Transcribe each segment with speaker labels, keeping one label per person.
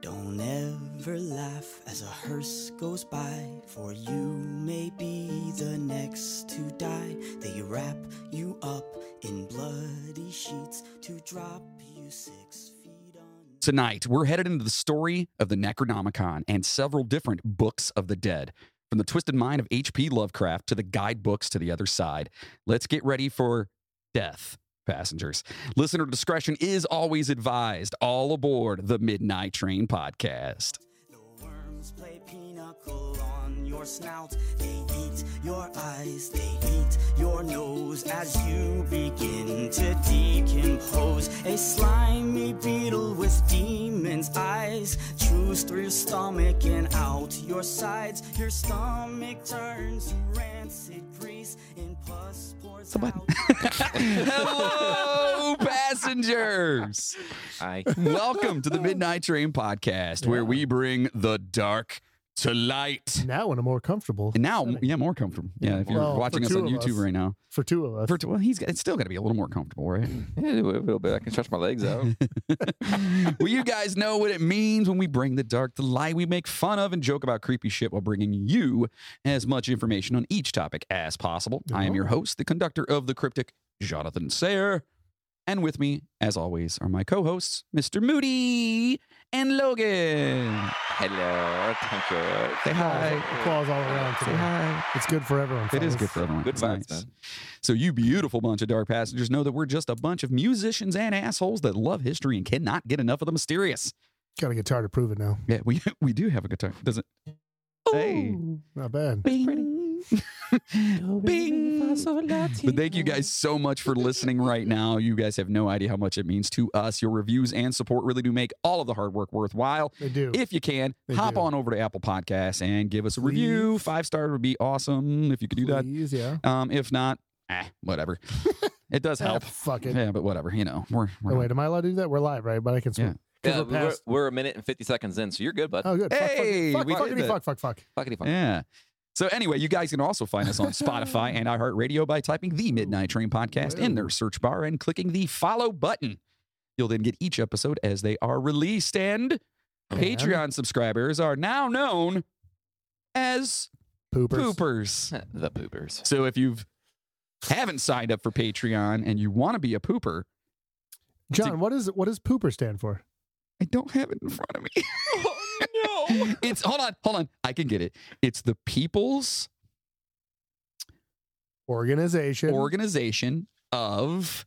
Speaker 1: Don't ever laugh as a hearse goes by, for you may be the next to die. They wrap you up in bloody sheets to drop you six feet on.
Speaker 2: Tonight, we're headed into the story of the Necronomicon and several different books of the dead. From the twisted mind of H.P. Lovecraft to the guidebooks to the other side, let's get ready for death, passengers. Listener discretion is always advised. All aboard the Midnight Train podcast.
Speaker 1: The worms play pinochle on your snout. They eat your eyes, they eat your nose as you begin to decompose. A slimy beetle with demon's eyes chews through your stomach and out your sides. Your stomach turns to rancid grease and pus pours out.
Speaker 2: Hello, passengers.
Speaker 3: I
Speaker 2: Welcome to the Midnight Train podcast, where we bring the dark to light.
Speaker 4: Now in a more comfortable
Speaker 2: And now,
Speaker 4: setting.
Speaker 2: yeah, more comfortable. Yeah, if you're
Speaker 4: Well, for
Speaker 2: watching us
Speaker 4: two
Speaker 2: on
Speaker 4: of
Speaker 2: YouTube
Speaker 4: us.
Speaker 2: right now,
Speaker 4: for two of us.
Speaker 2: for, well, he's it's still got to be a little more comfortable, right?
Speaker 3: yeah, a little bit. I can stretch my legs out.
Speaker 2: well, you guys know what it means when we bring the dark to light. We make fun of and joke about creepy shit while bringing you as much information on each topic as possible. I
Speaker 3: Oh.
Speaker 2: am your host, the conductor of the cryptic, Jonathan Sayer. And with me, as always, are my co hosts, Mr. Moody and Logan.
Speaker 3: Hello, thank you.
Speaker 2: Say hi.
Speaker 4: Applause all around.
Speaker 2: Say
Speaker 4: Today.
Speaker 2: hi.
Speaker 4: It's good for everyone.
Speaker 2: It is
Speaker 4: fellas.
Speaker 2: good for everyone.
Speaker 3: Good
Speaker 2: It's nice.
Speaker 3: vibes, man.
Speaker 2: So, you beautiful bunch of dark passengers know that we're just a bunch of musicians and assholes that love history and cannot get enough of the mysterious.
Speaker 4: Gotta get tired of proving now.
Speaker 2: Yeah, we we do have a good time. Does it? Hey,
Speaker 4: Not bad.
Speaker 2: bing, bing. But thank you guys so much for listening right now. You guys have no idea how much it means to us. Your reviews and support really do make all of the hard work worthwhile.
Speaker 4: They do.
Speaker 2: If you can,
Speaker 4: They
Speaker 2: hop
Speaker 4: do.
Speaker 2: on over to Apple Podcasts and give us a review.
Speaker 4: Please.
Speaker 2: Five star would be awesome if you could do that.
Speaker 4: Please, yeah.
Speaker 2: Um, if not, eh, whatever. it does help.
Speaker 4: Ah, fuck it.
Speaker 2: Yeah, but whatever. You know, we're, we're
Speaker 4: Oh, wait, am I allowed to do that? We're live, right? But I can
Speaker 2: Yeah.
Speaker 4: swim.
Speaker 3: Yeah,
Speaker 4: we're
Speaker 3: we're,
Speaker 4: past-
Speaker 3: we're a minute and 50 seconds in, so you're good, bud.
Speaker 4: Oh, good. Fuck, fuck,
Speaker 2: Hey,
Speaker 4: fuck,
Speaker 2: we
Speaker 4: fuck,
Speaker 2: did
Speaker 4: fuckity
Speaker 2: it.
Speaker 4: fuck, fuck, fuck.
Speaker 3: Fuckity fuck.
Speaker 2: Yeah. So anyway, you guys can also find us on Spotify and iHeartRadio by typing the Midnight Train podcast in their search bar and clicking the follow button. You'll then get each episode as they are released and Patreon subscribers are now known as
Speaker 4: Poopers.
Speaker 2: poopers.
Speaker 3: The poopers.
Speaker 2: So if you've haven't signed up for Patreon and you want to be a pooper,
Speaker 4: John, what is what does pooper stand for?
Speaker 2: I don't have it in front of me.
Speaker 3: Oh,
Speaker 2: it's hold on, hold on. I can get it. It's the People's
Speaker 4: Organization.
Speaker 2: organization of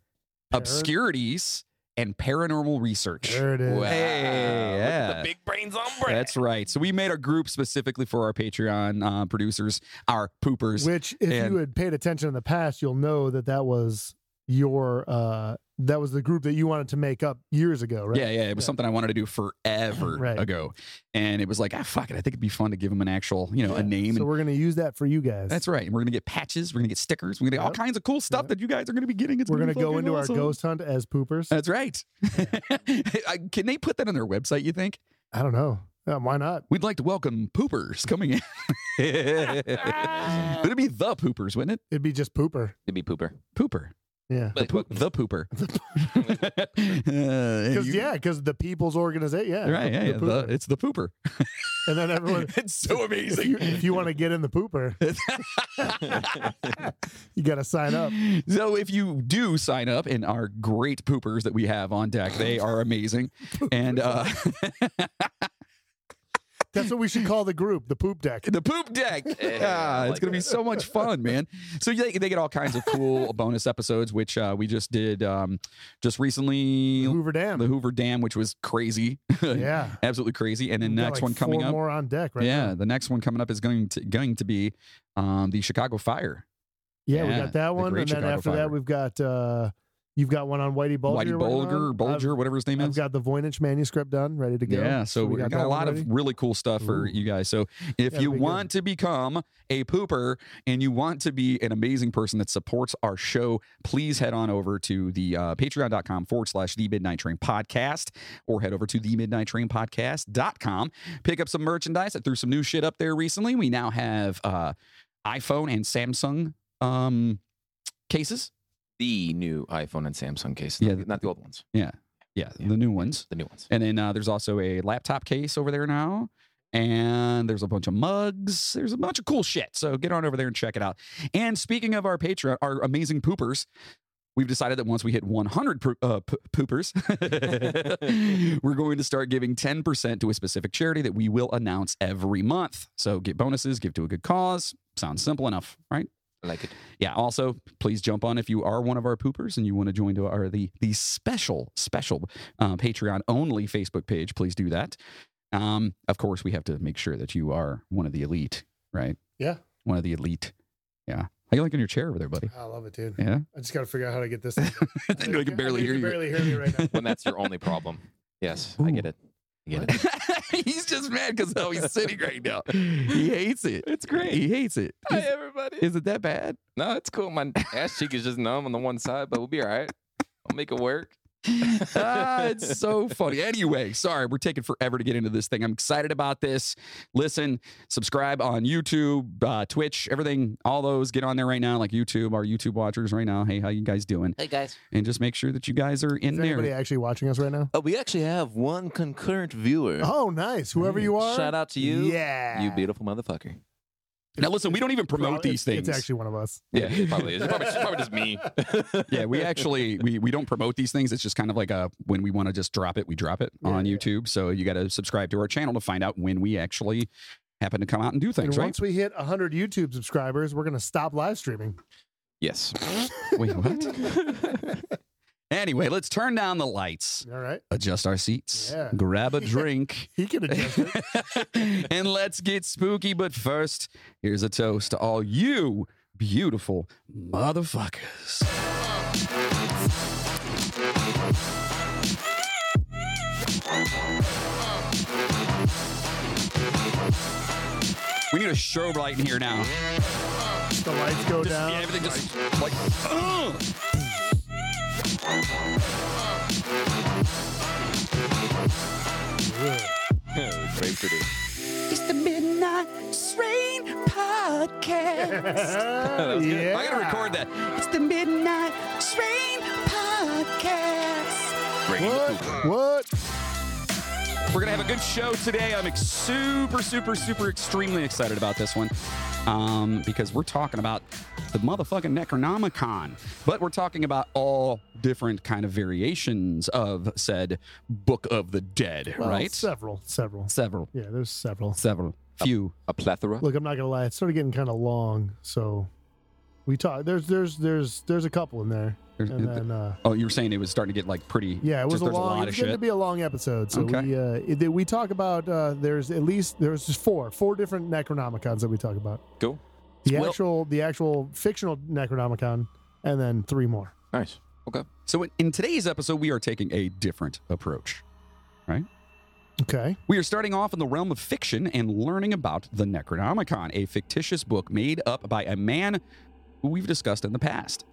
Speaker 4: Parad-
Speaker 2: obscurities and paranormal research.
Speaker 4: There it is.
Speaker 2: Wow. Hey, yeah.
Speaker 3: The big brains on bread.
Speaker 2: That's right. So we made a group specifically for our Patreon uh, producers, our poopers.
Speaker 4: Which, if
Speaker 2: and-
Speaker 4: you had paid attention in the past, you'll know that that was your uh that was the group that you wanted to make up years ago, right?
Speaker 2: Yeah, yeah. It was
Speaker 4: Yeah.
Speaker 2: something I wanted to do forever
Speaker 4: Right.
Speaker 2: ago, and it was like, ah, fuck it. I think it'd be fun to give them an actual, you know, a name.
Speaker 4: So
Speaker 2: and
Speaker 4: we're gonna use that for you guys.
Speaker 2: that's right. And we're gonna get patches. We're gonna get stickers. We're gonna get all
Speaker 4: Yep.
Speaker 2: kinds of cool stuff
Speaker 4: Yep.
Speaker 2: that you guys are gonna be getting. It's
Speaker 4: we're
Speaker 2: gonna
Speaker 4: gonna
Speaker 2: be
Speaker 4: go
Speaker 2: fucking
Speaker 4: into
Speaker 2: awesome. Uh,
Speaker 4: our ghost hunt as poopers.
Speaker 2: That's right. I- Can they put that on their website? You think?
Speaker 4: I don't know. Uh, why not?
Speaker 2: We'd like to welcome poopers coming in. but it'd be the poopers, wouldn't it?
Speaker 4: It'd be just pooper.
Speaker 3: It'd be pooper.
Speaker 2: Pooper.
Speaker 4: Yeah.
Speaker 2: The,
Speaker 3: Like,
Speaker 2: poo-
Speaker 3: what-
Speaker 2: the pooper. Uh,
Speaker 4: Because
Speaker 2: you-
Speaker 4: yeah, because the people's organization. Yeah.
Speaker 2: Right. Yeah,
Speaker 4: the
Speaker 2: yeah, the-
Speaker 4: pooper.
Speaker 2: it's the pooper.
Speaker 4: and then everyone.
Speaker 2: it's so
Speaker 4: If you,
Speaker 2: amazing.
Speaker 4: if you want to get in the pooper, you got to sign up.
Speaker 2: So if you do sign up in our great poopers that we have on deck, they are amazing. and uh,
Speaker 4: That's what we should call the group, the poop deck.
Speaker 2: the poop deck.
Speaker 3: Hey,
Speaker 2: Ah,
Speaker 3: I
Speaker 2: it's
Speaker 3: like
Speaker 2: gonna be
Speaker 3: that.
Speaker 2: so much fun, man. So they, they get all kinds of cool bonus episodes, which uh, we just did um, just recently.
Speaker 4: Hoover Dam.
Speaker 2: the Hoover Dam, which was crazy,
Speaker 4: yeah.
Speaker 2: absolutely crazy. And then
Speaker 4: We've got,
Speaker 2: next
Speaker 4: like,
Speaker 2: one coming
Speaker 4: four
Speaker 2: up,
Speaker 4: More on deck, right?
Speaker 2: yeah,
Speaker 4: now.
Speaker 2: the next one coming up is going to going to be um, the Chicago Fire.
Speaker 4: Yeah, we
Speaker 2: Yeah,
Speaker 4: got that
Speaker 2: the
Speaker 4: one,
Speaker 2: great
Speaker 4: and then
Speaker 2: Chicago
Speaker 4: after
Speaker 2: Fiber.
Speaker 4: that, we've got uh, you've got one on Whitey Bulger.
Speaker 2: Whitey
Speaker 4: we're working
Speaker 2: Bulger,
Speaker 4: on.
Speaker 2: Bulger, whatever his name
Speaker 4: I've, I've
Speaker 2: is.
Speaker 4: got the Voynich manuscript done, ready to go.
Speaker 2: Yeah, so, we got,
Speaker 4: that
Speaker 2: a
Speaker 4: one
Speaker 2: lot
Speaker 4: ready.
Speaker 2: of really cool stuff for
Speaker 4: Ooh.
Speaker 2: you guys. So if
Speaker 4: That'll
Speaker 2: you
Speaker 4: be good.
Speaker 2: want to become a pooper and you want to be an amazing person that supports our show, please head on over to the uh, patreon.com forward slash the midnight train podcast or head over to the midnight train podcast.com. Pick up some merchandise. I threw some new shit up there recently. We now have uh, iPhone and Samsung um, cases.
Speaker 3: The new iPhone and Samsung case.
Speaker 2: Yeah.
Speaker 3: Not the old ones.
Speaker 2: Yeah. Yeah,
Speaker 3: Yeah.
Speaker 2: the new ones.
Speaker 3: The new ones.
Speaker 2: And then uh, there's also a laptop case over there now. And there's a bunch of mugs. There's a bunch of cool shit. So get on over there and check it out. And speaking of our Patreon, our amazing poopers, we've decided that once we hit 100 poo- uh, p- poopers, we're going to start giving 10% to a specific charity that we will announce every month. So get bonuses, give to a good cause. Sounds simple enough, right?
Speaker 3: I like it.
Speaker 2: yeah also please jump on if you are one of our poopers and you want to join to our the the special special uh, patreon only facebook page please do that um of course we have to make sure that you are one of the elite right
Speaker 4: Yeah.
Speaker 2: one of the elite yeah how you liking your chair over there buddy
Speaker 4: I love it, dude.
Speaker 2: yeah
Speaker 4: I just got to figure out how to get this. thing.
Speaker 2: I know you can barely hear
Speaker 4: You can
Speaker 2: you
Speaker 4: barely hear me right now.
Speaker 3: When that's your only problem. Yes, I get it. I get it.
Speaker 2: he's just mad because how he's sitting right now he hates it
Speaker 3: It's great.
Speaker 2: he hates it
Speaker 3: Hi,
Speaker 2: is,
Speaker 3: everybody.
Speaker 2: is it that bad
Speaker 3: no, it's cool. My ass cheek is just numb on the one side, but we'll be all right. I'll make it work.
Speaker 2: ah, it's so funny. Anyway, sorry, we're taking forever to get into this thing. I'm excited about this. Listen, subscribe on YouTube, uh, Twitch, everything, all those. Get on there right now, like YouTube, our YouTube watchers right now. Hey, how you guys doing?
Speaker 3: Hey, guys.
Speaker 2: And just make sure that you guys are in
Speaker 4: Is
Speaker 2: there.
Speaker 4: anybody actually watching us right now?
Speaker 3: Oh, we actually have one concurrent viewer.
Speaker 4: Oh, nice. Whoever you are.
Speaker 3: Shout out to you.
Speaker 4: Yeah.
Speaker 3: You beautiful motherfucker.
Speaker 2: Now, listen, we don't even promote
Speaker 4: Probably-
Speaker 2: these
Speaker 4: it's-
Speaker 2: things.
Speaker 4: It's actually one of us.
Speaker 2: Yeah.
Speaker 3: it probably is. It's probably, it's probably just me.
Speaker 2: yeah, we actually we we don't promote these things. It's just kind of like a when we want to just drop it, we drop it
Speaker 4: Yeah,
Speaker 2: on
Speaker 4: yeah.
Speaker 2: YouTube. So you got to subscribe to our channel to find out when we actually happen to come out and do
Speaker 4: And
Speaker 2: things. right?
Speaker 4: once we hit 100 YouTube subscribers, we're going to stop live streaming.
Speaker 3: Yes.
Speaker 2: Wait, what? anyway, let's turn down the lights.
Speaker 4: All right.
Speaker 2: adjust our seats,
Speaker 4: Yeah.
Speaker 2: grab a drink,
Speaker 4: He can adjust it.
Speaker 2: and let's get spooky. But first, here's a toast to all you beautiful motherfuckers. We need a strobe light in here now.
Speaker 4: The lights go
Speaker 2: Just,
Speaker 4: down.
Speaker 2: yeah, everything just like. ugh.
Speaker 4: Ugh.
Speaker 3: Very pretty.
Speaker 2: It's the Midnight Strain Podcast.
Speaker 4: yeah.
Speaker 2: I gotta record that. It's the Midnight Strain Podcast.
Speaker 3: Breaking the poop.
Speaker 4: What? What?
Speaker 2: We're gonna have a good show today. I'm ex- super, super, super, extremely excited about this one um, because we're talking about the motherfucking Necronomicon, but we're talking about all different kind of variations of said Book of the Dead,
Speaker 4: Well,
Speaker 2: right?
Speaker 4: Several. Several.
Speaker 2: Several,
Speaker 4: Yeah, there's several.
Speaker 2: several, few.
Speaker 3: A plethora.
Speaker 4: Look, I'm not gonna lie, it started getting kind of long, so we talk. There's there's there's there's a couple in there,
Speaker 2: There's-
Speaker 4: and then uh,
Speaker 2: Oh, you were saying it was starting to get like pretty.
Speaker 4: yeah, it was
Speaker 2: just,
Speaker 4: a
Speaker 2: there's
Speaker 4: long.
Speaker 2: a lot
Speaker 4: it
Speaker 2: of
Speaker 4: was going to
Speaker 2: shit.
Speaker 4: be a long episode. So
Speaker 2: Okay.
Speaker 4: we uh, it, we talk about uh, there's at least there's just four four different Necronomicons that we talk about.
Speaker 3: Cool.
Speaker 4: The
Speaker 2: Well-
Speaker 4: actual the actual fictional Necronomicon, and then three more.
Speaker 3: Nice. Okay.
Speaker 2: So in, in today's episode, we are taking a different approach.
Speaker 4: Okay.
Speaker 2: We are starting off in the realm of fiction and learning about the Necronomicon, a fictitious book made up by a man who we've discussed in the past.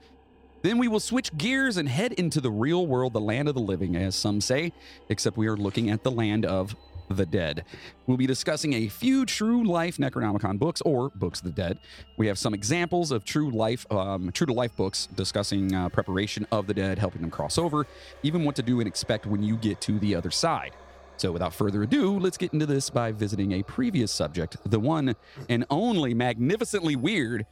Speaker 2: Then we will switch gears and head into the real world, the land of the living, as some say, except we are looking at the land of the dead. We'll be discussing a few true life Necronomicon books or books of the dead. We have some examples of true life, um, true to life books discussing uh, preparation of the dead, helping them cross over, even what to do and expect when you get to the other side. So, without further ado, let's get into this by visiting a previous subject, the one and only magnificently weird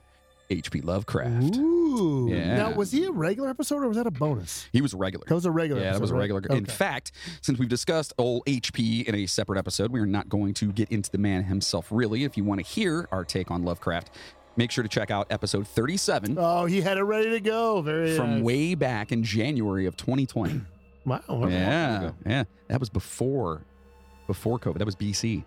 Speaker 2: H.P. Lovecraft.
Speaker 4: Ooh.
Speaker 2: Yeah.
Speaker 4: Now was he a regular episode or was that a bonus?
Speaker 2: He was regular.
Speaker 4: That was a regular.
Speaker 2: Yeah, that
Speaker 4: episode,
Speaker 2: was a
Speaker 4: right?
Speaker 2: regular. In
Speaker 4: Okay.
Speaker 2: fact, since we've discussed old HP in a separate episode, we are not going to get into the man himself really. If you want to hear our take on Lovecraft, make sure to check out episode 37
Speaker 4: Oh, he had it ready to go. Very
Speaker 2: from
Speaker 4: nice.
Speaker 2: way back in January of 2020.
Speaker 4: Wow. okay.
Speaker 2: yeah, yeah, that was before before COVID. That was BC.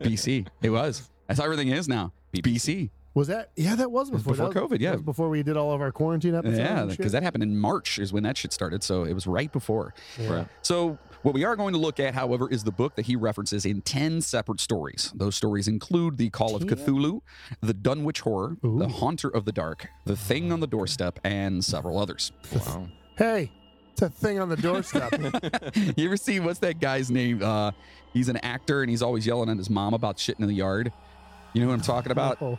Speaker 2: BC. It was. That's how everything is now. BC.
Speaker 4: Was that? Yeah, that was
Speaker 2: was
Speaker 4: before that
Speaker 2: before
Speaker 4: was-
Speaker 2: COVID, yeah.
Speaker 4: that was before we did all of our quarantine episodes.
Speaker 2: Yeah,
Speaker 4: and shit.
Speaker 2: because that happened in March is when that shit started. So it was right before.
Speaker 4: Yeah.
Speaker 3: Right.
Speaker 2: So, what we are going to look at, however, is the book that he references in 10 separate stories. Those stories include The Call of Cthulhu, The Dunwich Horror,
Speaker 4: Ooh.
Speaker 2: The Haunter of the Dark, The Thing on the Doorstep, and several others.
Speaker 3: Wow.
Speaker 4: Hey, it's a thing on the doorstep.
Speaker 2: you ever see what's that guy's name? Uh, he's an actor and he's always yelling at his mom about shit in the yard. You know what I'm talking about?
Speaker 4: Oh,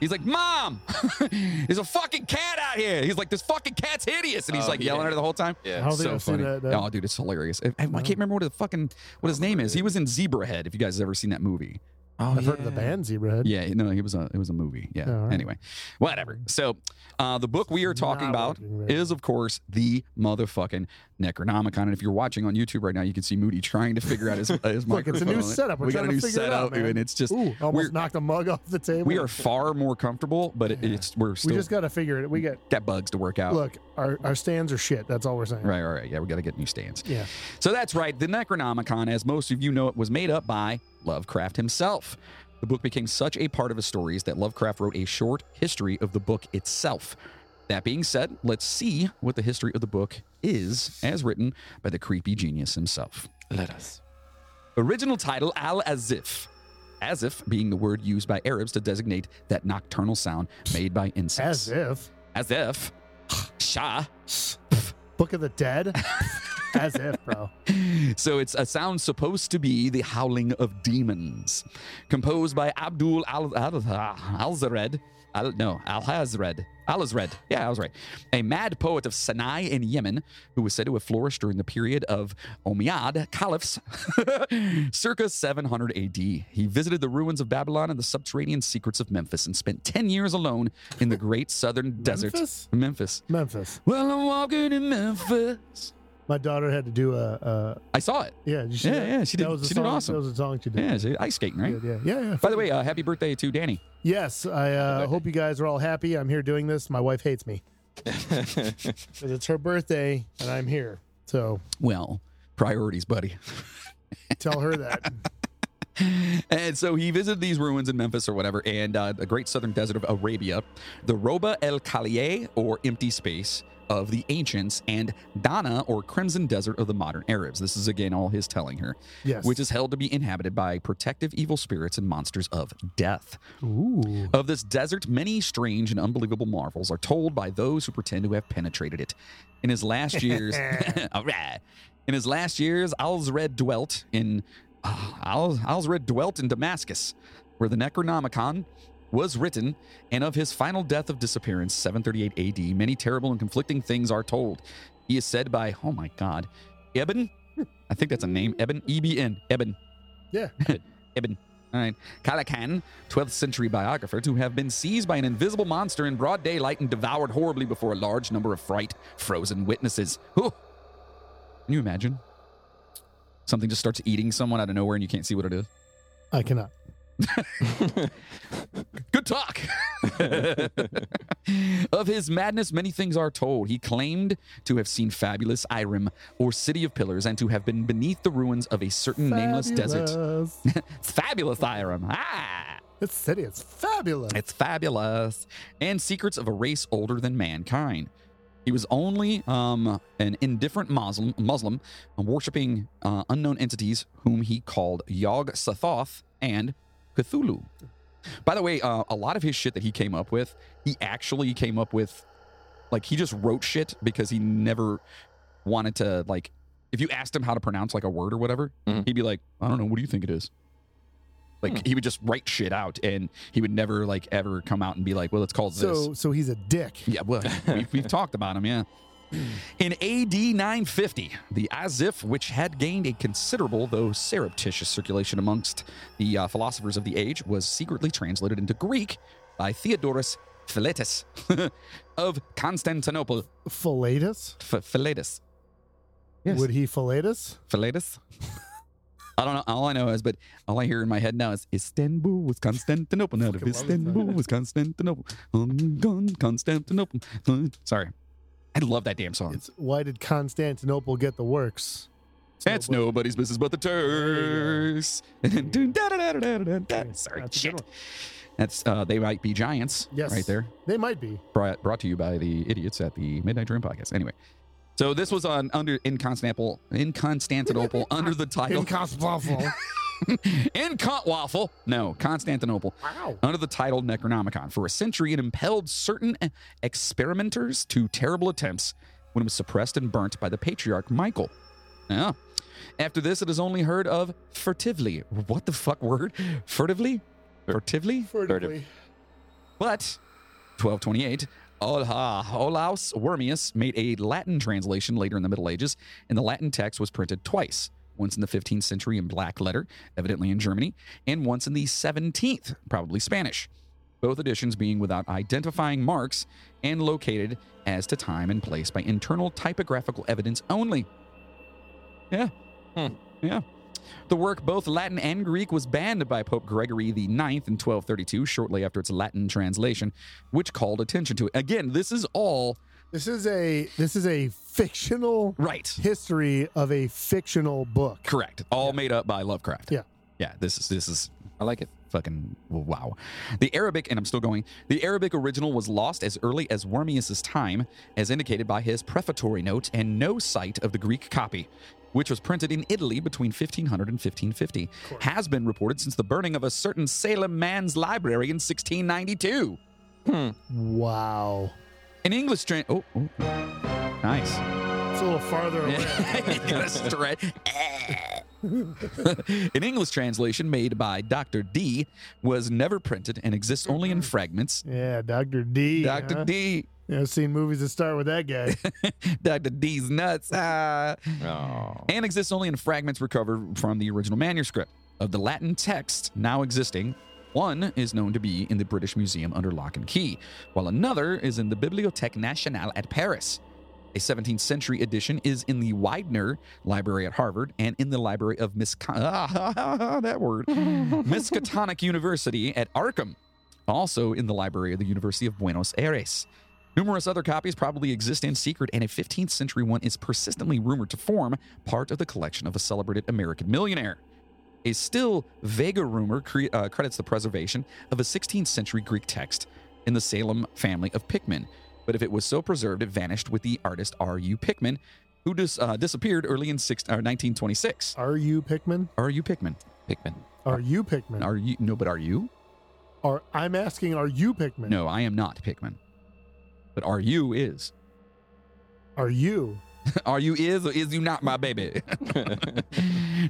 Speaker 2: He's like, Mom, there's a fucking cat out here. He's like, this fucking cat's hideous. And he's
Speaker 3: Oh,
Speaker 2: like yelling
Speaker 3: yeah.
Speaker 2: at her the whole time.
Speaker 4: I
Speaker 3: Yeah.
Speaker 4: don't
Speaker 2: so
Speaker 4: think I've
Speaker 2: funny.
Speaker 4: seen that. Oh, that-
Speaker 2: Oh, dude, it's hilarious. I, I can't remember what the fucking what his name is. He was in Zebrahead. If you guys have ever seen that movie,
Speaker 3: Oh,
Speaker 4: I've heard of the band Zebrahead.
Speaker 2: yeah, no, it was a it was a movie. Yeah.
Speaker 4: Oh, all right.
Speaker 2: Anyway, whatever. So, uh, the book we are talking
Speaker 4: Not
Speaker 2: about
Speaker 4: working very
Speaker 2: is, of course, the motherfucking Necronomicon. And if you're watching on YouTube right now, you can see Moody trying to figure out his, his
Speaker 4: Look, it's a new
Speaker 2: microphone.
Speaker 4: setup. We're
Speaker 2: we got
Speaker 4: trying
Speaker 2: a
Speaker 4: to
Speaker 2: new
Speaker 4: figure it
Speaker 2: setup,
Speaker 4: out, man.
Speaker 2: and it's just
Speaker 4: Ooh,
Speaker 2: we're-
Speaker 4: almost knocked a mug off the table.
Speaker 2: we are far more comfortable, but it, it's we're
Speaker 4: We
Speaker 2: still
Speaker 4: just got to figure it. We got
Speaker 2: got bugs to work out.
Speaker 4: look. Our our stands are shit. That's all we're saying.
Speaker 2: Right, all right. Yeah, we got to get new stands.
Speaker 4: Yeah.
Speaker 2: So that's right. The Necronomicon, as most of you know it, was made up by Lovecraft himself. The book became such a part of his stories that Lovecraft wrote a short history of the book itself. That being said, let's see what the history of the book is as written by the creepy genius himself.
Speaker 3: Let us.
Speaker 2: Original title Al Azif. Azif being the word used by Arabs to designate that nocturnal sound made by
Speaker 4: As
Speaker 2: insects.
Speaker 4: if
Speaker 2: Azif. Shah.
Speaker 4: Book of the Dead. As if, bro.
Speaker 2: So it's a sound supposed to be the howling of demons, composed by Abdul Al Al Al Zared. Al, no, Al Hazred. Al Hazred. Yeah, I was right. A mad poet of Sinai in Yemen, who was said to have flourished during the period of Umayyad caliphs, circa 700 AD. He visited the ruins of Babylon and the subterranean secrets of Memphis and spent 10 years alone in the great southern desert.
Speaker 4: Memphis?
Speaker 2: Memphis.
Speaker 4: Memphis.
Speaker 2: Well, I'm walking in Memphis.
Speaker 4: My daughter had to do a, a
Speaker 2: I saw it.
Speaker 4: yeah. Did you see
Speaker 2: Yeah,
Speaker 4: that?
Speaker 2: yeah, she
Speaker 4: That
Speaker 2: did-
Speaker 4: was a
Speaker 2: she did
Speaker 4: song,
Speaker 2: awesome.
Speaker 4: That was a song she did.
Speaker 2: Yeah, it's ice skating, right?
Speaker 4: yeah, yeah, yeah. yeah.
Speaker 2: By the way, uh, happy birthday to Danny.
Speaker 4: Yes, I uh, hope you guys are all happy. I'm here doing this. My wife hates me because it's her birthday and I'm here. So
Speaker 2: Well, priorities, buddy.
Speaker 4: tell her that.
Speaker 2: And so he visited these ruins in Memphis or whatever, and uh, the great southern desert of Arabia, the Roba el Khalie or empty space of the ancients, and Dana or crimson desert of the modern Arabs. This is again all his telling her,
Speaker 4: Yes.
Speaker 2: which is held to be inhabited by protective evil spirits and monsters of death.
Speaker 4: Ooh.
Speaker 2: Of this desert, many strange and unbelievable marvels are told by those who pretend to have penetrated it. In his last years, all right. In his last years, Alzred dwelt in uh, Al, Alzred dwelt in Damascus, where the Necronomicon was written, and of his final death of disappearance, 738 AD, many terrible and conflicting things are told. He is said by, oh my God, Eben? I think that's a name. Eben? E-B-N. Eben.
Speaker 4: Yeah.
Speaker 2: Eben. All right. Calacan, 12th century biographer, to have been seized by an invisible monster in broad daylight and devoured horribly before a large number of fright frozen witnesses. Whew. Can you imagine? Something just starts eating someone out of nowhere and you can't see what it is.
Speaker 4: I cannot.
Speaker 2: Good talk. of his madness, many things are told. He claimed to have seen fabulous Irem or City of Pillars and to have been beneath the ruins of a certain Mm, nameless desert.
Speaker 4: Fabulous.
Speaker 2: Fabulous Irem. Ah!
Speaker 4: This city is fabulous.
Speaker 2: It's fabulous. And secrets of a race older than mankind. He was only um, an indifferent Muslim, Muslim worshiping uh, unknown entities whom he called Yog Sothoth and Cthulhu. By the way, uh, a lot of his shit that he came up with, he actually came up with, like, he just wrote shit because he never wanted to, like, if you asked him how to pronounce, like, a word or whatever,
Speaker 3: Mhm.
Speaker 2: he'd be like, I don't know, what do you think it is? Like,
Speaker 3: Hmm.
Speaker 2: he would just write shit out and he would never, like, ever come out and be like, well, it's called this.
Speaker 4: so so he's a dick.
Speaker 2: Yeah, well, we've, we've talked about him, yeah. In AD 950, the Azif, which had gained a considerable, though surreptitious, circulation amongst the uh, philosophers of the age, was secretly translated into Greek by Theodorus Philetus of Constantinople.
Speaker 4: Philetus?
Speaker 2: F- Philetus. Yes.
Speaker 4: Would he Philetus?
Speaker 2: Philetus? I don't know. All I know is, but all I hear in my head now is Istanbul was Constantinople. Not of
Speaker 4: Fucking love this song.
Speaker 2: Istanbul was Constantinople. Um, Con- Constantinople. Uh, Sorry. I love that damn song.
Speaker 4: It's why did Constantinople get the works?
Speaker 2: It's nobody's business but the Turks.
Speaker 4: Yeah,
Speaker 2: Sorry,
Speaker 4: that's a good
Speaker 2: shit.
Speaker 4: one.
Speaker 2: That's uh, they might be giants.
Speaker 4: Yes.
Speaker 2: right there.
Speaker 4: They might be.
Speaker 2: Brought brought to you by the idiots at the Midnight Dream podcast. Anyway, so this was on under in Constantinople in Constantinople under the title
Speaker 4: Inconceivable.
Speaker 2: in Con- waffle. No, Constantinople
Speaker 4: wow.
Speaker 2: under the title Necronomicon. For a century, it impelled certain eh, experimenters to terrible attempts when it was suppressed and burnt by the patriarch Michael. Yeah. After this, it is only heard of furtively. What the fuck word? Furtively? Furtively?
Speaker 4: Furtively.
Speaker 2: But 1228, Ola, Olaus Wormius made a Latin translation later in the Middle Ages, and the Latin text was printed twice once in the 15th century in black letter, evidently in Germany, and once in the 17th, probably Spanish. Both editions being without identifying marks and located as to time and place by internal typographical evidence only. Yeah.
Speaker 3: Hmm.
Speaker 2: Yeah. The work, both Latin and Greek, was banned by Pope Gregory IX in 1232, shortly after its Latin translation, which called attention to it. Again, this is all
Speaker 4: This is a this is a fictional
Speaker 2: right.
Speaker 4: history of a fictional book.
Speaker 2: Correct. All made up by Lovecraft.
Speaker 4: Yeah.
Speaker 2: Yeah. This is this is
Speaker 3: I like it.
Speaker 2: fucking wow. The Arabic, and I'm still going, the Arabic original was lost as early as Wormius's time, as indicated by his prefatory note and no sight of the Greek copy, which was printed in Italy between 1500 and 1550, has been reported since the burning of a certain Salem man's library in 1692.
Speaker 4: Wow.
Speaker 2: An English tra- oh, oh. nice.
Speaker 4: It's a little farther away.
Speaker 2: Gotta stretch. An English translation made by Dr. D was never printed and exists only in fragments.
Speaker 4: Yeah, Dr. D.
Speaker 2: Dr.
Speaker 4: huh?
Speaker 2: D,
Speaker 4: Yeah, I've seen movies that start with that guy.
Speaker 2: Dr. D's nuts, ah.
Speaker 3: Oh.
Speaker 2: and exists only in fragments recovered from the original manuscript. Of the Latin text now existing, one is known to be in the British Museum under lock and key, while another is in the Bibliothèque Nationale at Paris. A 17th century edition is in the Widener Library at Harvard and in the Library of Miskatonic ah, that word Miskatonic University at Arkham, also in the Library of the University of Buenos Aires. Numerous other copies probably exist in secret, and a 15th century one is persistently rumored to form part of the collection of a celebrated American millionaire. A still vaguer rumor cre- uh, credits the preservation of a 16th century Greek text in the Salem family of Pickman, but if it was so preserved, it vanished with the artist R.U. Pickman, who dis- uh, disappeared early in six- uh, 1926.
Speaker 4: Are you Pikmin?
Speaker 2: R.U. Pickman.
Speaker 3: Pikmin.
Speaker 4: Are you Pikmin?
Speaker 2: Are you? No, but are you?
Speaker 4: Are I'm asking, are you Pikmin?
Speaker 2: No, I am not Pickman. But are you is?
Speaker 4: Are you?
Speaker 2: Are you is or is you not my baby?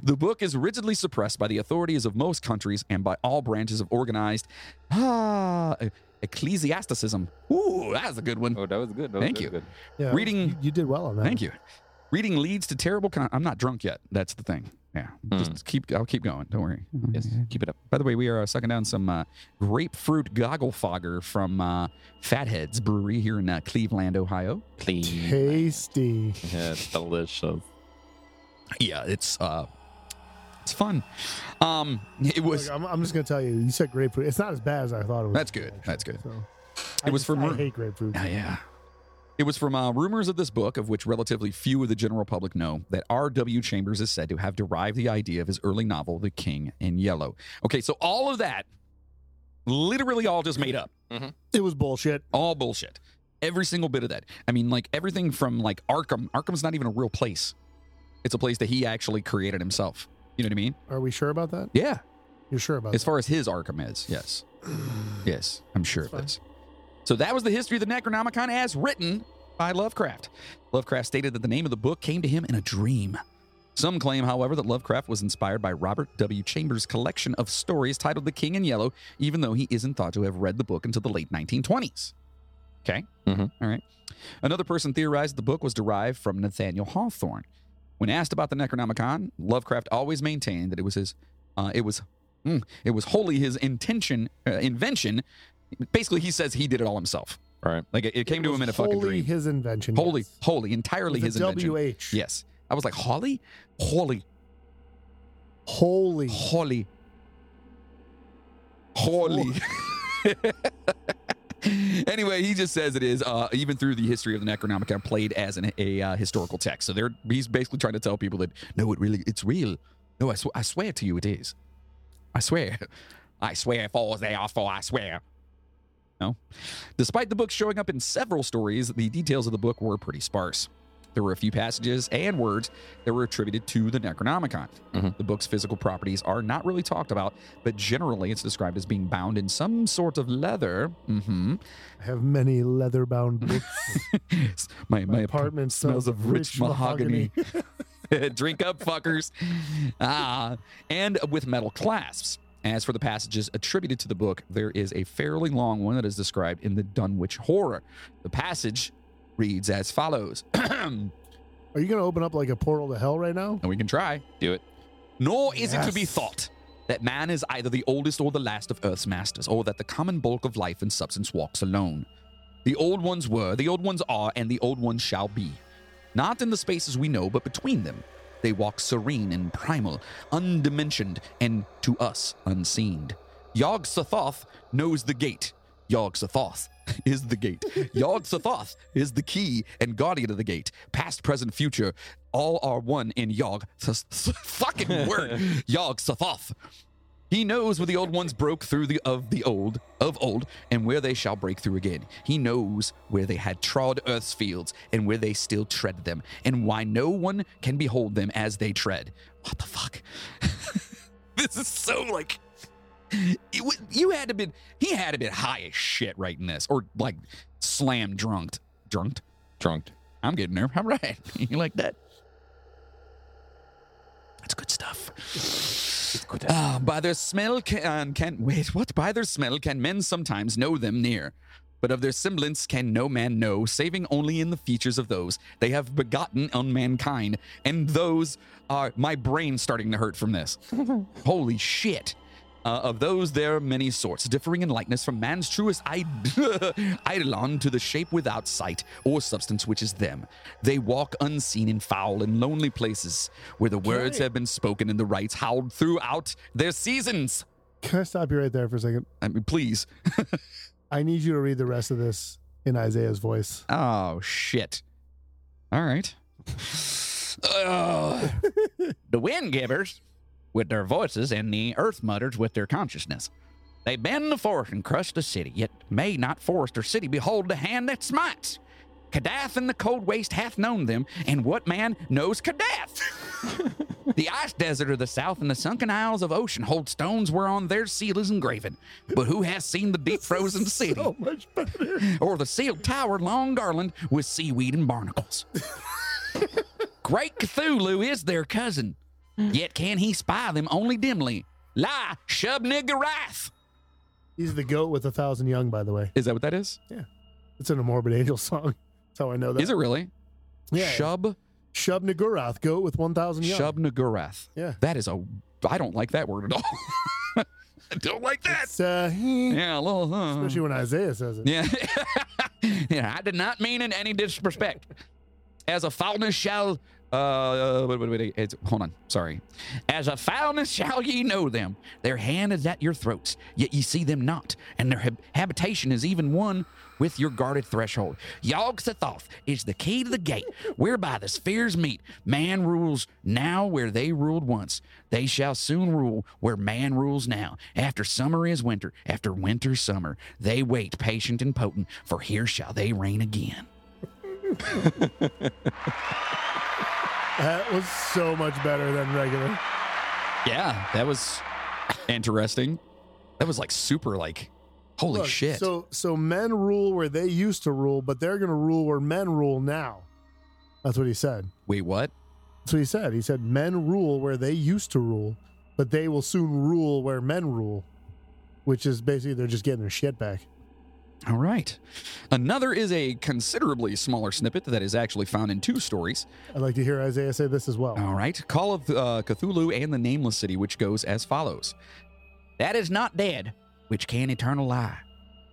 Speaker 2: the book is rigidly suppressed by the authorities of most countries and by all branches of organized ah, ecclesiasticism. Ooh, that's a good one.
Speaker 3: Oh, that was good. That was
Speaker 2: Thank
Speaker 3: really
Speaker 2: you.
Speaker 3: Good.
Speaker 4: Yeah,
Speaker 2: Reading-
Speaker 4: You, you did well on that.
Speaker 2: Thank you. Reading leads to terrible. Con- I'm not drunk yet. That's the thing. Yeah, just keep. I'll keep going. Don't worry.
Speaker 3: Yes. Keep it up.
Speaker 2: By the way, we are uh, sucking down some uh, grapefruit goggle fogger from uh, Fatheads Brewery here in uh, Cleveland, Ohio.
Speaker 3: Clean.
Speaker 4: Tasty.
Speaker 3: Yeah, it's delicious.
Speaker 2: Yeah, it's uh, it's fun. Um, it was.
Speaker 4: Look, I'm, I'm just gonna tell you, you said grapefruit. It's not as bad as I thought it was.
Speaker 2: That's good. That's good.
Speaker 4: So,
Speaker 2: It was
Speaker 4: just-
Speaker 2: for
Speaker 4: I
Speaker 2: Mer-
Speaker 4: hate grapefruit.
Speaker 2: Ah, yeah. It was from uh, rumors of this book, of which relatively few of the general public know, that R.W. Chambers is said to have derived the idea of his early novel, The King in Yellow. Okay, so all of that, literally all just made up.
Speaker 4: It was bullshit.
Speaker 2: All bullshit. Every single bit of that. I mean, like everything from like Arkham. Arkham's not even a real place. It's a place that he actually created himself. You know what I mean?
Speaker 4: Are we sure about that?
Speaker 2: Yeah.
Speaker 4: You're sure about
Speaker 2: As far as his Arkham is, yes. Yes, I'm sure of
Speaker 4: fine.
Speaker 2: this. So that was the history of the Necronomicon as written by Lovecraft. Lovecraft stated that the name of the book came to him in a dream. Some claim, however, that Lovecraft was inspired by Robert W. Chambers' collection of stories titled The King in Yellow, even though he isn't thought to have read the book until the late 1920s. Okay.
Speaker 3: Mhm.
Speaker 2: All right. Another person theorized the book was derived from Nathaniel Hawthorne. When asked about the Necronomicon, Lovecraft always maintained that it was his, uh, it was, mm, it was wholly his intention, uh, invention. Basically, he says he did it all himself.
Speaker 3: Right.
Speaker 2: Like it, it came to
Speaker 4: was
Speaker 2: him in a fucking
Speaker 4: wholly
Speaker 2: dream.
Speaker 4: His invention.
Speaker 2: Holy,
Speaker 4: yes.
Speaker 2: holy, entirely
Speaker 4: With
Speaker 2: his
Speaker 4: a
Speaker 2: invention.
Speaker 4: WH.
Speaker 2: Yes. I was like, Holly? Holy,
Speaker 4: Holy.
Speaker 2: holy, holy. anyway, he just says it is, uh, even through the history of the Necronomicon, played as an, a uh, historical text. So they're, he's basically trying to tell people that, no, it really, it's real. No, I, sw- I swear to you it is. I swear. I swear, for they are for, I swear. No. Despite the book showing up in several stories, the details of the book were pretty sparse. There were a few passages and words that were attributed to the Necronomicon.
Speaker 3: Mhm.
Speaker 2: The book's physical properties are not really talked about, but generally it's described as being bound in some sort of leather. hmm
Speaker 4: I have many leather bound books.
Speaker 2: My,
Speaker 4: My
Speaker 2: my
Speaker 4: apartment
Speaker 2: smells of rich mahogany. Drink up, fuckers. Ah, and with metal clasps. As for the passages attributed to the book, there is a fairly long one that is described in the Dunwich Horror. The passage reads as follows. and
Speaker 4: Are you going to open up like a portal to hell right now?
Speaker 2: we can try.
Speaker 3: Do it.
Speaker 2: Nor is it to be
Speaker 4: Yes.
Speaker 2: thought that man is either the oldest or the last of Earth's masters, or that the common bulk of life and substance walks alone. The old ones were, the old ones are, and the old ones shall be. Not in the spaces we know, but between them. They walk serene and primal, undimensioned, and to us unseen. Yog Sothoth knows the gate. Yog Sothoth is the gate. Yog Sothoth is the key and guardian of the gate. Past, present, future, all are one in Yog. S- s- fucking word. Yog Sothoth. He knows where the old ones broke through the of the old of old, and where they shall break through again. He knows where they had trod earth's fields, and where they still tread them, and why no one can behold them as they tread. What the fuck? this is so like. It, wa- you had to been he had to been high as shit writing this, or like slam drunked, drunked.
Speaker 3: Drunk.
Speaker 2: I'm getting there. All right, you like that? That's good stuff. Ah, by their smell can, can wait. What? By their smell can men sometimes know them near, but of their semblance can no man know, saving only in the features of those they have begotten on mankind. And those are my brain starting to hurt from this. Holy shit. Uh, of those, there are many sorts, differing in likeness from man's truest Id- eidolon to the shape without sight or substance which is them. They walk unseen in foul and lonely places where the words have been spoken and the rites howled throughout their seasons.
Speaker 4: Can I stop you right there for a second?
Speaker 2: I mean, please.
Speaker 4: I need you to read the rest of this in Isaiah's voice.
Speaker 2: Oh, shit. All right. Ugh. the wind givers with their voices and the earth mutters with their consciousness. They bend the forest and crush the city, yet may not forest or city behold the hand that smites. Kadath in the cold waste hath known them, and what man knows Kadath? the ice desert of the south and the sunken isles of ocean hold stones whereon their seal is engraven. But who has seen the deep frozen city?
Speaker 4: So much better.
Speaker 2: or the sealed tower long garland with seaweed and barnacles. Great Cthulhu is their cousin, yet can he spy them only dimly? La Shubniggurath.
Speaker 4: He's the goat with a thousand young, by the way.
Speaker 2: Is that what that is?
Speaker 4: It's in a Morbid Angel song. That's how I know that.
Speaker 2: Is it really?
Speaker 4: Yeah.
Speaker 2: Shub
Speaker 4: Shub Nagurath, goat with 1,000 young.
Speaker 2: Shubniggurath.
Speaker 4: Yeah.
Speaker 2: That is a. I don't like that word at all. I don't like that.
Speaker 4: It's, uh, he-
Speaker 2: Yeah, a little. uh,
Speaker 4: Especially when Isaiah says it.
Speaker 2: Yeah. yeah, I did not mean in any disrespect. As a foulness shall uh wait, wait, wait, it's, hold on, sorry. As a foulness shall ye know them. Their hand is at your throats, yet ye see them not, and their hab- habitation is even one with your guarded threshold. Yog Sothoth is the key to the gate, whereby the spheres meet. Man rules now where they ruled once. They shall soon rule where man rules now. After summer is winter, after winter summer. They wait, patient and potent, for here shall they reign again.
Speaker 4: That was so much better than regular.
Speaker 2: Yeah, that was interesting. That was like super, like, holy
Speaker 4: Look,
Speaker 2: shit.
Speaker 4: So, so men rule where they used to rule, but they're going to rule where men rule now. That's what he said.
Speaker 2: Wait, what?
Speaker 4: That's what he said. He said, Men rule where they used to rule, but they will soon rule where men rule, which is basically they're just getting their shit back.
Speaker 2: All right. Another is a considerably smaller snippet that is actually found in two stories.
Speaker 4: I'd like to hear Isaiah say this as well.
Speaker 2: All right. Call of uh, Cthulhu and the Nameless City, which goes as follows That is not dead, which can eternal lie,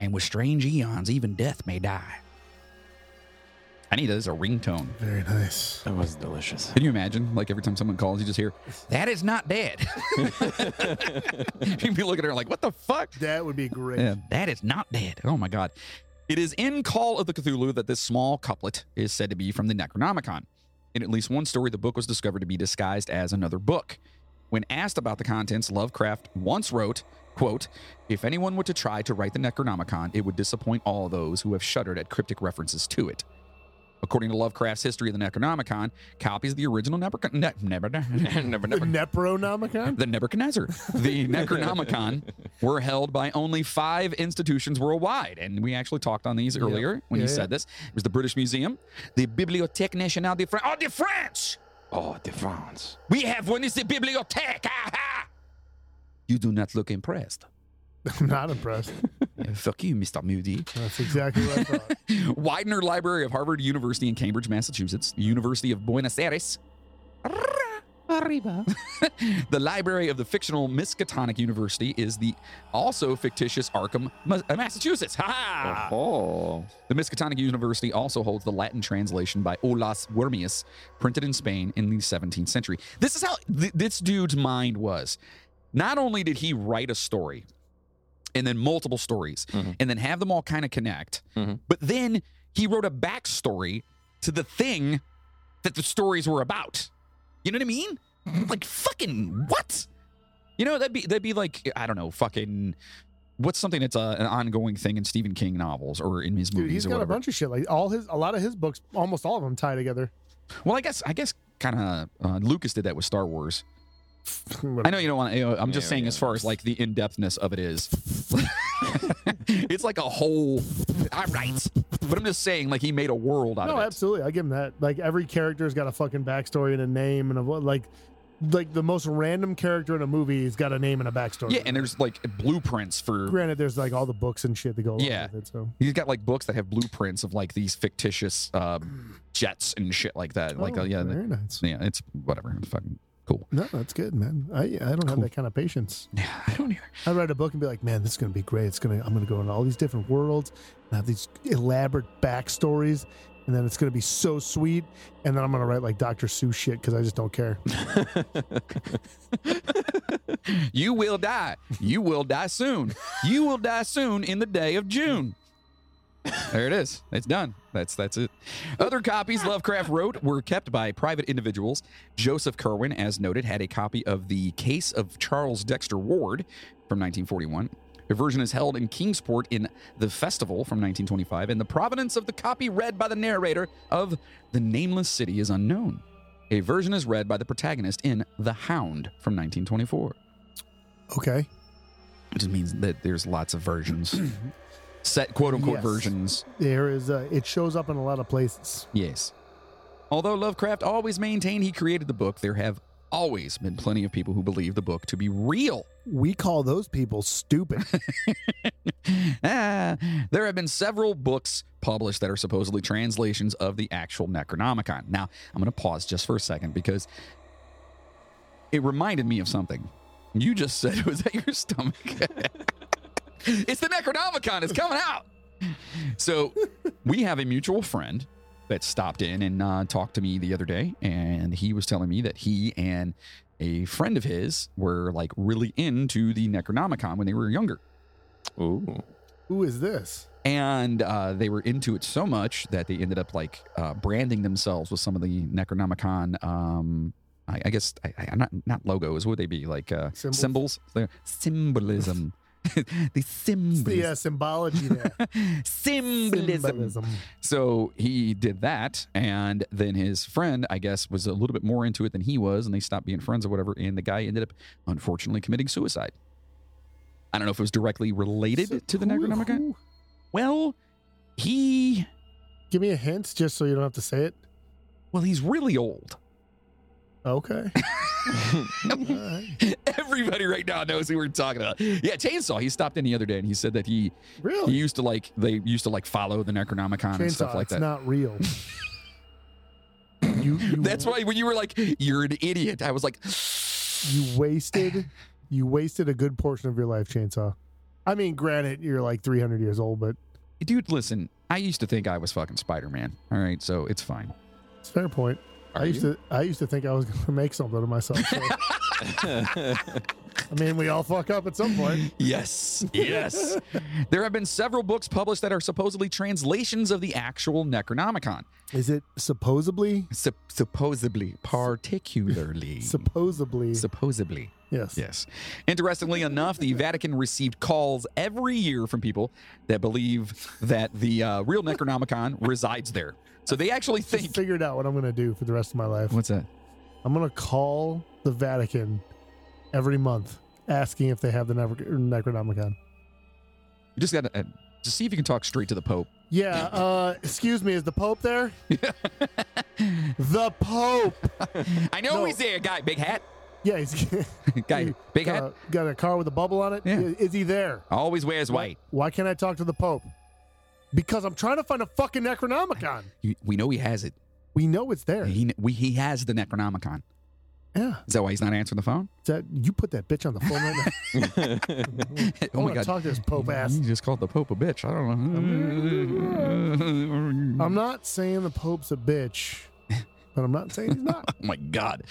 Speaker 2: and with strange eons, even death may die. I need that as a ringtone.
Speaker 4: Very nice.
Speaker 3: That was delicious.
Speaker 2: Can you imagine? Like every time someone calls, you just hear, That is not dead. You'd be looking at her like, What the fuck?
Speaker 4: That would be great.
Speaker 2: Yeah, that is not dead. Oh my God. It is in Call of the Cthulhu that this small couplet is said to be from the Necronomicon. In at least one story, the book was discovered to be disguised as another book. When asked about the contents, Lovecraft once wrote, quote, If anyone were to try to write the Necronomicon, it would disappoint all those who have shuddered at cryptic references to it. According to Lovecraft's History of the Necronomicon, copies of the original Nebuchad- ne- Nebuchad-
Speaker 3: never,
Speaker 4: The
Speaker 3: never.
Speaker 4: Necronomicon?
Speaker 2: the Nebuchadnezzar. The Necronomicon were held by only five institutions worldwide. And we actually talked on these earlier when you
Speaker 4: Yeah,
Speaker 2: said this. It was the British Museum, the Bibliothèque Nationale de France. Oh, the French!
Speaker 3: Oh, the France.
Speaker 2: We have one. It's the Bibliothèque. Aha! You do not look impressed.
Speaker 4: I'm not impressed.
Speaker 2: Yeah, fuck you, Mr. Moody.
Speaker 4: That's exactly what I thought.
Speaker 2: Widener Library of Harvard University in Cambridge, Massachusetts, University of Buenos Aires. the library of the fictional Miskatonic University is the also fictitious Arkham, Ma- uh, Massachusetts. Ha ha!
Speaker 3: Oh,
Speaker 2: The Miskatonic University also holds the Latin translation by Olas Wormius, printed in Spain in the 17th century. This is how th- this dude's mind was. Not only did he write a story and then multiple stories
Speaker 3: Mhm.
Speaker 2: and then have them all kind of connect,
Speaker 3: Mhm.
Speaker 2: but then he wrote a backstory to the thing that the stories were about. You know what I mean? Like fucking what? You know that'd be that'd be like I don't know fucking what's something that's a, an ongoing thing in Stephen King novels or in his
Speaker 4: Dude,
Speaker 2: movies
Speaker 4: he's
Speaker 2: or
Speaker 4: got a
Speaker 2: whatever.
Speaker 4: bunch of shit. Like all his, a lot of his books, almost all of them tie together.
Speaker 2: Well, I guess I guess kind of uh, Lucas did that with Star Wars. I know you don't want to. You know, I'm just
Speaker 3: Yeah,
Speaker 2: saying
Speaker 3: yeah.
Speaker 2: as far as like the in depthness of it is, it's like a whole. I'm right, but I'm just saying like he made a world out
Speaker 4: No,
Speaker 2: of it.
Speaker 4: absolutely. I give him that. Like every character's got a fucking backstory and a name and a what. Like, like the most random character in a movie's got a name and a backstory.
Speaker 2: Yeah, and there's like blueprints for.
Speaker 4: granted, there's like all the books and shit that go along
Speaker 2: Yeah.
Speaker 4: with it. So
Speaker 2: He's got like books that have blueprints of like these fictitious um, jets and shit like that. Like
Speaker 4: Oh,
Speaker 2: uh, yeah, the-
Speaker 4: very nice.
Speaker 2: yeah, it's whatever. It's fucking cool.
Speaker 4: No, that's good, man. I I don't
Speaker 2: Cool.
Speaker 4: have that kind of patience.
Speaker 2: Yeah, I don't either.
Speaker 4: I write a book and be like, man, this is gonna be great. It's gonna I'm gonna go into all these different worlds and have these elaborate backstories, and then it's gonna be so sweet. And then I'm gonna write like Dr. Seuss shit because I just don't care.
Speaker 2: you will die. You will die soon. You will die soon in the day of June. There it is. It's done. That's that's it. Other copies Lovecraft wrote were kept by private individuals. Joseph Kerwin, as noted, had a copy of The Case of Charles Dexter Ward from 1941. A version is held in Kingsport in The Festival from 1925, and the provenance of the copy read by the narrator of The Nameless City is unknown. A version is read by the protagonist in The Hound from 1924.
Speaker 4: Okay.
Speaker 2: It just means that there's lots of versions. Set quote unquote
Speaker 4: Yes.
Speaker 2: versions.
Speaker 4: There is uh, it shows up in a lot of places.
Speaker 2: Yes. Although Lovecraft always maintained he created the book, there have always been plenty of people who believe the book to be real.
Speaker 4: We call those people stupid.
Speaker 2: ah, there have been several books published that are supposedly translations of the actual Necronomicon. Now, I'm going to pause just for a second because it reminded me of something. You just said it was at your stomach. it's the Necronomicon. It's coming out. So, we have a mutual friend that stopped in and uh, talked to me the other day, and he was telling me that he and a friend of his were like really into the Necronomicon when they were younger
Speaker 3: ooh,
Speaker 4: Who is this?
Speaker 2: and uh, they were into it so much that they ended up like uh, branding themselves with some of the Necronomicon. Um, I, I guess I, I, not not logos. What would they be like? Uh,
Speaker 4: Symbols?
Speaker 2: symbols. They're- Symbolism. the
Speaker 4: It's the
Speaker 2: symbolism.
Speaker 4: uh, symbology there.
Speaker 2: symbolism. So he did that, and then his friend, I guess, was a little bit more into it than he was, and they stopped being friends or whatever. And the guy ended up, unfortunately, committing suicide. I don't know if it was directly related
Speaker 4: So
Speaker 2: to the
Speaker 4: who-
Speaker 2: Necronomicon.
Speaker 4: who-
Speaker 2: Well, he
Speaker 4: Give me a hint just so you don't have to say it.
Speaker 2: well, he's really old.
Speaker 4: Okay. All right.
Speaker 2: Everybody right now knows who we're talking about. Yeah, Chainsaw. He stopped in the other day and he said that he he
Speaker 4: Really?
Speaker 2: used to like they used to like follow the Necronomicon and stuff
Speaker 4: Oh. Chainsaw,
Speaker 2: like
Speaker 4: it's
Speaker 2: that.
Speaker 4: not real. you, you,
Speaker 2: That's why when you were like, "You're an idiot," I was like,
Speaker 4: you wasted you wasted a good portion of your life, Chainsaw. I mean, granted, you're like 300 years old, but
Speaker 2: "Dude, listen, I used to think I was fucking Spider Man. All right, so it's fine."
Speaker 4: it's a fair point. I
Speaker 3: Are
Speaker 4: used to I used to think I was going to make something of myself. so- I mean, we all fuck up at some point.
Speaker 2: Yes, yes. there have been several books published that are supposedly translations of the actual Necronomicon.
Speaker 4: Is it supposedly
Speaker 2: Sup- supposedly, particularly,
Speaker 4: supposedly
Speaker 2: supposedly.
Speaker 4: yes.
Speaker 2: Yes. Interestingly enough, the Vatican received calls every year from people that believe that the uh, real Necronomicon resides there. So they actually
Speaker 4: Just
Speaker 2: think.
Speaker 4: figured out what I'm going to do for the rest of my life.
Speaker 2: What's that?
Speaker 4: I'm going to call the Vatican every month asking if they have the Necro- Necronomicon.
Speaker 2: You just got to uh, just see if you can talk straight to the Pope.
Speaker 4: Yeah, uh, excuse me, is the Pope there? the Pope.
Speaker 2: I know
Speaker 4: No.
Speaker 2: he's there, guy, big hat.
Speaker 4: Yeah, he's
Speaker 2: Guy, big
Speaker 4: got,
Speaker 2: hat,
Speaker 4: a, got a car with a bubble on it.
Speaker 2: Yeah.
Speaker 4: Is- Is he there?
Speaker 2: always wears white.
Speaker 4: Why can't I talk to the Pope? Because I'm trying to find a fucking Necronomicon.
Speaker 2: You- We know he has it.
Speaker 4: We know it's there.
Speaker 2: He, we, he has the Necronomicon.
Speaker 4: Yeah.
Speaker 2: Is that why he's not answering the phone?
Speaker 4: That, you put that bitch on the phone right now.
Speaker 2: oh
Speaker 4: I
Speaker 2: my
Speaker 4: want to
Speaker 2: god.
Speaker 4: talk to this Pope ass.
Speaker 2: He just called the Pope a bitch. I don't know.
Speaker 4: I'm not saying the Pope's a bitch, but I'm not saying he's not.
Speaker 2: oh my god.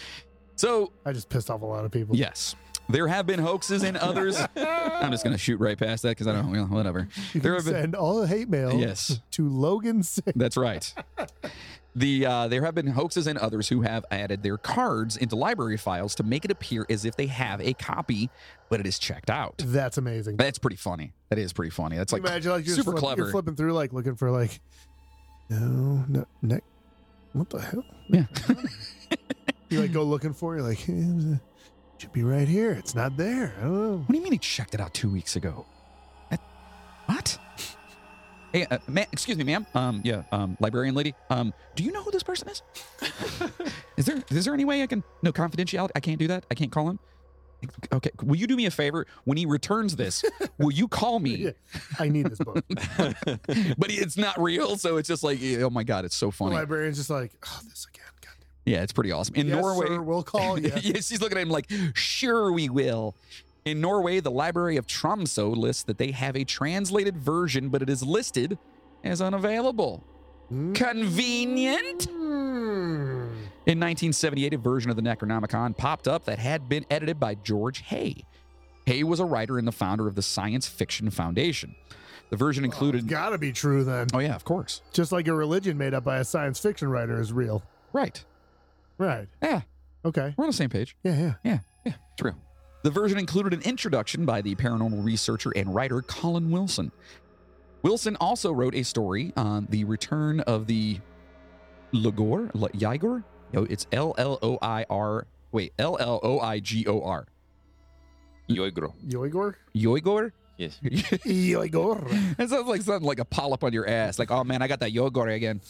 Speaker 2: So
Speaker 4: I just pissed off a lot of people.
Speaker 2: yes, there have been hoaxes and others. I'm just gonna shoot right past that because I don't. Well, whatever.
Speaker 4: You
Speaker 2: There
Speaker 4: can
Speaker 2: have been.
Speaker 4: send all hate mail
Speaker 2: Yes.
Speaker 4: to Logan Six.
Speaker 2: That's right. The uh, there have been hoaxes and others who have added their cards into library files to make it appear as if they have a copy, but it is checked out.
Speaker 4: That's amazing.
Speaker 2: That's pretty funny. That is pretty funny. That's like
Speaker 4: imagine like you're
Speaker 2: super
Speaker 4: flip-
Speaker 2: clever.
Speaker 4: You're flipping through like looking for like no no neck. What the hell?
Speaker 2: Yeah.
Speaker 4: you like go looking for. it, You're like eh, should be right here. It's not there. I don't know.
Speaker 2: What do you mean he checked it out two weeks ago? That- what? Hey, uh, ma- excuse me, ma'am. Um, yeah, um, librarian lady. Um, do you know who this person is? is there is there any way I can? No confidentiality. I can't do that. I can't call him. Okay. Will you do me a favor? When he returns this, will you call me?
Speaker 4: Yeah. I need this book.
Speaker 2: But it's not real, so it's just like, oh my god, it's so
Speaker 4: the
Speaker 2: funny.
Speaker 4: librarian's just like oh this again. God
Speaker 2: yeah, it's pretty awesome. In
Speaker 4: damn. Yes,
Speaker 2: Norway,
Speaker 4: sir, we'll call you.
Speaker 2: yeah. she's looking at him like, sure we will. In Norway, the Library of Tromsø lists that they have a translated version, but it is listed as unavailable.
Speaker 4: Hmm?
Speaker 2: Convenient.
Speaker 4: Hmm.
Speaker 2: In 1978, a version of the Necronomicon popped up that had been edited by George Hay. Hay was a writer and the founder of the Science Fiction Foundation. The version included.
Speaker 4: Gotta be true then.
Speaker 2: oh yeah, of course.
Speaker 4: Just like a religion made up by a science fiction writer is real.
Speaker 2: Right.
Speaker 4: Right.
Speaker 2: Yeah,
Speaker 4: Okay.
Speaker 2: we're on the same page.
Speaker 4: Yeah. Yeah.
Speaker 3: True.
Speaker 2: The version included an introduction by the paranormal researcher and writer Colin Wilson. Wilson also wrote a story on the return of the Logor, L- Yigor? No, it's L L O I R. Wait, L L O I G O R.
Speaker 3: Yoigro.
Speaker 4: Yoigor.
Speaker 2: Yoigor?
Speaker 3: Yes.
Speaker 2: that
Speaker 4: Yoigor.
Speaker 2: sounds like something like a polyp on your ass. Like, oh man, I got that Yogor again.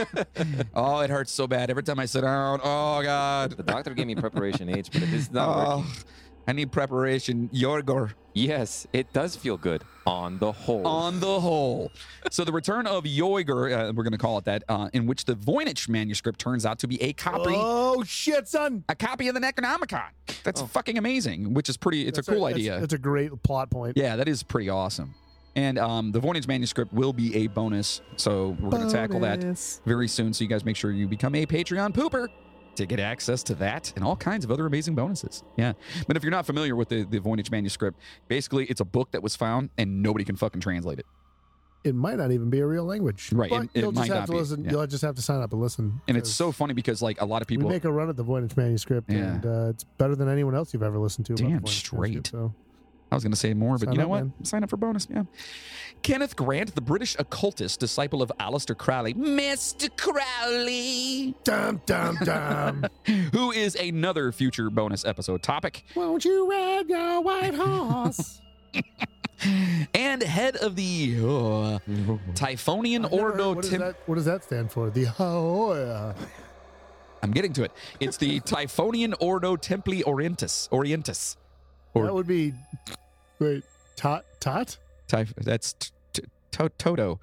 Speaker 2: oh, it hurts so bad every time I sit down. Oh God.
Speaker 3: The doctor gave me preparation H, but it is not working.
Speaker 2: Oh, I need preparation. Yorgor.
Speaker 3: Yes, it does feel good on the whole.
Speaker 2: Oh. on the whole. So the return of Yoiger, uh, we're going to call it that, uh, in which the Voynich manuscript turns out to be a copy,
Speaker 4: Oh shit, son! Oh.
Speaker 2: a copy of the Necronomicon. That's fucking amazing. Which is pretty. It's
Speaker 4: That's
Speaker 2: a cool
Speaker 4: that's-
Speaker 2: idea.
Speaker 4: That's, a great plot point.
Speaker 2: yeah, that is pretty awesome. And um, the Voynich manuscript will be a bonus, so we're going to tackle that
Speaker 4: Bonus.
Speaker 2: very soon. So you guys make sure you become a Patreon pooper. To get access to that and all kinds of other amazing bonuses. Yeah. But if you're not familiar with the, the Voynich manuscript, basically it's a book that was found and nobody can fucking translate it.
Speaker 4: It might not even be a real language.
Speaker 2: Right,
Speaker 4: But
Speaker 2: it- it
Speaker 4: you'll
Speaker 2: might
Speaker 4: just have
Speaker 2: not
Speaker 4: to
Speaker 2: be,
Speaker 4: listen.
Speaker 2: yeah.
Speaker 4: You'll just have to sign up and listen.
Speaker 2: And it's
Speaker 4: 'cause
Speaker 2: so funny because like a lot of people
Speaker 4: We make a run at the Voynich manuscript,
Speaker 2: Yeah.
Speaker 4: and uh, it's better than anyone else you've ever listened to. about the
Speaker 2: Damn
Speaker 4: Voynich
Speaker 2: straight.
Speaker 4: manuscript, So.
Speaker 2: I was going to say more, but
Speaker 4: Sign
Speaker 2: you know
Speaker 4: up,
Speaker 2: what?
Speaker 4: man.
Speaker 2: Sign up for bonus. Yeah. Kenneth Grant, the British occultist, disciple of Aleister Crowley, Mr. Crowley,
Speaker 4: Dum dum dum.
Speaker 2: who is another future bonus episode topic,
Speaker 4: Won't you ride your white horse?
Speaker 2: and head of the uh, Typhonian
Speaker 4: I've never heard-
Speaker 2: Ordo.
Speaker 4: what, does
Speaker 2: Tim-
Speaker 4: that, what does that stand for? The Haoya.
Speaker 2: I'm getting to it. It's the Typhonian Ordo Templi Orientis. Orientis. Or-
Speaker 4: That would be wait. Tot tot.
Speaker 2: Typh- that's t- t- to- Toto.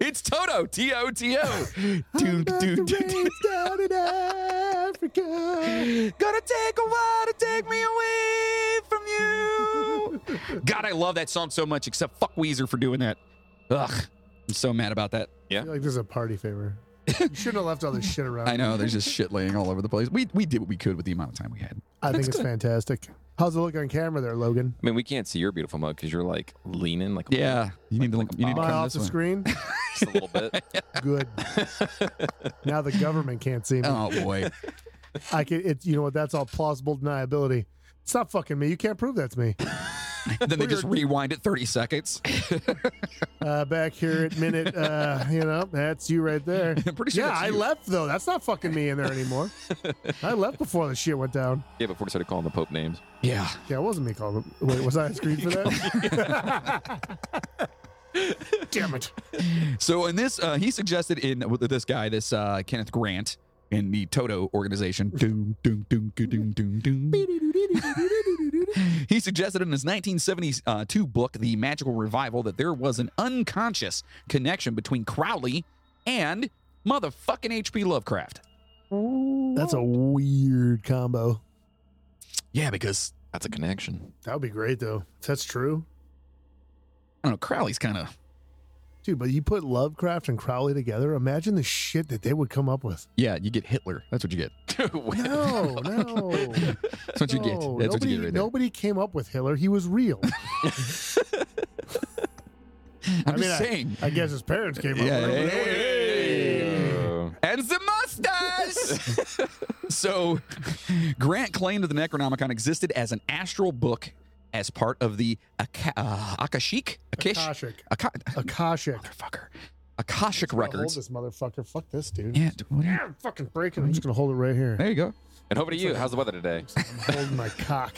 Speaker 2: it's Toto. T O T O.
Speaker 4: I'm
Speaker 2: Doom,
Speaker 4: about
Speaker 2: doom,
Speaker 4: to
Speaker 2: doom, doom.
Speaker 4: race down in Africa.
Speaker 2: Gonna take a while to take me away from you. God, I love that song so much, except fuck Weezer for doing that. Ugh. I'm so mad about that.
Speaker 4: I feel like this is a party favor. You shouldn't have left all this shit around.
Speaker 2: I know there's just shit laying all over the place. We we did what we could with the amount of time we had.
Speaker 4: I think it's fantastic. How's it look on camera there, Logan?
Speaker 3: I mean, we can't see your beautiful mug because you're like leaning like a
Speaker 2: Yeah, you need to you need
Speaker 3: Am
Speaker 2: to
Speaker 3: I
Speaker 4: Am I
Speaker 2: come
Speaker 4: off
Speaker 2: this
Speaker 4: the
Speaker 2: way.
Speaker 4: screen?
Speaker 3: just a little bit.
Speaker 4: Good. now the government can't see me.
Speaker 2: Oh boy,
Speaker 4: I can. It, you know what? That's all plausible deniability. It's not fucking me. You can't prove that's me.
Speaker 2: then they just rewind it 30 seconds.
Speaker 4: Uh, back here at minute, uh, you know, that's you right there.
Speaker 2: Pretty sure
Speaker 4: Yeah,
Speaker 2: that's
Speaker 4: I
Speaker 2: you.
Speaker 4: left though. That's not fucking me in there anymore. I left before the shit went down.
Speaker 3: Yeah, before we started calling the Pope names.
Speaker 2: Yeah,
Speaker 4: Yeah, it wasn't me calling. him. Wait, was I on screen for that? Damn it!
Speaker 2: So in this, uh, he suggested in with this guy, this uh, Kenneth Grant, in the Toto organization. Doom, doom, doom, doom, doom, doom, doom. He suggested in his 1972 book, The Magical Revival, that there was an unconscious connection between Crowley and motherfucking H.P. Lovecraft.
Speaker 4: That's a weird combo.
Speaker 2: Yeah, because
Speaker 3: That's a connection.
Speaker 4: That would be great though. If that's true.
Speaker 2: I don't know, Crowley's kind of
Speaker 4: Dude, but you put Lovecraft and Crowley together, imagine the shit that they would come up with.
Speaker 2: yeah. You get Hitler. That's what you get.
Speaker 4: No, no.
Speaker 2: That's what you get. That's
Speaker 4: No,
Speaker 2: what you
Speaker 4: nobody,
Speaker 2: get right there.
Speaker 4: nobody came up with Hitler. He was real.
Speaker 2: I'm
Speaker 4: I mean,
Speaker 2: just saying.
Speaker 4: I guess his parents came
Speaker 2: Yeah,
Speaker 4: up with him.
Speaker 3: Uh,
Speaker 2: and the mustache. so, Grant claimed that the Necronomicon existed as an astral book as part of the Aka- uh, Akashic, Akish,
Speaker 4: Akashic.
Speaker 2: Aka-
Speaker 4: Akashic.
Speaker 2: motherfucker, Akashic
Speaker 4: I'm gonna Hold
Speaker 2: records.
Speaker 4: this motherfucker. Fuck this, dude.
Speaker 2: Yeah, d- what are you-
Speaker 4: Yeah, I'm fucking breaking. I'm just gonna hold it right here.
Speaker 2: there you go.
Speaker 3: and over to you. How's the weather today?
Speaker 4: I'm holding my cock.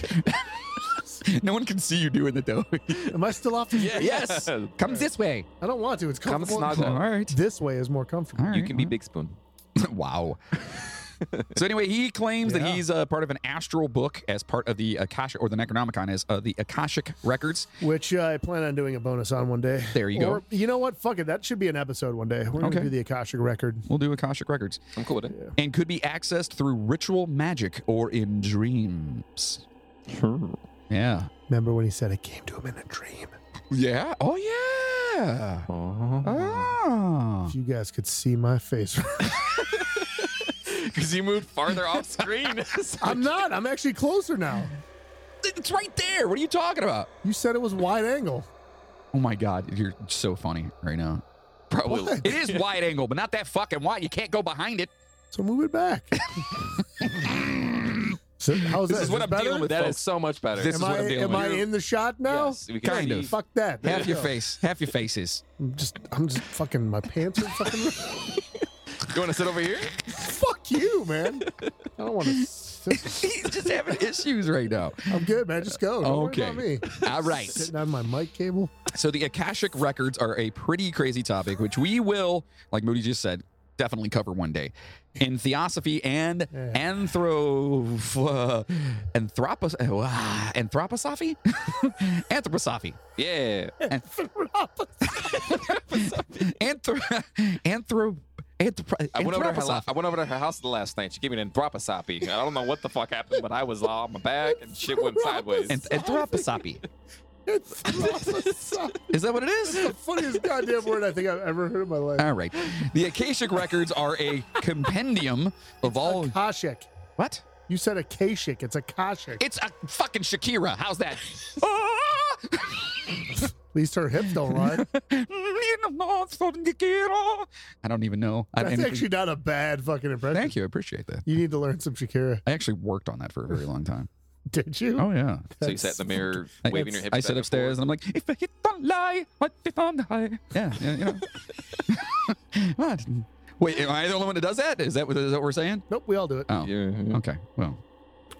Speaker 2: No one can see you doing it though.
Speaker 4: Am I still off? The-
Speaker 2: yes, come this way.
Speaker 4: I don't want to. It's
Speaker 3: Come
Speaker 4: comfortable.
Speaker 3: snuggle.
Speaker 2: All right,
Speaker 4: This way is more comfortable.
Speaker 2: all right.
Speaker 3: You can be
Speaker 2: all
Speaker 3: Big Spoon.
Speaker 2: right. wow. so anyway, he claims that
Speaker 4: Yeah.
Speaker 2: he's uh, part of an astral book as part of the Akashic or the Necronomicon as uh, the Akashic records.
Speaker 4: Which uh, I plan on doing a bonus on one day.
Speaker 2: There you go.
Speaker 4: Or, you know what? Fuck it. That should be an episode one day. We're gonna
Speaker 2: Okay.
Speaker 4: do the Akashic record.
Speaker 2: We'll do Akashic records.
Speaker 3: I'm cool with it.
Speaker 2: and could be accessed through ritual magic or in dreams. Yeah.
Speaker 4: Remember when he said it came to him in a dream?
Speaker 2: Yeah. Oh yeah.
Speaker 4: Uh-huh.
Speaker 3: Because
Speaker 2: Ah.
Speaker 4: If you guys could see my face.
Speaker 3: you moved farther off screen.
Speaker 4: I'm not. I'm actually closer now.
Speaker 2: It's right there. What are you talking about?
Speaker 4: You said it was wide angle.
Speaker 2: Oh my god, you're so funny right now.
Speaker 3: Probably.
Speaker 4: What?
Speaker 2: It is wide angle, but not that fucking wide. You can't go behind it.
Speaker 4: So move it back. so, how's
Speaker 2: This
Speaker 4: that?
Speaker 2: is what
Speaker 4: this
Speaker 2: I'm
Speaker 4: better?
Speaker 2: dealing with,
Speaker 3: That
Speaker 2: folks.
Speaker 3: is so much better.
Speaker 2: This
Speaker 4: am
Speaker 2: is what
Speaker 4: I,
Speaker 2: I'm dealing
Speaker 4: am
Speaker 2: with.
Speaker 4: I in the shot now?
Speaker 3: Yes, we can
Speaker 2: Kind
Speaker 3: see.
Speaker 2: of.
Speaker 4: Fuck that. There
Speaker 2: Half
Speaker 4: you
Speaker 2: your
Speaker 4: go.
Speaker 2: face. Half your faces.
Speaker 4: I'm just, I'm just fucking. My pants are fucking.
Speaker 3: You want to sit over here?
Speaker 4: Fuck you, man. I don't want to.
Speaker 2: He's just having issues right now.
Speaker 4: I'm good, man. Just go. Don't
Speaker 2: Okay.
Speaker 4: Worry Oh, about me.
Speaker 2: All right.
Speaker 4: Sitting on my mic cable.
Speaker 2: So the Akashic records are a pretty crazy topic, which we will, like Moody just said, definitely cover one day in theosophy and
Speaker 4: Yeah.
Speaker 2: anthro uh, anthropos uh, anthroposophy anthroposophy
Speaker 3: Yeah.
Speaker 2: anthro anthro anthro
Speaker 3: I went, over to her, la-
Speaker 2: anthroposophy.
Speaker 3: I went over to her house the last night. She gave me an anthroposophy. I don't know what the fuck happened, but I was on my back and shit went sideways.
Speaker 2: Anth- anthroposophy.
Speaker 4: It's the
Speaker 2: Is that what it is?
Speaker 4: funniest goddamn word I think I've ever heard in my life.
Speaker 2: All right. The Akashic records are a compendium of all
Speaker 4: Akashic.
Speaker 2: what?
Speaker 4: You said Akashic. It's Akashic.
Speaker 2: It's a fucking Shakira. How's that?
Speaker 4: At least her hips don't lie.
Speaker 2: I don't even know. I
Speaker 4: That's
Speaker 2: anything-
Speaker 4: actually not a bad fucking impression.
Speaker 2: Thank you. I appreciate that.
Speaker 4: You need to learn some Shakira.
Speaker 2: I actually worked on that for a very long time.
Speaker 4: Did you?
Speaker 2: Oh, yeah.
Speaker 3: so you sat in the mirror waving your hips.
Speaker 2: I sit
Speaker 3: back and
Speaker 2: upstairs and I'm like, if I hit don't lie, what if I'm the high? Yeah, yeah, you know. what? Wait, am I the only one that does that? Is that what, is that what we're saying?
Speaker 4: Nope, we all do it.
Speaker 2: Oh,
Speaker 3: forth. Yeah.
Speaker 2: okay. Well,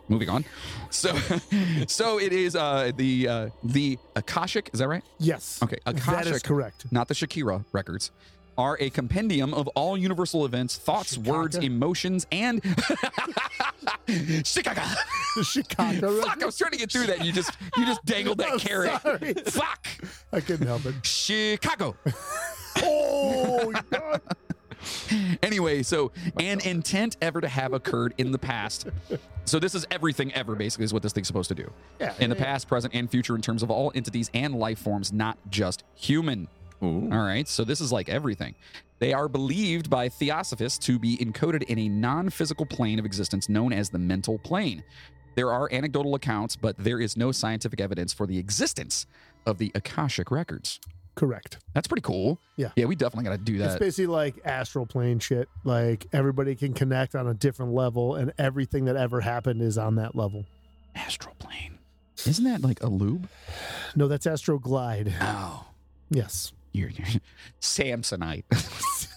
Speaker 2: moving on. So, so it is uh, the uh, the Akashic. Is that right?
Speaker 4: Yes.
Speaker 2: Okay,
Speaker 4: That is
Speaker 2: Akashic.
Speaker 4: correct.
Speaker 2: not the Shakira records, are a compendium of all universal events, thoughts,
Speaker 4: Shikaka?
Speaker 2: words, emotions, and Shikaka.
Speaker 4: The Chicago.
Speaker 2: Fuck, I was trying to get through that. You just you just dangled that
Speaker 4: I'm
Speaker 2: carrot.
Speaker 4: sorry.
Speaker 2: Fuck.
Speaker 4: I couldn't help it.
Speaker 2: Chicago.
Speaker 4: Oh, God.
Speaker 2: Anyway, so an intent ever to have occurred in the past. So this is everything ever, basically, is what this thing's supposed to do.
Speaker 4: Yeah,
Speaker 2: In the
Speaker 4: yeah, yeah.
Speaker 2: past, present, and future, in terms of all entities and life forms, not just human.
Speaker 3: Ooh.
Speaker 2: All right. So this is like everything. They are believed by theosophists to be encoded in a non physical plane of existence known as the mental plane. There are anecdotal accounts, but there is no scientific evidence for the existence of the Akashic records.
Speaker 4: Correct.
Speaker 2: That's pretty cool.
Speaker 4: Yeah.
Speaker 2: Yeah, we definitely got to do
Speaker 4: It's
Speaker 2: that.
Speaker 4: basically like astral plane shit. Like everybody can connect on a different level, and everything that ever happened is on that level.
Speaker 2: Astral plane. Isn't that like a lube?
Speaker 4: No, that's astral glide.
Speaker 2: Oh,
Speaker 4: Yes.
Speaker 2: you're, you're Samsonite.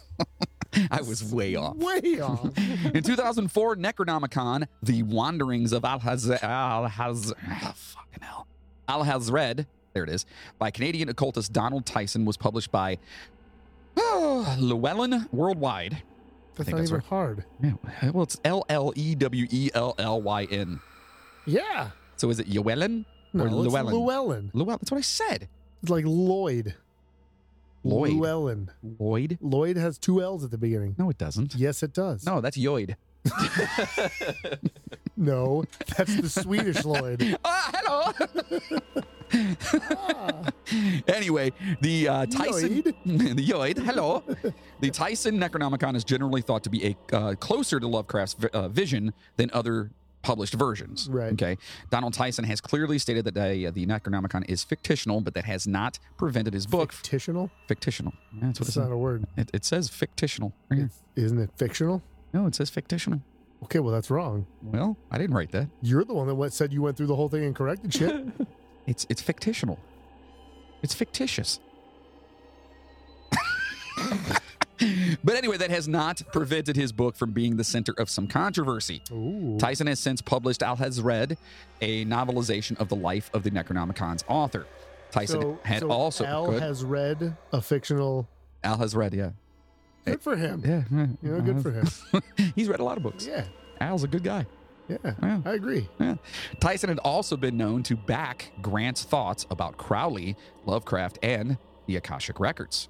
Speaker 2: I was way off.
Speaker 4: Way off.
Speaker 2: In 2004, Necronomicon, The Wanderings of Alhaz, Alhaz, ah, fucking hell, Alhazred, there it is, by Canadian occultist Donald Tyson was published by oh, Llewellyn Worldwide.
Speaker 4: That's
Speaker 2: think
Speaker 4: not
Speaker 2: that's
Speaker 4: even
Speaker 2: right.
Speaker 4: hard.
Speaker 2: Yeah, well, it's L L E W E L L Y N.
Speaker 4: Yeah.
Speaker 2: So is it Llewellyn
Speaker 4: No,
Speaker 2: or
Speaker 4: it's
Speaker 2: Llewellyn?
Speaker 4: Llewellyn.
Speaker 2: Llewellyn. That's what I said.
Speaker 4: It's like Lloyd.
Speaker 2: Lloyd.
Speaker 4: Llewellyn.
Speaker 2: Lloyd?
Speaker 4: Lloyd has two L's at the beginning.
Speaker 2: No, it doesn't.
Speaker 4: Yes, it does.
Speaker 2: No, that's Yoid.
Speaker 4: No, that's the Swedish Lloyd.
Speaker 2: Ah, hello.
Speaker 4: Ah.
Speaker 2: anyway, the uh, Tyson, the Yoid, hello. The Tyson Necronomicon is generally thought to be a uh, closer to Lovecraft's vi- uh, vision than other published versions.
Speaker 4: Right.
Speaker 2: Okay. Donald Tyson has clearly stated that the, uh, the Necronomicon is fictional, but that has not prevented his book
Speaker 4: Fictional?
Speaker 2: fictional. Yeah, that's what it
Speaker 4: It's
Speaker 2: says.
Speaker 4: not a word.
Speaker 2: It, it says fictional. Right here.
Speaker 4: Isn't it fictional?
Speaker 2: No, it says fictional.
Speaker 4: Okay, well, that's wrong.
Speaker 2: Well, I didn't write that.
Speaker 4: You're the one that went, said you went through the whole thing and corrected shit.
Speaker 2: It's it's fictional. It's fictitious. but anyway, that has not prevented his book from being the center of some controversy.
Speaker 4: Ooh.
Speaker 2: Tyson has since published Al Has Read, a novelization of the life of the Necronomicon's author. Tyson
Speaker 4: So-
Speaker 2: had
Speaker 4: so
Speaker 2: also
Speaker 4: Al
Speaker 2: good.
Speaker 4: has read a fictional.
Speaker 2: Al has read, yeah,
Speaker 4: Good for him.
Speaker 2: yeah, Uh-huh. yeah.
Speaker 4: You know, good for him.
Speaker 2: He's read a lot of books.
Speaker 4: Yeah,
Speaker 2: Al's a good guy.
Speaker 4: yeah.
Speaker 2: Yeah.
Speaker 4: I agree.
Speaker 2: Yeah. Tyson had also been known to back Grant's thoughts about Crowley, Lovecraft, and the Akashic Records.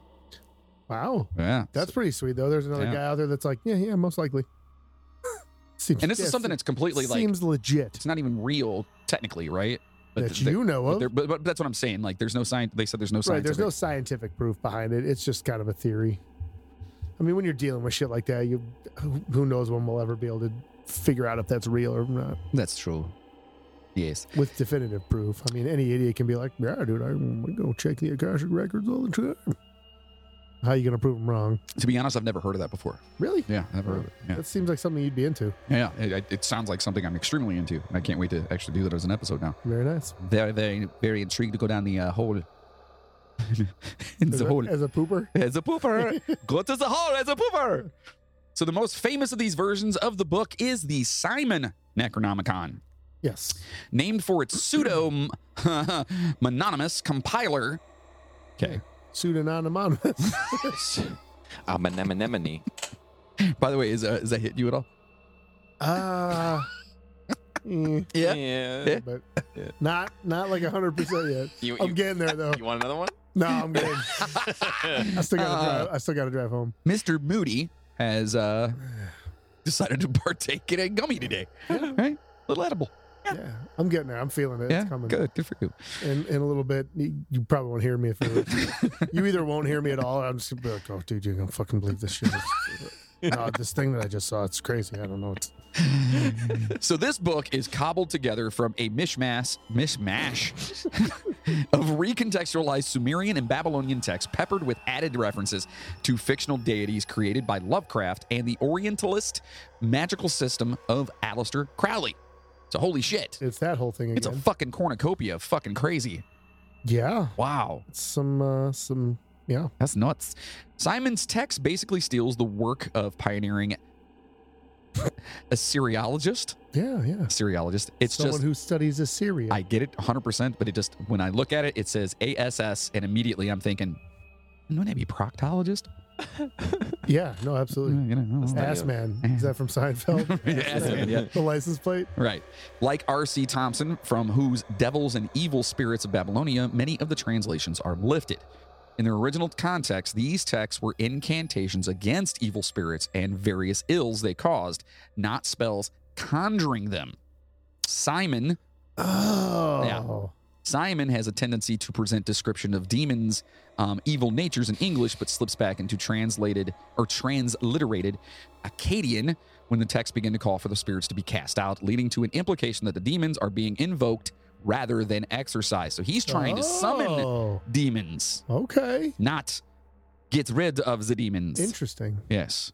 Speaker 4: Wow,
Speaker 2: Yeah.
Speaker 4: that's pretty sweet though. There's another
Speaker 2: Yeah.
Speaker 4: guy out there that's like, yeah, yeah, most likely. Seems,
Speaker 2: and this
Speaker 4: yeah,
Speaker 2: is something
Speaker 4: se-
Speaker 2: that's completely like
Speaker 4: seems legit
Speaker 2: it's not even real technically, right? But
Speaker 4: that
Speaker 2: th- they-
Speaker 4: you know
Speaker 2: but,
Speaker 4: of.
Speaker 2: they're- but, but that's what I'm saying. Like, there's no science. They said there's no science.
Speaker 4: Right, there's no scientific proof behind it. It's just kind of a theory. I mean, when you're dealing with shit like that, you who- who knows when we'll ever be able to figure out if that's real or not
Speaker 2: That's true. Yes.
Speaker 4: with definitive proof. I mean, any idiot can be like, "Yeah, dude, I I go check the Akashic records all the time." How you gonna prove them wrong?
Speaker 2: To be honest, I've never heard of that before.
Speaker 4: Really?
Speaker 2: Yeah, I've never heard of it. Yeah,
Speaker 4: That seems like something you'd be into.
Speaker 2: yeah. yeah. It, it sounds like something I'm extremely into, and I can't wait to actually do that as an episode now.
Speaker 4: Very nice.
Speaker 2: Very, very, very intrigued to go down the uh, hole. In
Speaker 4: As
Speaker 2: the
Speaker 4: a,
Speaker 2: hole.
Speaker 4: as a pooper.
Speaker 2: as a pooper. Go to the hole as a pooper. So the most famous of these versions of the book is the Simon Necronomicon,
Speaker 4: Yes.
Speaker 2: named for its pseudo mononymous compiler. Okay.
Speaker 4: Pseudonymous.
Speaker 3: I'm an anemone.
Speaker 2: By the way, is uh, is that hit you at all?
Speaker 4: Ah. eh,
Speaker 2: Yeah.
Speaker 3: yeah.
Speaker 4: but
Speaker 3: Yeah.
Speaker 4: not not like hundred percent yet.
Speaker 3: You,
Speaker 4: I'm
Speaker 3: you,
Speaker 4: getting there though.
Speaker 3: you want another one?
Speaker 4: No, I'm good. I still gotta
Speaker 2: Uh,
Speaker 4: drive. I still gotta drive home.
Speaker 2: Mr. Moody has uh, decided to partake in a gummy today. Right? Little edible.
Speaker 4: Yeah, I'm getting there. I'm feeling it.
Speaker 2: yeah.
Speaker 4: It's coming.
Speaker 2: Good. Good for you.
Speaker 4: In, in a little bit, you, you probably won't hear me if it- you either won't hear me at all. Or I'm just gonna be like, oh, dude, you're gonna fucking believe this shit. no, this thing that I just saw, it's crazy. I don't know. It's
Speaker 2: So this book is cobbled together from a mishmash, mishmash of recontextualized Sumerian and Babylonian texts, peppered with added references to fictional deities created by Lovecraft and the Orientalist magical system of Aleister Crowley. So holy shit,
Speaker 4: it's that whole thing
Speaker 2: it's a
Speaker 4: again.
Speaker 2: fucking cornucopia, of fucking crazy.
Speaker 4: yeah,
Speaker 2: Wow.
Speaker 4: it's some uh, some yeah.
Speaker 2: That's nuts. Simon's text basically steals the work of pioneering Assyriologist.
Speaker 4: Yeah, yeah.
Speaker 2: Assyriologist. It's
Speaker 4: Someone
Speaker 2: just
Speaker 4: who studies Assyria.
Speaker 2: I get it 100%, but it just, when I look at it, it says ASS, and immediately I'm thinking, wouldn't that be proctologist?
Speaker 4: yeah, no, absolutely.
Speaker 2: You know,
Speaker 3: That's
Speaker 2: uh,
Speaker 3: not-
Speaker 4: Ass man. Is that from Seinfeld?
Speaker 2: Yeah, Ass Man, yeah.
Speaker 4: The license plate.
Speaker 2: right. Like R.C. Thompson, from whose Devils and Evil Spirits of Babylonia, many of the translations are lifted. In their original context, these texts were incantations against evil spirits and various ills they caused, not spells conjuring them. Simon
Speaker 4: Oh.
Speaker 2: Simon has a tendency to present description of demons, um, evil natures in English, but slips back into translated or transliterated Akkadian when the text begin to call for the spirits to be cast out, leading to an implication that the demons are being invoked rather than exorcised. So he's trying to summon
Speaker 4: Oh,
Speaker 2: demons,
Speaker 4: Okay.
Speaker 2: not get rid of the demons.
Speaker 4: Interesting.
Speaker 2: yes.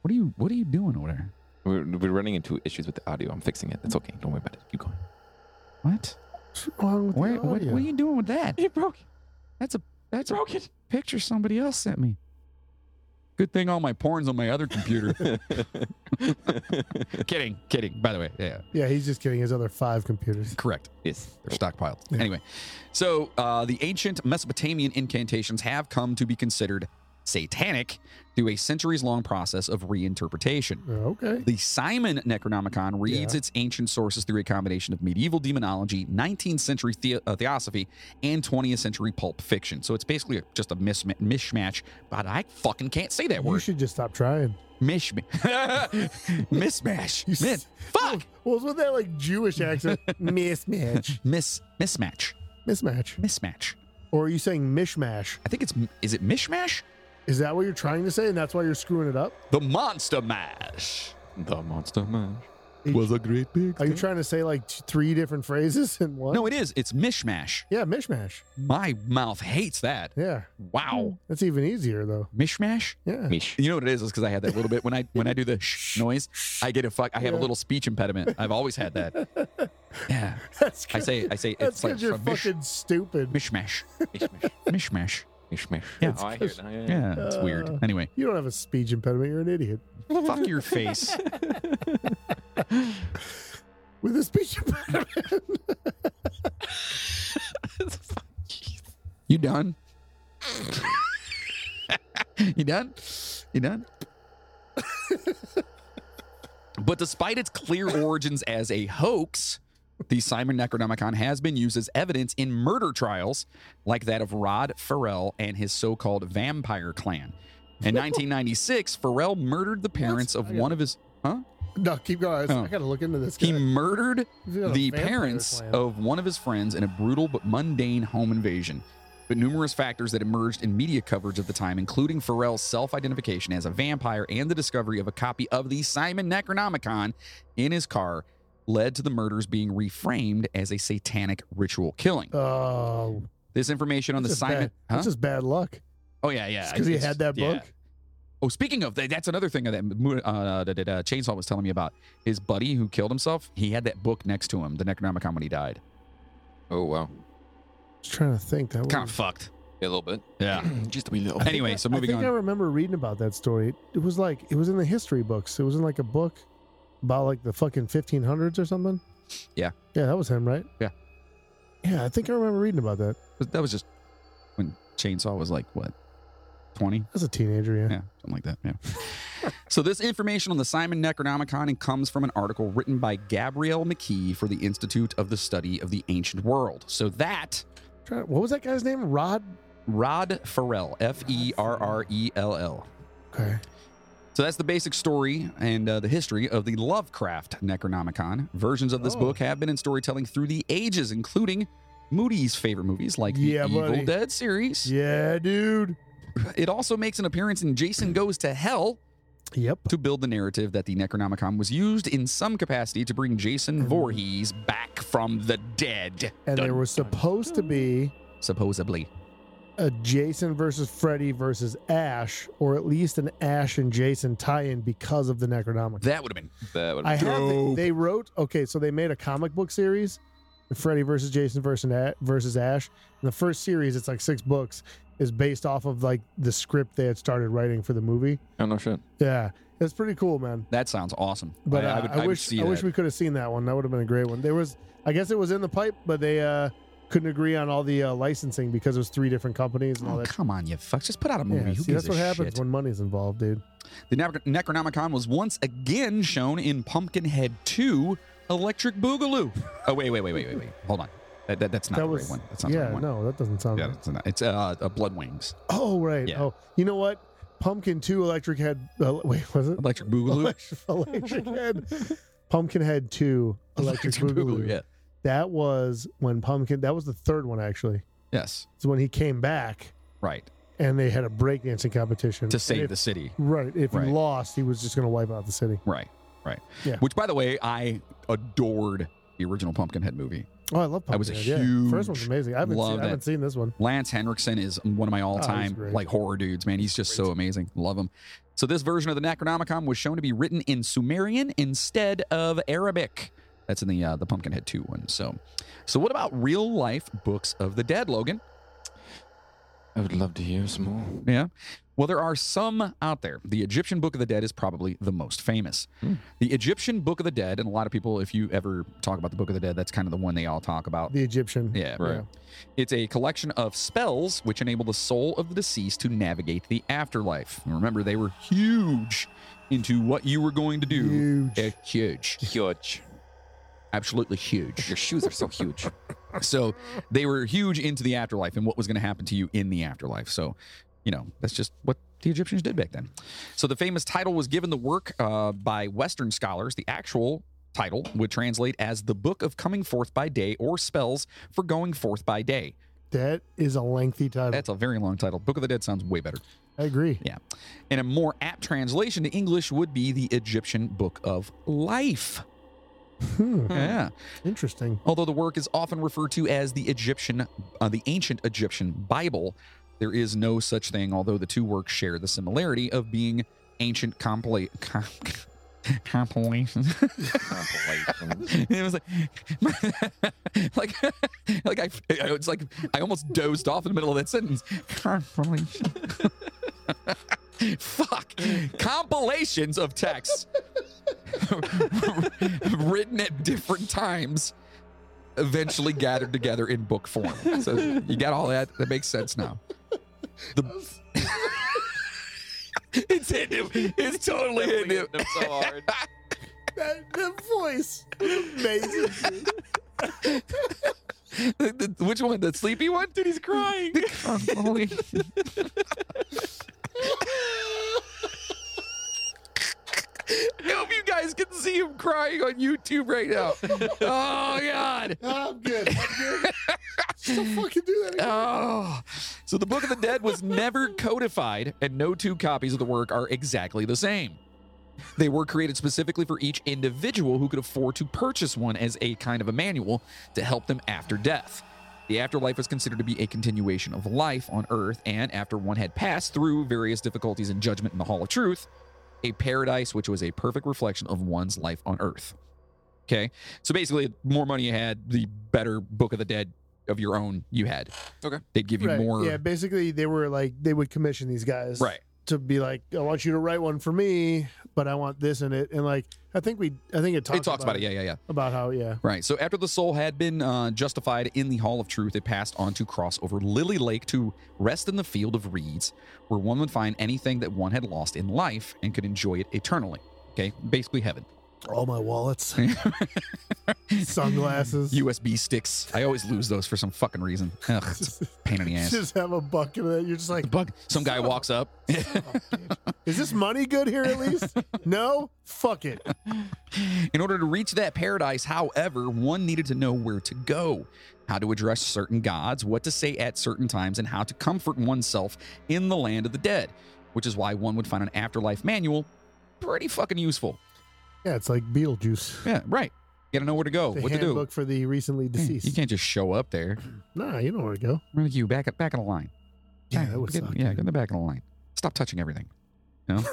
Speaker 2: What are you What are you doing over there?
Speaker 3: We're, we're running into issues with the audio. I'm fixing it. It's okay. Don't worry about it. Keep going.
Speaker 2: What?
Speaker 4: What's wrong with
Speaker 2: Where,
Speaker 4: the
Speaker 2: what,
Speaker 4: audio?
Speaker 2: what are you doing with that?
Speaker 3: It broke.
Speaker 2: That's a that's a picture somebody else sent me. Good thing all my porn's on my other computer. kidding, kidding. By the way, yeah,
Speaker 4: yeah, he's just getting his other five computers.
Speaker 2: correct.
Speaker 3: Yes.
Speaker 2: They're stockpiled. Anyway, so uh, the ancient Mesopotamian incantations have come to be considered satanic through a centuries long process of reinterpretation.
Speaker 4: Okay.
Speaker 2: The Simon Necronomicon reads
Speaker 4: Yeah.
Speaker 2: its ancient sources through a combination of medieval demonology, 19th century the- uh, theosophy, and 20th century pulp fiction. So it's basically just a misma- mishmash, but I fucking can't say that
Speaker 4: You
Speaker 2: word.
Speaker 4: should just stop trying.
Speaker 2: Mishmash. mismash.
Speaker 4: You
Speaker 2: Min-
Speaker 4: s-
Speaker 2: fuck!
Speaker 4: Well, it's with that like Jewish accent. mismatch.
Speaker 2: Mis- mismatch.
Speaker 4: Mismatch.
Speaker 2: Mismatch.
Speaker 4: Or are you saying mishmash?
Speaker 2: I think it's, is it mishmash?
Speaker 4: Is that what you're trying to say and that's why you're screwing it up?
Speaker 2: The Monster Mash.
Speaker 3: The Monster Mash
Speaker 4: Are you-
Speaker 3: a great big.
Speaker 4: Are you trying to say like t- three different phrases in one?
Speaker 2: No, it is. It's mishmash.
Speaker 4: Yeah, mishmash.
Speaker 2: My mouth hates that.
Speaker 4: Yeah.
Speaker 2: Wow.
Speaker 4: That's even easier though.
Speaker 2: Mishmash?
Speaker 4: Yeah.
Speaker 3: Mish.
Speaker 2: You know what it is? Is because I had that little bit when I when I do the shh noise, I get a fuck. I have a
Speaker 4: Yeah.
Speaker 2: little speech impediment. I've always had that. Yeah,
Speaker 4: That's
Speaker 2: I
Speaker 4: good.
Speaker 2: say I say
Speaker 4: That's
Speaker 2: it's like
Speaker 4: because you're
Speaker 2: from mish,
Speaker 4: fucking stupid.
Speaker 2: mishmash,
Speaker 3: Mish, mish,
Speaker 2: mishmash.
Speaker 3: mish, mish.
Speaker 2: Yeah.
Speaker 3: Oh, I hear it. now, yeah, yeah.
Speaker 2: Yeah, it's weird.
Speaker 4: Uh.
Speaker 2: Anyway,
Speaker 4: You don't have a speech impediment. You're an idiot.
Speaker 2: fuck your face.
Speaker 4: With a speech impediment.
Speaker 2: You done? you done? You done? but despite its clear origins as a hoax, the Simon Necronomicon has been used as evidence in murder trials like that of Rod Farrell and his so called vampire clan. In 1996, Farrell murdered the parents
Speaker 4: I
Speaker 2: of
Speaker 4: gotta-
Speaker 2: one of his. Huh?
Speaker 4: no, keep going. I-
Speaker 2: Oh.
Speaker 4: I gotta look into this.
Speaker 2: He
Speaker 4: guy.
Speaker 2: murdered
Speaker 4: He's got a
Speaker 2: the
Speaker 4: vampire
Speaker 2: parents
Speaker 4: clan.
Speaker 2: of one of his friends in a brutal but mundane home invasion. But numerous factors that emerged in media coverage at the time, including Pharrell's self identification as a vampire and the discovery of a copy of the Simon Necronomicon in his car, led to the murders being reframed as a satanic ritual killing.
Speaker 4: Oh,
Speaker 2: This information on the
Speaker 4: that's just
Speaker 2: Simon.
Speaker 4: bad- That's
Speaker 2: Huh?
Speaker 4: just bad luck.
Speaker 2: Oh, yeah, yeah.
Speaker 4: because he
Speaker 2: It's-
Speaker 4: had that
Speaker 2: yeah.
Speaker 4: book.
Speaker 2: Oh, speaking of, that, that's another thing that uh, that, that, uh, Chainsaw was telling me about. His buddy who killed himself, he had that book next to him, the Necronomicon, when he died.
Speaker 3: Oh wow.
Speaker 4: Just trying to think. That
Speaker 2: Kind of
Speaker 4: was-
Speaker 2: fucked.
Speaker 3: Yeah, a little bit.
Speaker 2: Yeah.
Speaker 3: Just a wee little.
Speaker 2: Anyway, so
Speaker 4: I
Speaker 2: moving
Speaker 4: think I
Speaker 2: on.
Speaker 4: remember reading about that story. It, it was like it was in the history books. It was in like a book about like the fucking 1500s or something.
Speaker 2: Yeah.
Speaker 4: Yeah, that was him, right?
Speaker 2: Yeah.
Speaker 4: Yeah, I think I remember reading about that
Speaker 2: But that was just when Chainsaw was like what, twenty?
Speaker 4: as a teenager. Yeah.
Speaker 2: Yeah, something like that. Yeah. so this information on the Simon Necronomicon comes from an article written by Gabrielle McKee for the Institute of the Study of the Ancient World. So that
Speaker 4: Try- what was that guy's name? Rod.
Speaker 2: Rod Farrell, F E R R E L L.
Speaker 4: Okay.
Speaker 2: So that's the basic story and uh, the history of the Lovecraft Necronomicon. Versions of this
Speaker 4: Oh.
Speaker 2: book have been in storytelling through the ages, including Moody's favorite movies like
Speaker 4: Yeah,
Speaker 2: the Evil
Speaker 4: buddy.
Speaker 2: Dead series.
Speaker 4: Yeah, dude.
Speaker 2: It also makes an appearance in Jason Goes to Hell
Speaker 4: Yep.
Speaker 2: to build the narrative that the Necronomicon was used in some capacity to bring Jason
Speaker 4: Mm.
Speaker 2: Voorhees back from the dead,
Speaker 4: And
Speaker 2: Dun,
Speaker 4: there was supposed to be
Speaker 2: supposedly.
Speaker 4: a Jason versus Freddy versus Ash, or at least an Ash and Jason tie-in because of the Necronomicon.
Speaker 2: That would have been
Speaker 3: That would
Speaker 4: I have.
Speaker 2: Dope.
Speaker 4: The, they wrote okay, so they made a comic book series, the Freddy versus Jason versus A- versus Ash. And the first series, it's like six books, is based off of like the script they had started writing for the movie.
Speaker 3: Oh no shit.
Speaker 4: Yeah, it's pretty cool, man.
Speaker 2: that sounds awesome.
Speaker 4: But uh, I,
Speaker 2: would- would
Speaker 4: wish
Speaker 2: see
Speaker 4: I wish
Speaker 2: that.
Speaker 4: we could have seen that one. That would have been a great one. There was, I guess it was in the pipe, but they uh, couldn't agree on all the uh, licensing because it was three different companies and
Speaker 2: Oh,
Speaker 4: all that.
Speaker 2: come on, you fucks! Just put out a
Speaker 4: Yeah,
Speaker 2: movie. Who
Speaker 4: see,
Speaker 2: gives
Speaker 4: that's what
Speaker 2: a
Speaker 4: happens
Speaker 2: shit?
Speaker 4: when money's involved, dude.
Speaker 2: The Nec- Necronomicon was once again shown in Pumpkinhead 2 Electric Boogaloo. Oh, wait, wait, wait, wait, wait, wait. Hold on. That, that, that's not
Speaker 4: That
Speaker 2: the right
Speaker 4: was-
Speaker 2: one. That's not the
Speaker 4: yeah,
Speaker 2: right one.
Speaker 4: no, that doesn't sound.
Speaker 2: Yeah,
Speaker 4: right.
Speaker 2: that's not, it's uh, uh, Blood Wings.
Speaker 4: Oh right.
Speaker 2: Yeah.
Speaker 4: Oh, you know what? Pumpkin Two Electric Head. Uh, wait, was it
Speaker 2: Electric Boogaloo.
Speaker 4: Electric, electric Head? Pumpkinhead Two Electric, Boogaloo.
Speaker 2: Yeah.
Speaker 4: That was when Pumpkin. That was the third one actually.
Speaker 2: Yes.
Speaker 4: It's when he came back
Speaker 2: Right.
Speaker 4: and they had a breakdancing competition
Speaker 2: to
Speaker 4: And
Speaker 2: save
Speaker 4: if-
Speaker 2: the city.
Speaker 4: Right. If
Speaker 2: Right.
Speaker 4: he lost, he was just going to wipe out the city.
Speaker 2: Right, right.
Speaker 4: Yeah.
Speaker 2: Which, by the way, I adored the original Pumpkinhead movie.
Speaker 4: Oh, I love. Pumpkin
Speaker 2: That was a
Speaker 4: Head, yeah. First one's
Speaker 2: huge-
Speaker 4: amazing. I haven't,
Speaker 2: love
Speaker 4: seen, I
Speaker 2: that.
Speaker 4: haven't seen this one.
Speaker 2: Lance Henriksen is one of my all-time
Speaker 4: Oh, great.
Speaker 2: like horror dudes, man. He's just so amazing. Love him. So this version of the Necronomicon was shown to be written in Sumerian instead of Arabic. That's in the uh, the Pumpkinhead 2 one. So, so what about real life books of the dead, Logan?
Speaker 3: I would love to hear some more.
Speaker 2: Yeah. Well, there are some out there. The Egyptian Book of the Dead is probably the most famous. The Egyptian Book of the Dead, and a lot of people, if you ever talk about the Book of the Dead, that's kind of the one they all talk about.
Speaker 4: The Egyptian.
Speaker 2: Yeah.
Speaker 3: Right.
Speaker 2: It's a collection of spells which enable the soul of the deceased to navigate the afterlife. And remember, they were huge into what you were going to do.
Speaker 4: Huge.
Speaker 2: They're huge.
Speaker 3: Huge.
Speaker 2: Absolutely huge.
Speaker 3: Your shoes are so huge.
Speaker 2: so they were huge into the afterlife and what was going to happen to you in the afterlife. So, you know, that's just what the Egyptians did back then. So the famous title was given the work uh, by Western scholars. The actual title would translate as the Book of Coming Forth by Day or Spells for Going Forth by Day.
Speaker 4: That is a lengthy title.
Speaker 2: That's a very long title. Book of the Dead sounds way better.
Speaker 4: I agree.
Speaker 2: Yeah. And a more apt translation to English would be the Egyptian Book of Life.
Speaker 4: Hmm,
Speaker 2: Yeah.
Speaker 4: Interesting.
Speaker 2: Although the work is often referred to as the Egyptian, uh, the ancient Egyptian Bible, there is no such thing. Although the two works share the similarity of being ancient compla- com- compilation.
Speaker 3: Compilation.
Speaker 2: it was like, like, like I, it's like I almost dozed off in the middle of that sentence. Compilation. Fuck. Compilations of texts written at different times eventually gathered together in book form. So you got all that. That makes sense now. The- it's hitting him. It's totally hitting him.
Speaker 3: Hitting him so hard.
Speaker 4: That, that voice was amazing. dude.
Speaker 2: The- the- Which one? The sleepy one? oh, Dude, he's crying. I hope you guys can see him crying on YouTube right now. Oh God.
Speaker 4: I'm good. I'm good. Just don't fucking do that again.
Speaker 2: Oh. So the Book of the Dead was never codified, and no two copies of the work are exactly the same. They were created specifically for each individual who could afford to purchase one as a kind of a manual to help them after death. The afterlife was considered to be a continuation of life on Earth, and after one had passed through various difficulties and judgment in the Hall of Truth, a paradise which was a perfect reflection of one's life on Earth. Okay, so basically, the more money you had, the better Book of the Dead of your own you had.
Speaker 3: Okay.
Speaker 2: they'd give you
Speaker 4: Right.
Speaker 2: more.
Speaker 4: Yeah, basically they were like they would commission these guys
Speaker 2: Right.
Speaker 4: to be like, I want you to write one for me, but I want this in it. And like I think we I think it talks,
Speaker 2: it talks about it. Yeah, yeah, yeah.
Speaker 4: About how yeah.
Speaker 2: Right. So after the soul had been uh, justified in the Hall of Truth, it passed on to cross over Lily Lake to rest in the field of reeds, where one would find anything that one had lost in life and could enjoy it eternally. Okay, basically heaven.
Speaker 4: All my wallets. Sunglasses.
Speaker 2: USB sticks. I always lose those for some fucking reason. Ugh, it's a pain in the ass.
Speaker 4: just have a bucket of that. You're just like
Speaker 2: Bug. Some guy walks up.
Speaker 4: Is this money good here at least? no? Fuck it.
Speaker 2: In order to reach that paradise, however, one needed to know where to go, how to address certain gods, what to say at certain times, and how to comfort oneself in the land of the dead, which is why one would find an afterlife manual pretty fucking useful.
Speaker 4: Yeah, it's like Beetlejuice.
Speaker 2: Yeah, right. You gotta know where to go,
Speaker 4: The
Speaker 2: what to Oh, do.
Speaker 4: handbook for the recently
Speaker 2: Yeah, You
Speaker 4: deceased.
Speaker 2: can't just show up there.
Speaker 4: Nah, you know where to go.
Speaker 2: Remember you back back in the line.
Speaker 4: Yeah,
Speaker 2: Back-
Speaker 4: that would
Speaker 2: get,
Speaker 4: suck.
Speaker 2: Yeah, get in the back of the line. Stop touching everything. You know?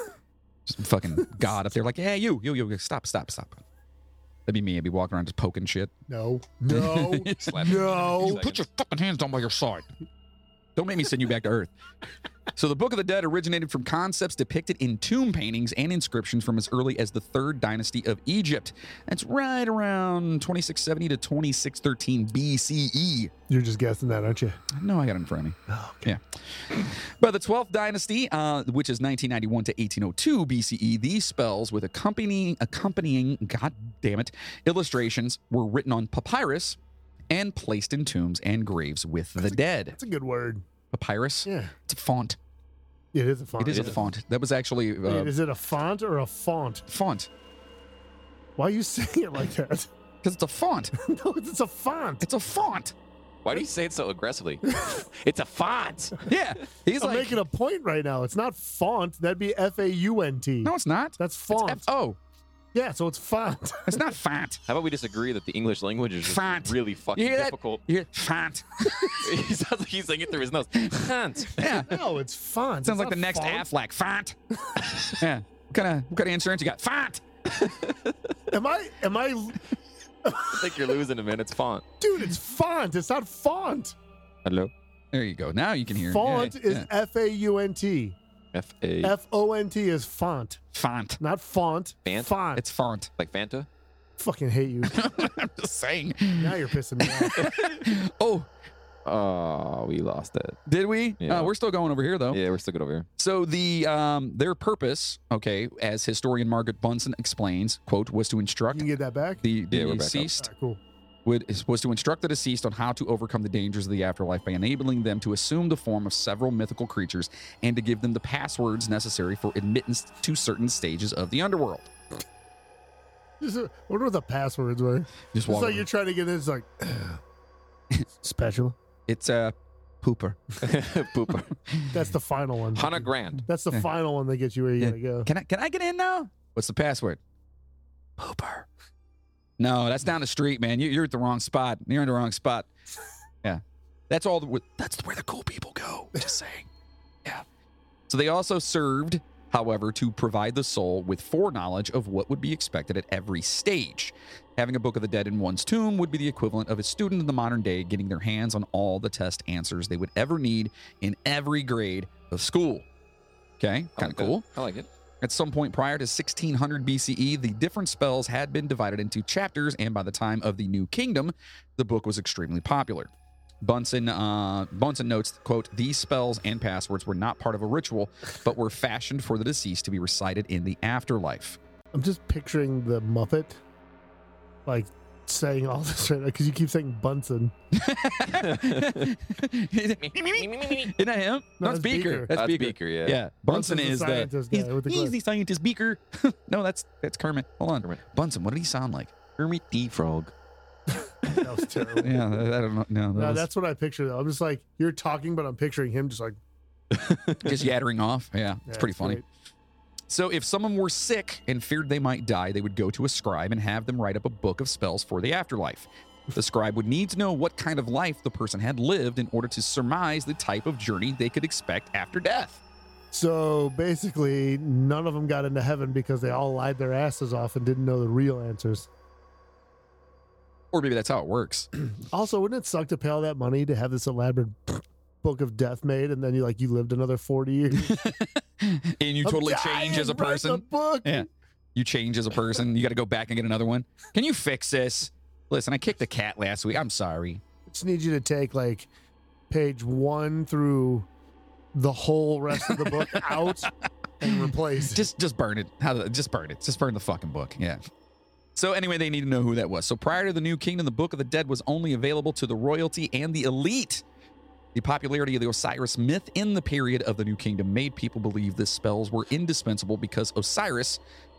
Speaker 2: Some fucking god up there, like, hey, you, you, you, stop, stop, stop. That'd be me. I'd be walking around just poking shit.
Speaker 4: No. No.
Speaker 3: Slap him.
Speaker 4: no.
Speaker 3: Like-
Speaker 2: Put your fucking hands down by your side. Don't make me send you back to Earth. So, the Book of the Dead originated from concepts depicted in tomb paintings and inscriptions from as early as the Third Dynasty of Egypt. That's right around 2670 to 2613 BCE.
Speaker 4: You're just guessing that, aren't you?
Speaker 2: No, E. I got it in front of me.
Speaker 4: Oh,
Speaker 2: By the 12th dynasty, uh, which is 1991 to 1802 BCE, E, these spells with accompanying, accompanying, god damn it, illustrations were written on papyrus and placed in tombs and graves with the dead.
Speaker 4: That's a good word.
Speaker 2: Papyrus?
Speaker 4: Yeah.
Speaker 2: It's a font.
Speaker 4: It is a font.
Speaker 2: It is a
Speaker 3: is.
Speaker 2: font. That was actually
Speaker 4: Wait,
Speaker 2: uh,
Speaker 4: is it a font or a font?
Speaker 2: font
Speaker 4: Why are you saying it like that?
Speaker 2: because it's a font.
Speaker 4: no, it's a font.
Speaker 2: It's a font.
Speaker 3: Why do you say it so aggressively? it's a font.
Speaker 2: Yeah. He's
Speaker 4: I'm
Speaker 2: like,
Speaker 4: making a point right now. It's not font. That'd be F A U N T.
Speaker 2: no, it's not.
Speaker 4: That's font.
Speaker 2: F O.
Speaker 4: yeah, so it's font.
Speaker 2: It's not font.
Speaker 3: How about we just agree that the English language is just
Speaker 2: Font.
Speaker 3: really fucking
Speaker 2: You hear that?
Speaker 3: difficult?
Speaker 2: Yeah, font.
Speaker 3: he sounds like he's saying it through his nose. Font.
Speaker 2: Yeah.
Speaker 4: no, it's font.
Speaker 2: Sounds
Speaker 4: It's
Speaker 2: like the
Speaker 4: not
Speaker 2: next
Speaker 4: font.
Speaker 2: Affleck font. yeah. What kind of what kind of insurance you got? Font.
Speaker 4: Am I? Am I?
Speaker 3: I think you're losing a man. It's font.
Speaker 4: Dude, it's font. It's not font.
Speaker 3: Hello.
Speaker 2: There you go. Now you can hear.
Speaker 4: Font
Speaker 2: Yeah,
Speaker 4: is
Speaker 2: yeah.
Speaker 4: F A U N T.
Speaker 3: F A
Speaker 4: F O N T is font,
Speaker 2: font.
Speaker 4: not font.
Speaker 3: Fant?
Speaker 4: Font.
Speaker 2: It's font.
Speaker 3: like Fanta.
Speaker 4: fucking hate you.
Speaker 2: I'm just saying.
Speaker 4: now you're pissing me off.
Speaker 2: Oh,
Speaker 3: Oh, we lost it.
Speaker 2: did we?
Speaker 3: Yeah.
Speaker 2: Uh, we're still going over here though.
Speaker 3: Yeah, we're still good over here.
Speaker 2: So the um, their purpose, okay, as historian Margaret Bunsen explains, quote, was to
Speaker 4: You
Speaker 2: instruct
Speaker 4: can get that back.
Speaker 2: the, the
Speaker 3: Yeah, we're back up.
Speaker 2: deceased
Speaker 4: All right, cool.
Speaker 2: would is- was to instruct the deceased on how to overcome the dangers of the afterlife by enabling them to assume the form of several mythical creatures and to give them the passwords necessary for admittance to certain stages of the underworld.
Speaker 4: Just, uh, I wonder what the passwords were.
Speaker 2: Just
Speaker 4: It's
Speaker 2: walk.
Speaker 4: like
Speaker 2: over.
Speaker 4: you're trying to get in. It's like spatula.
Speaker 2: It's a pooper.
Speaker 3: Pooper.
Speaker 4: That's the final one.
Speaker 3: Hundred grand.
Speaker 4: That's the final one that gets you where you
Speaker 2: Yeah.
Speaker 4: gotta go.
Speaker 2: Can I can I get in now? What's the password? Pooper. No, that's down the street, man. You, you're at the wrong spot. You're in the wrong spot. Yeah, that's all. The, that's where the cool people go. Just saying. Yeah. So they also served, however, to provide the soul with foreknowledge of what would be expected at every stage. Having a Book of the Dead in one's tomb would be the equivalent of a student in the modern day getting their hands on all the test answers they would ever need in every grade of school. Okay,
Speaker 3: I
Speaker 2: kind
Speaker 3: like
Speaker 2: of
Speaker 3: that.
Speaker 2: cool.
Speaker 3: I like it.
Speaker 2: At some point prior to 1600 BCE, E, the different spells had been divided into chapters, and by the time of the New Kingdom, the book was extremely popular. Bunsen uh, Bunsen notes, "quote These spells and passwords were not part of a ritual, but were fashioned for the deceased to be recited in the afterlife."
Speaker 4: I'm just picturing the Muppet, like saying all this right now because you keep saying Bunsen.
Speaker 2: Isn't that him? No,
Speaker 4: No,
Speaker 2: it's
Speaker 4: that's
Speaker 2: Beaker.
Speaker 4: Beaker.
Speaker 2: That's, Beaker.
Speaker 3: yeah.
Speaker 2: Yeah. Bunsen,
Speaker 4: Bunsen's the
Speaker 2: is the,
Speaker 4: scientist guy
Speaker 2: he's,
Speaker 4: with the
Speaker 2: he's
Speaker 4: glasses.
Speaker 2: the scientist Beaker. no, that's that's Kermit. Hold on,
Speaker 3: Kermit.
Speaker 2: Bunsen. What did he sound like?
Speaker 3: Kermit the Frog.
Speaker 4: That was terrible.
Speaker 2: Yeah, I don't know. No, that
Speaker 4: No,
Speaker 2: was-
Speaker 4: that's what I picture though. I'm just like you're talking, but I'm picturing him just like.
Speaker 2: just yattering off. Yeah, it's
Speaker 4: "Yeah,
Speaker 2: pretty funny.
Speaker 4: great."
Speaker 2: So, if someone were sick and feared they might die, they would go to a scribe and have them write up a book of spells for the afterlife. The scribe would need to know what kind of life the person had lived in order to surmise the type of journey they could expect after death.
Speaker 4: So basically, none of them got into heaven because they all lied their asses off and didn't know the real answers.
Speaker 2: Or maybe that's how it works.
Speaker 4: Also, wouldn't it suck to pay all that money to have this elaborate book of death made, and then you like you lived another forty years?
Speaker 2: and you
Speaker 4: I'm
Speaker 2: totally
Speaker 4: dying,
Speaker 2: change as a
Speaker 4: write the
Speaker 2: person.
Speaker 4: book.
Speaker 2: Yeah. You change as a person. You got to go back and get another one. Can you fix this? Listen, I kicked the cat last week. I'm sorry.
Speaker 4: I just need you to take like page one through the whole rest of the book out and replace. it.
Speaker 2: just just burn it. How the, just burn it. Just burn the fucking book. Yeah. So anyway, they need to know who that was. So prior to the New Kingdom, the Book of the Dead was only available to the royalty and the elite. The popularity of the Osiris myth in the period of the New Kingdom made people believe the spells were indispensable because Osiris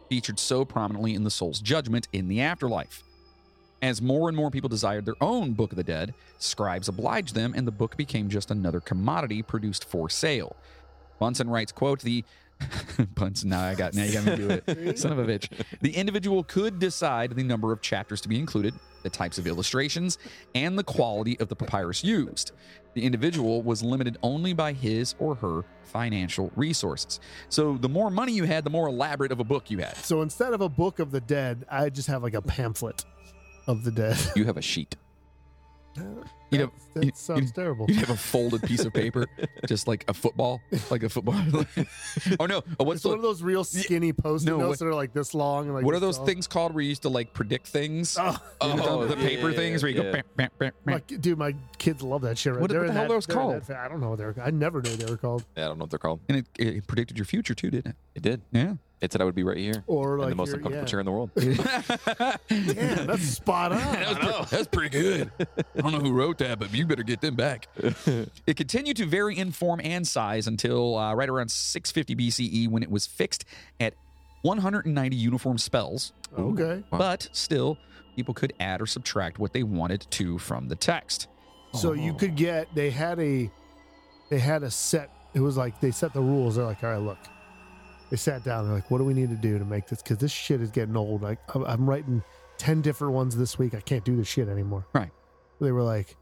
Speaker 2: featured so prominently in the soul's judgment in the afterlife. As more and more people desired their own Book of the Dead, scribes obliged them, and the book became just another commodity produced for sale. Bunsen writes, quote, the Bunsen, now I got now you got me to do it. Son of a bitch. The individual could decide the number of chapters to be included, the types of illustrations, and the quality of the papyrus used. The individual was limited only by his or her financial resources. So the more money you had, the more elaborate of a book you had.
Speaker 4: So instead of a book of the dead, I just have like a pamphlet of the dead.
Speaker 3: You have a sheet.
Speaker 2: You know,
Speaker 4: that
Speaker 2: you-
Speaker 4: sounds
Speaker 2: you-
Speaker 4: terrible.
Speaker 2: You'd have a folded piece of paper, just like a football, like a football. oh no! uh, What's
Speaker 4: it's one
Speaker 2: the,
Speaker 4: of those real skinny post-it
Speaker 2: No,
Speaker 4: notes
Speaker 2: what-
Speaker 4: that are like this long. And like
Speaker 2: what are
Speaker 4: this
Speaker 2: those
Speaker 4: tall.
Speaker 2: things called where you used to like predict things?
Speaker 4: Oh,
Speaker 2: Oh, the
Speaker 3: yeah,
Speaker 2: paper
Speaker 3: yeah,
Speaker 2: things where you go.
Speaker 3: yeah.
Speaker 2: Bam, bam, bam, bam.
Speaker 4: my, dude, my kids love that shit. Right?
Speaker 2: What-
Speaker 4: They're
Speaker 2: what the
Speaker 4: in
Speaker 2: hell
Speaker 4: that,
Speaker 2: are those
Speaker 4: they're in
Speaker 2: called?
Speaker 4: that fa- I don't know. what They're I never knew they were called.
Speaker 3: Yeah, I don't know what they're called.
Speaker 2: And it, it predicted your future too, didn't it?
Speaker 3: It did.
Speaker 2: Yeah.
Speaker 3: It said I would be right here.
Speaker 4: Or like
Speaker 3: in the most
Speaker 4: you're-
Speaker 3: uncomfortable
Speaker 4: yeah.
Speaker 3: chair in the world.
Speaker 4: Damn, that's spot on.
Speaker 2: That was, pre- that was pretty good. I don't know who wrote that, but you better get them back. It continued to vary in form and size until uh, right around 650 BCE E when it was fixed at 190 uniform spells.
Speaker 4: Oh, okay.
Speaker 3: Wow.
Speaker 2: But still, people could add or subtract what they wanted to from the text. Oh,
Speaker 4: So you could get they had a they had a set it was like they set the rules. They're like, all right, look. They sat down, they're like, what do we need to do to make this because this shit is getting old. Like I'm, I'm writing ten different ones this week. I can't do this shit anymore.
Speaker 2: Right.
Speaker 4: They were like,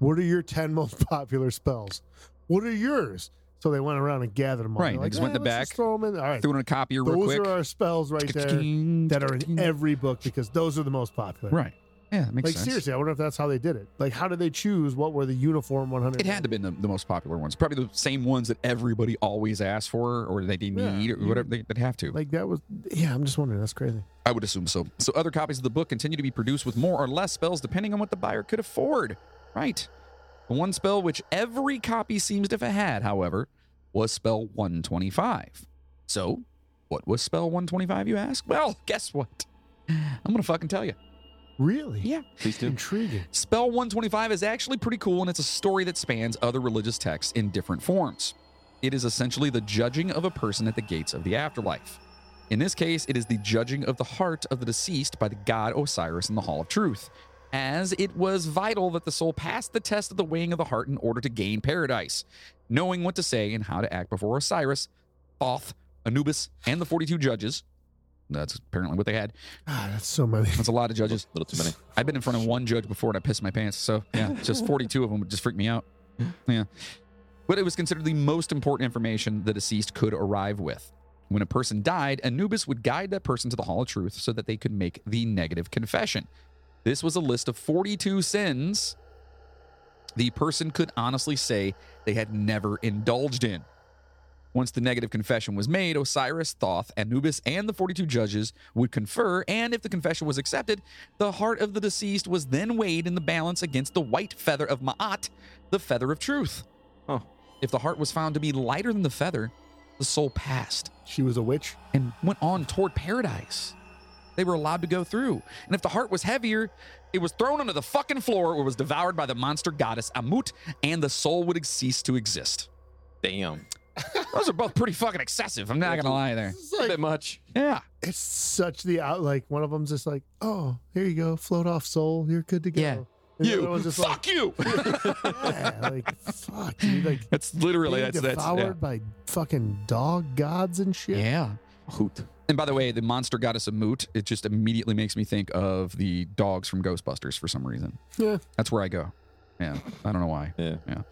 Speaker 4: What are your ten most popular spells? What are yours? So they went around and gathered them all.
Speaker 2: Right,
Speaker 4: They're
Speaker 2: they
Speaker 4: Like,
Speaker 2: just went
Speaker 4: "Eh,
Speaker 2: to
Speaker 4: let's
Speaker 2: back,
Speaker 4: just throw 'em in. All right.
Speaker 2: Threw it in a copier real
Speaker 4: Those
Speaker 2: quick.
Speaker 4: are our spells right there that are in every book because those are the most popular.
Speaker 2: Right. Yeah, that makes
Speaker 4: Like
Speaker 2: sense.
Speaker 4: seriously, I wonder if that's how they did it. Like, how did they choose what were the uniform 100?
Speaker 2: It had to have been the, the most popular ones. Probably the same ones that everybody always asks for or that they
Speaker 4: Yeah,
Speaker 2: need or
Speaker 4: you-
Speaker 2: whatever. They, would have to.
Speaker 4: Like that was. Yeah, I'm just wondering. That's crazy.
Speaker 2: I would assume so. So other copies of the book continue to be produced with more or less spells depending on what the buyer could afford. Right. The one spell which every copy seems to have had, however, was spell 125. So, what was spell 125, you ask? Well, guess what? I'm going to fucking tell you.
Speaker 4: Really?
Speaker 2: Yeah.
Speaker 3: Please do.
Speaker 4: Intriguing.
Speaker 2: Spell 125 is actually pretty cool, and it's a story that spans other religious texts in different forms. It is essentially the judging of a person at the gates of the afterlife. In this case, it is the judging of the heart of the deceased by the god Osiris in the Hall of Truth, as it was vital that the soul pass the test of the weighing of the heart in order to gain paradise. Knowing what to say and how to act before Osiris, Thoth, Anubis, and the 42 judges that's apparently what they had.
Speaker 4: Ah, that's so many.
Speaker 2: That's a lot of judges.
Speaker 3: A little too many.
Speaker 2: I've been in front of one judge before and I pissed my pants. So yeah, just 42 of them would just freak me out. Yeah. But it was considered the most important information the deceased could arrive with. When a person died, Anubis would guide that person to the Hall of Truth so that they could make the negative confession. This was a list of 42 sins the person could honestly say they had never indulged in. Once the negative confession was made, Osiris, Thoth, Anubis, and the 42 judges would confer, and if the confession was accepted, the heart of the deceased was then weighed in the balance against the white feather of Ma'at, the feather of truth.
Speaker 3: Huh.
Speaker 2: If the heart was found to be lighter than the feather, the soul passed
Speaker 4: She was a witch.
Speaker 2: and went on toward paradise. They were allowed to go through. And if the heart was heavier, it was thrown onto the fucking floor or was devoured by the monster goddess Amut, and the soul would cease to exist.
Speaker 3: Damn.
Speaker 2: Those are both pretty fucking excessive. I'm not gonna lie there.
Speaker 4: It's
Speaker 3: A
Speaker 4: like
Speaker 3: bit much.
Speaker 2: Yeah.
Speaker 4: it's such the out. Like one of them's just like, oh, here you go, float off, soul. You're good to go.
Speaker 2: Yeah.
Speaker 4: And the other one's just like,
Speaker 2: you.
Speaker 4: yeah, like fuck, dude. Like
Speaker 2: That's literally
Speaker 4: being
Speaker 2: that's that's
Speaker 4: devoured
Speaker 2: yeah.
Speaker 4: by fucking dog gods and shit.
Speaker 2: yeah.
Speaker 3: Hoot.
Speaker 2: And by the way, the monster goddess of Moot, it just immediately makes me think of the dogs from Ghostbusters for some reason.
Speaker 4: Yeah.
Speaker 2: That's where I go. Yeah, I don't know why.
Speaker 3: Yeah.
Speaker 2: Yeah.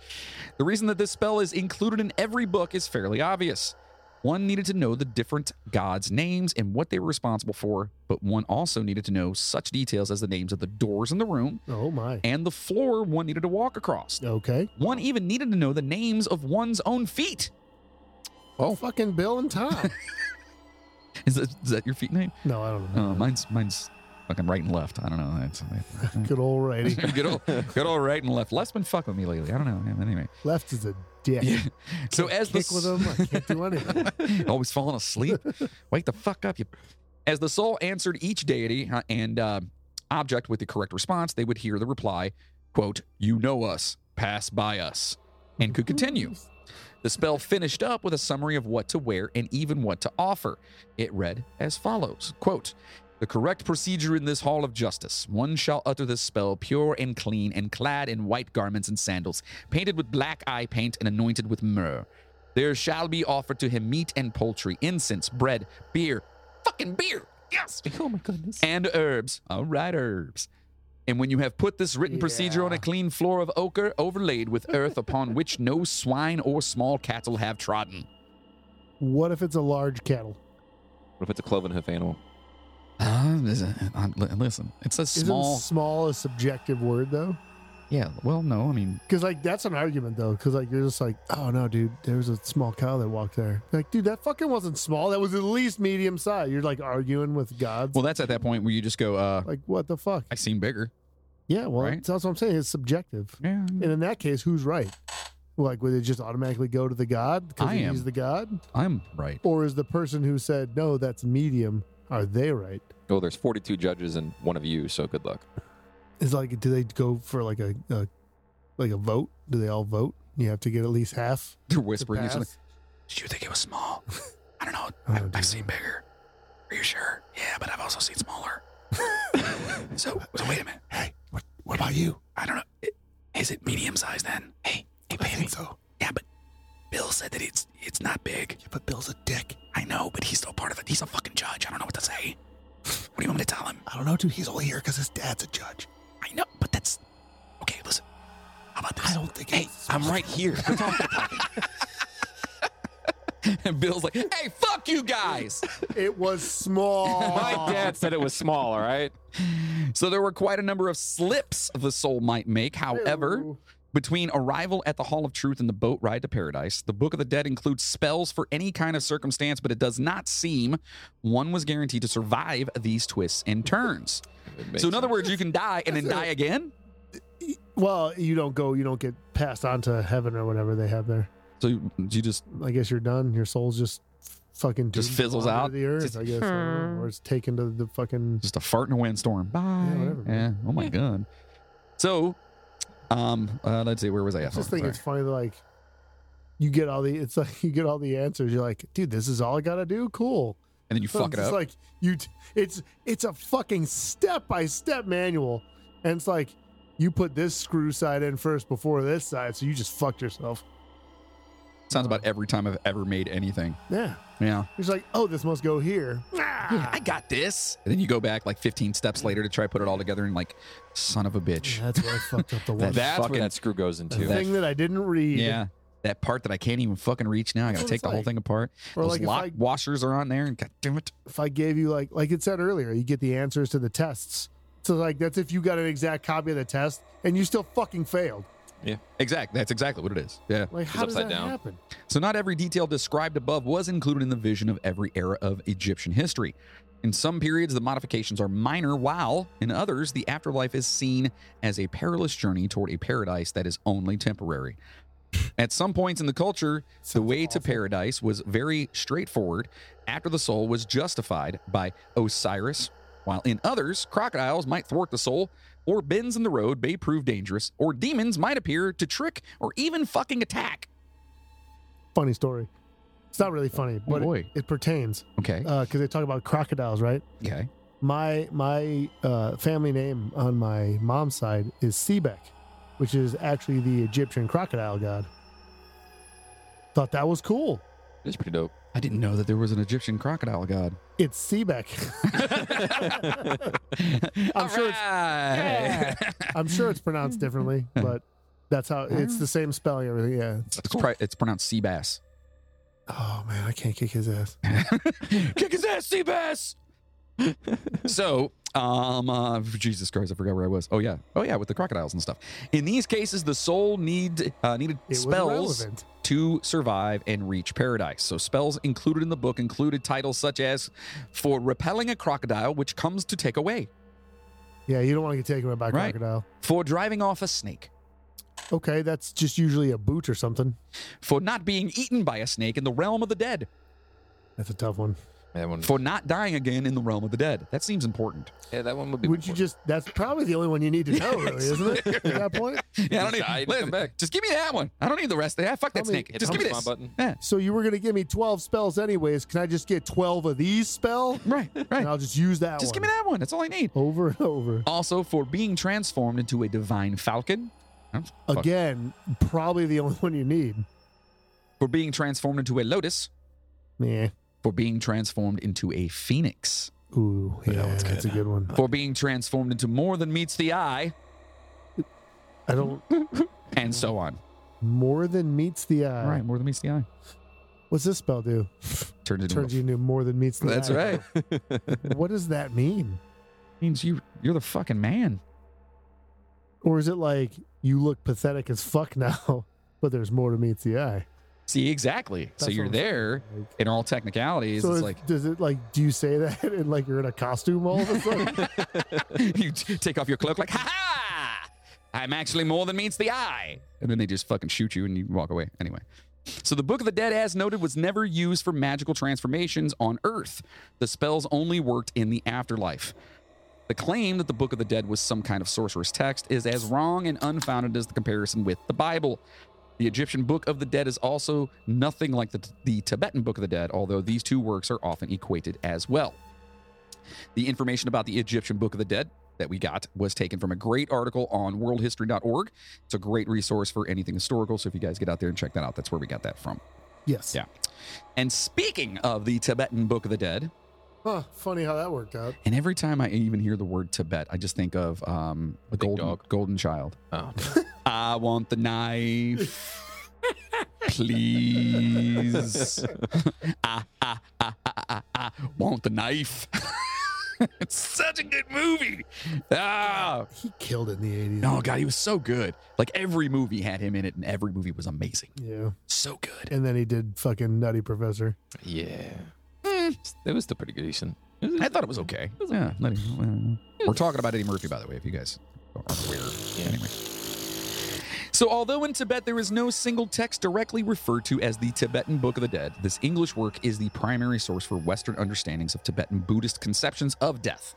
Speaker 2: The reason that this spell is included in every book is fairly obvious. One needed to know the different gods' names and what they were responsible for, but one also needed to know such details as the names of the doors in the room
Speaker 4: Oh my.
Speaker 2: and the floor one needed to walk across.
Speaker 4: Okay.
Speaker 2: One even needed to know the names of one's own feet.
Speaker 4: Oh, fucking Bill and Tom.
Speaker 2: Is that, is that your feet name?
Speaker 4: no, I don't
Speaker 2: Oh,
Speaker 4: know.
Speaker 2: mine's mine's fucking right and left. I don't know. That's,
Speaker 4: good old righty.
Speaker 2: good old good old right and left. Left's been fucking with me lately. I don't know. Yeah, Anyway,
Speaker 4: Left is a dick.
Speaker 2: Yeah. so as the
Speaker 4: Kick with him. I can't do anything.
Speaker 2: always falling asleep. Wake the fuck up, you. As the soul answered each deity uh, and uh, object with the correct response, they would hear the reply, "quote You know us, pass by us," and could continue. The spell finished up with a summary of what to wear and even what to offer. It read as follows: "Quote." The correct procedure in this hall of justice. One shall utter this spell pure and clean and clad in white garments and sandals, painted with black eye paint and anointed with myrrh. There shall be offered to him meat and poultry, incense, bread, beer, fucking beer, yes,
Speaker 3: Oh my goodness.
Speaker 2: and herbs. All right, herbs. And when you have put this written procedure on a
Speaker 4: Yeah.
Speaker 2: clean floor of ochre, overlaid with earth upon which no swine or small cattle have trodden.
Speaker 4: What if it's a large cattle?
Speaker 3: What if it's a cloven hoof animal?
Speaker 2: Uh, listen, it says
Speaker 4: Isn't small a subjective word though?
Speaker 2: Yeah, well, no, I mean,
Speaker 4: Because like that's an argument though. Because like you're just like, oh no, dude, there was a small cow that walked there. Like, dude, that fucking wasn't small. That was at least medium size. You're like arguing with gods.
Speaker 2: well, that's at that point where you just go, uh,
Speaker 4: like what the fuck?
Speaker 2: I seem bigger.
Speaker 4: Yeah, well,
Speaker 2: Right?
Speaker 4: that's what I'm saying. It's subjective.
Speaker 2: Yeah.
Speaker 4: And in that case, who's right? Like, would it just automatically go to the god because
Speaker 2: I
Speaker 4: he's
Speaker 2: am.
Speaker 4: the god,
Speaker 2: I'm right.
Speaker 4: or is the person who said no, that's medium? Are they right?
Speaker 3: Oh, there's 42 judges and one of you, so good luck.
Speaker 4: Is like, do they go for like a, a like a vote? Do they all vote? You have to get at least half.
Speaker 2: They're
Speaker 4: to
Speaker 2: whispering each other.
Speaker 4: pass?
Speaker 2: Did you think it was small? I don't know.
Speaker 5: Oh,
Speaker 4: I don't know, dude.
Speaker 2: seen bigger. Are you sure? Yeah, but I've also seen smaller. so, so wait a minute. Hey, what, what about you? I don't know. Is it medium sized then? Hey, hey, baby. so. Yeah, but Bill said that it's it's not big. Yeah, but Bill's a dick. I know, but he's still part of it. He's a fucking judge. I don't know what to say. what do you want me to tell him?
Speaker 5: I don't know, dude. He's only here because his dad's a judge.
Speaker 2: I know, but that's okay. Listen, how about this?
Speaker 5: I don't think.
Speaker 2: Hey,
Speaker 5: it's-
Speaker 2: I'm right here. and Bill's like, "Hey, fuck you guys."
Speaker 4: It was small.
Speaker 3: My dad said it was small, all right?
Speaker 2: So there were quite a number of slips the soul might make. However,
Speaker 4: Ew.
Speaker 2: between arrival at the Hall of Truth and the boat ride to paradise, the Book of the Dead includes spells for any kind of circumstance, but it does not seem one was guaranteed to survive these twists and turns. So, in other words, you can die and then die again.
Speaker 4: Well, you don't go. You don't get passed on to heaven or whatever they have there.
Speaker 2: So you you just
Speaker 4: I guess you're done. Your soul's just fucking
Speaker 2: Just
Speaker 4: doomed to
Speaker 2: fizzles
Speaker 4: wander
Speaker 2: out. Oh,
Speaker 4: the earth.
Speaker 2: Just-
Speaker 4: I guess, or, or it's taken to the fucking.
Speaker 2: just a fart in a windstorm. Bye. Yeah.
Speaker 4: whatever, man.
Speaker 2: Oh my god. So, um, uh, let's see. Where was I?
Speaker 4: I
Speaker 2: at?
Speaker 4: just
Speaker 2: Hold
Speaker 4: think
Speaker 2: on,
Speaker 4: it's funny. that, Like you get all the. It's like you get all the answers. You're like, dude, this is all I gotta do. Cool.
Speaker 2: sorry. and then you
Speaker 4: But
Speaker 2: fuck it
Speaker 4: it's
Speaker 2: up.
Speaker 4: Like you, t- it's it's a fucking step by step manual, and it's like you put this screw side in first before this side, so you just fucked yourself.
Speaker 2: Sounds about every time I've ever made anything.
Speaker 4: Yeah.
Speaker 2: Yeah.
Speaker 4: It's like, oh, this must go here.
Speaker 2: I got this. And then you go back like 15 steps later to try to put it all together and like, son of a bitch.
Speaker 4: That's where I fucked up the one
Speaker 2: That-
Speaker 3: That's
Speaker 2: fucking-
Speaker 3: where that screw goes into.
Speaker 4: thing that I didn't read.
Speaker 2: Yeah. That part that I can't even fucking reach now. I
Speaker 4: That's
Speaker 2: gotta
Speaker 4: what
Speaker 2: take
Speaker 4: it's
Speaker 2: the whole
Speaker 4: like.
Speaker 2: thing apart.
Speaker 4: Or
Speaker 2: Those
Speaker 4: like if
Speaker 2: lock
Speaker 4: I-
Speaker 2: washers are on there and god damn it.
Speaker 4: If I gave you like like it said earlier, you get the answers to the tests. So like that's if you got an exact copy of the test and you still fucking failed.
Speaker 2: Exactly. That's exactly what it is. Yeah.
Speaker 4: Like
Speaker 3: It's
Speaker 4: how does
Speaker 3: upside
Speaker 4: that
Speaker 3: down.
Speaker 4: happen?
Speaker 2: So, not every detail described above was included in the vision of every era of Egyptian history. In some periods, the modifications are minor, while in others, the afterlife is seen as a perilous journey toward a paradise that is only temporary. At some points in the culture, the way to paradise was very straightforward after the soul was justified by Osiris, while in others, crocodiles might thwart the soul, or bends in the road may prove dangerous, or demons might appear to trick or even fucking attack.
Speaker 4: Funny story. It's not really funny, but it,
Speaker 2: Oh, boy.
Speaker 4: it pertains
Speaker 2: Okay.
Speaker 4: because they talk about crocodiles, right?
Speaker 2: Okay.
Speaker 4: My my uh, family name on my mom's side is Sebek, which is actually the Egyptian crocodile god. Thought that was cool.
Speaker 3: It's pretty dope.
Speaker 2: I didn't know that there was an Egyptian crocodile god.
Speaker 4: It's Sebek. I'm sure it's- I'm sure it's pronounced differently, but that's how it's the same spelling. Everything, yeah. It's-
Speaker 2: It's, pri- it's pronounced sea bass.
Speaker 4: oh man, I can't kick his ass.
Speaker 2: Kick his ass, sea bass. so, um, uh, Jesus Christ, I forgot where I was. Oh yeah, oh yeah, with the crocodiles and stuff. In these cases, the soul need uh, needed
Speaker 4: It was
Speaker 2: spells
Speaker 4: relevant.
Speaker 2: to survive and reach paradise. So, spells included in the book included titles such as "For repelling a crocodile which comes to take away,"
Speaker 4: Yeah, you don't want to get taken away by a
Speaker 2: Right.
Speaker 4: crocodile.
Speaker 2: "For driving off a snake,"
Speaker 4: Okay, that's just usually a boot or something.
Speaker 2: "For not being eaten by a snake in the realm of the dead."
Speaker 4: That's a tough one.
Speaker 3: That one.
Speaker 2: for not dying again in the realm of the dead. That seems important.
Speaker 3: Yeah, that one would be.
Speaker 4: Would you just? That's probably the only one you need to know, really, isn't it? At that point.
Speaker 2: Yeah, I don't
Speaker 3: Just die
Speaker 2: need.
Speaker 3: and come
Speaker 2: listen,
Speaker 3: back.
Speaker 2: Just give me that one. I don't need the rest. Yeah, fuck
Speaker 4: Tell
Speaker 2: that
Speaker 4: me-
Speaker 2: snake.
Speaker 3: Hit
Speaker 2: Just
Speaker 3: the
Speaker 2: give me
Speaker 3: spawn
Speaker 2: this.
Speaker 3: button.
Speaker 2: Yeah,
Speaker 4: So you were gonna give me twelve spells anyways. Can I just get twelve of these spell?
Speaker 2: right,
Speaker 4: And
Speaker 2: right.
Speaker 4: I'll just use that.
Speaker 2: Just give
Speaker 4: one
Speaker 2: me that one. That's all I need.
Speaker 4: over and over
Speaker 2: Also, for being transformed into a divine falcon. That's- Oh, fuck.
Speaker 4: again. Probably the only one you need.
Speaker 2: For being transformed into a lotus.
Speaker 4: Yeah.
Speaker 2: For being transformed into a phoenix.
Speaker 4: Ooh, yeah, that's a good one.
Speaker 2: For being transformed into more than meets the eye,
Speaker 4: I don't.
Speaker 2: and so on.
Speaker 4: More than meets the eye.
Speaker 2: All right, more than meets the eye.
Speaker 4: What's this spell do?
Speaker 2: Turns into.
Speaker 4: Turns
Speaker 2: Turns
Speaker 4: you into more than meets the
Speaker 2: That's
Speaker 4: eye.
Speaker 2: right.
Speaker 4: What does that mean?
Speaker 2: Means you. You're the fucking man.
Speaker 4: Or is it like you look pathetic as fuck now, but there's more to meets the eye?
Speaker 2: See exactly. so
Speaker 4: That's
Speaker 2: you're
Speaker 4: what I'm saying,
Speaker 2: there
Speaker 4: like-
Speaker 2: in all technicalities.
Speaker 4: so
Speaker 2: it's
Speaker 4: it-
Speaker 2: like
Speaker 4: does it like do you say that and like you're in a costume all of a sudden?
Speaker 2: you t- take off your cloak like, ha ha! I'm actually more than meets the eye. And then they just fucking shoot you and you walk away. Anyway. So the Book of the Dead, as noted, was never used for magical transformations on Earth. The spells only worked in the afterlife. The claim that the Book of the Dead was some kind of sorcerer's text is as wrong and unfounded as the comparison with the Bible. The Egyptian Book of the Dead is also nothing like the, the Tibetan Book of the Dead, although these two works are often equated as well. The information about the Egyptian Book of the Dead that we got was taken from a great article on worldhistory.org. It's a great resource for anything historical. So if you guys get out there and check that out, that's where we got that from.
Speaker 4: yes.
Speaker 2: Yeah. And speaking of the Tibetan Book of the Dead,
Speaker 4: Huh, funny how that worked out.
Speaker 2: and every time I even hear the word Tibet, I just think of um, the
Speaker 3: Big
Speaker 2: golden,
Speaker 3: dog.
Speaker 2: golden child.
Speaker 3: Oh,
Speaker 2: I want the knife. Ah, Please. I, I, I, I, I, I want the ah. knife. it's such a good movie. Ah,
Speaker 4: He killed it in the eighties.
Speaker 2: oh god, he was so good. Like every movie had him in it, and every movie was amazing.
Speaker 4: Yeah.
Speaker 2: So good.
Speaker 4: And then he did fucking Nutty Professor.
Speaker 3: Yeah. It was still pretty good, decent.
Speaker 2: I thought it was okay. Yeah, let him- we're talking about Eddie Murphy, by the way, if you guys are aware. Anyway. So, although in Tibet there is no single text directly referred to as the Tibetan Book of the Dead, this English work is the primary source for Western understandings of Tibetan Buddhist conceptions of death.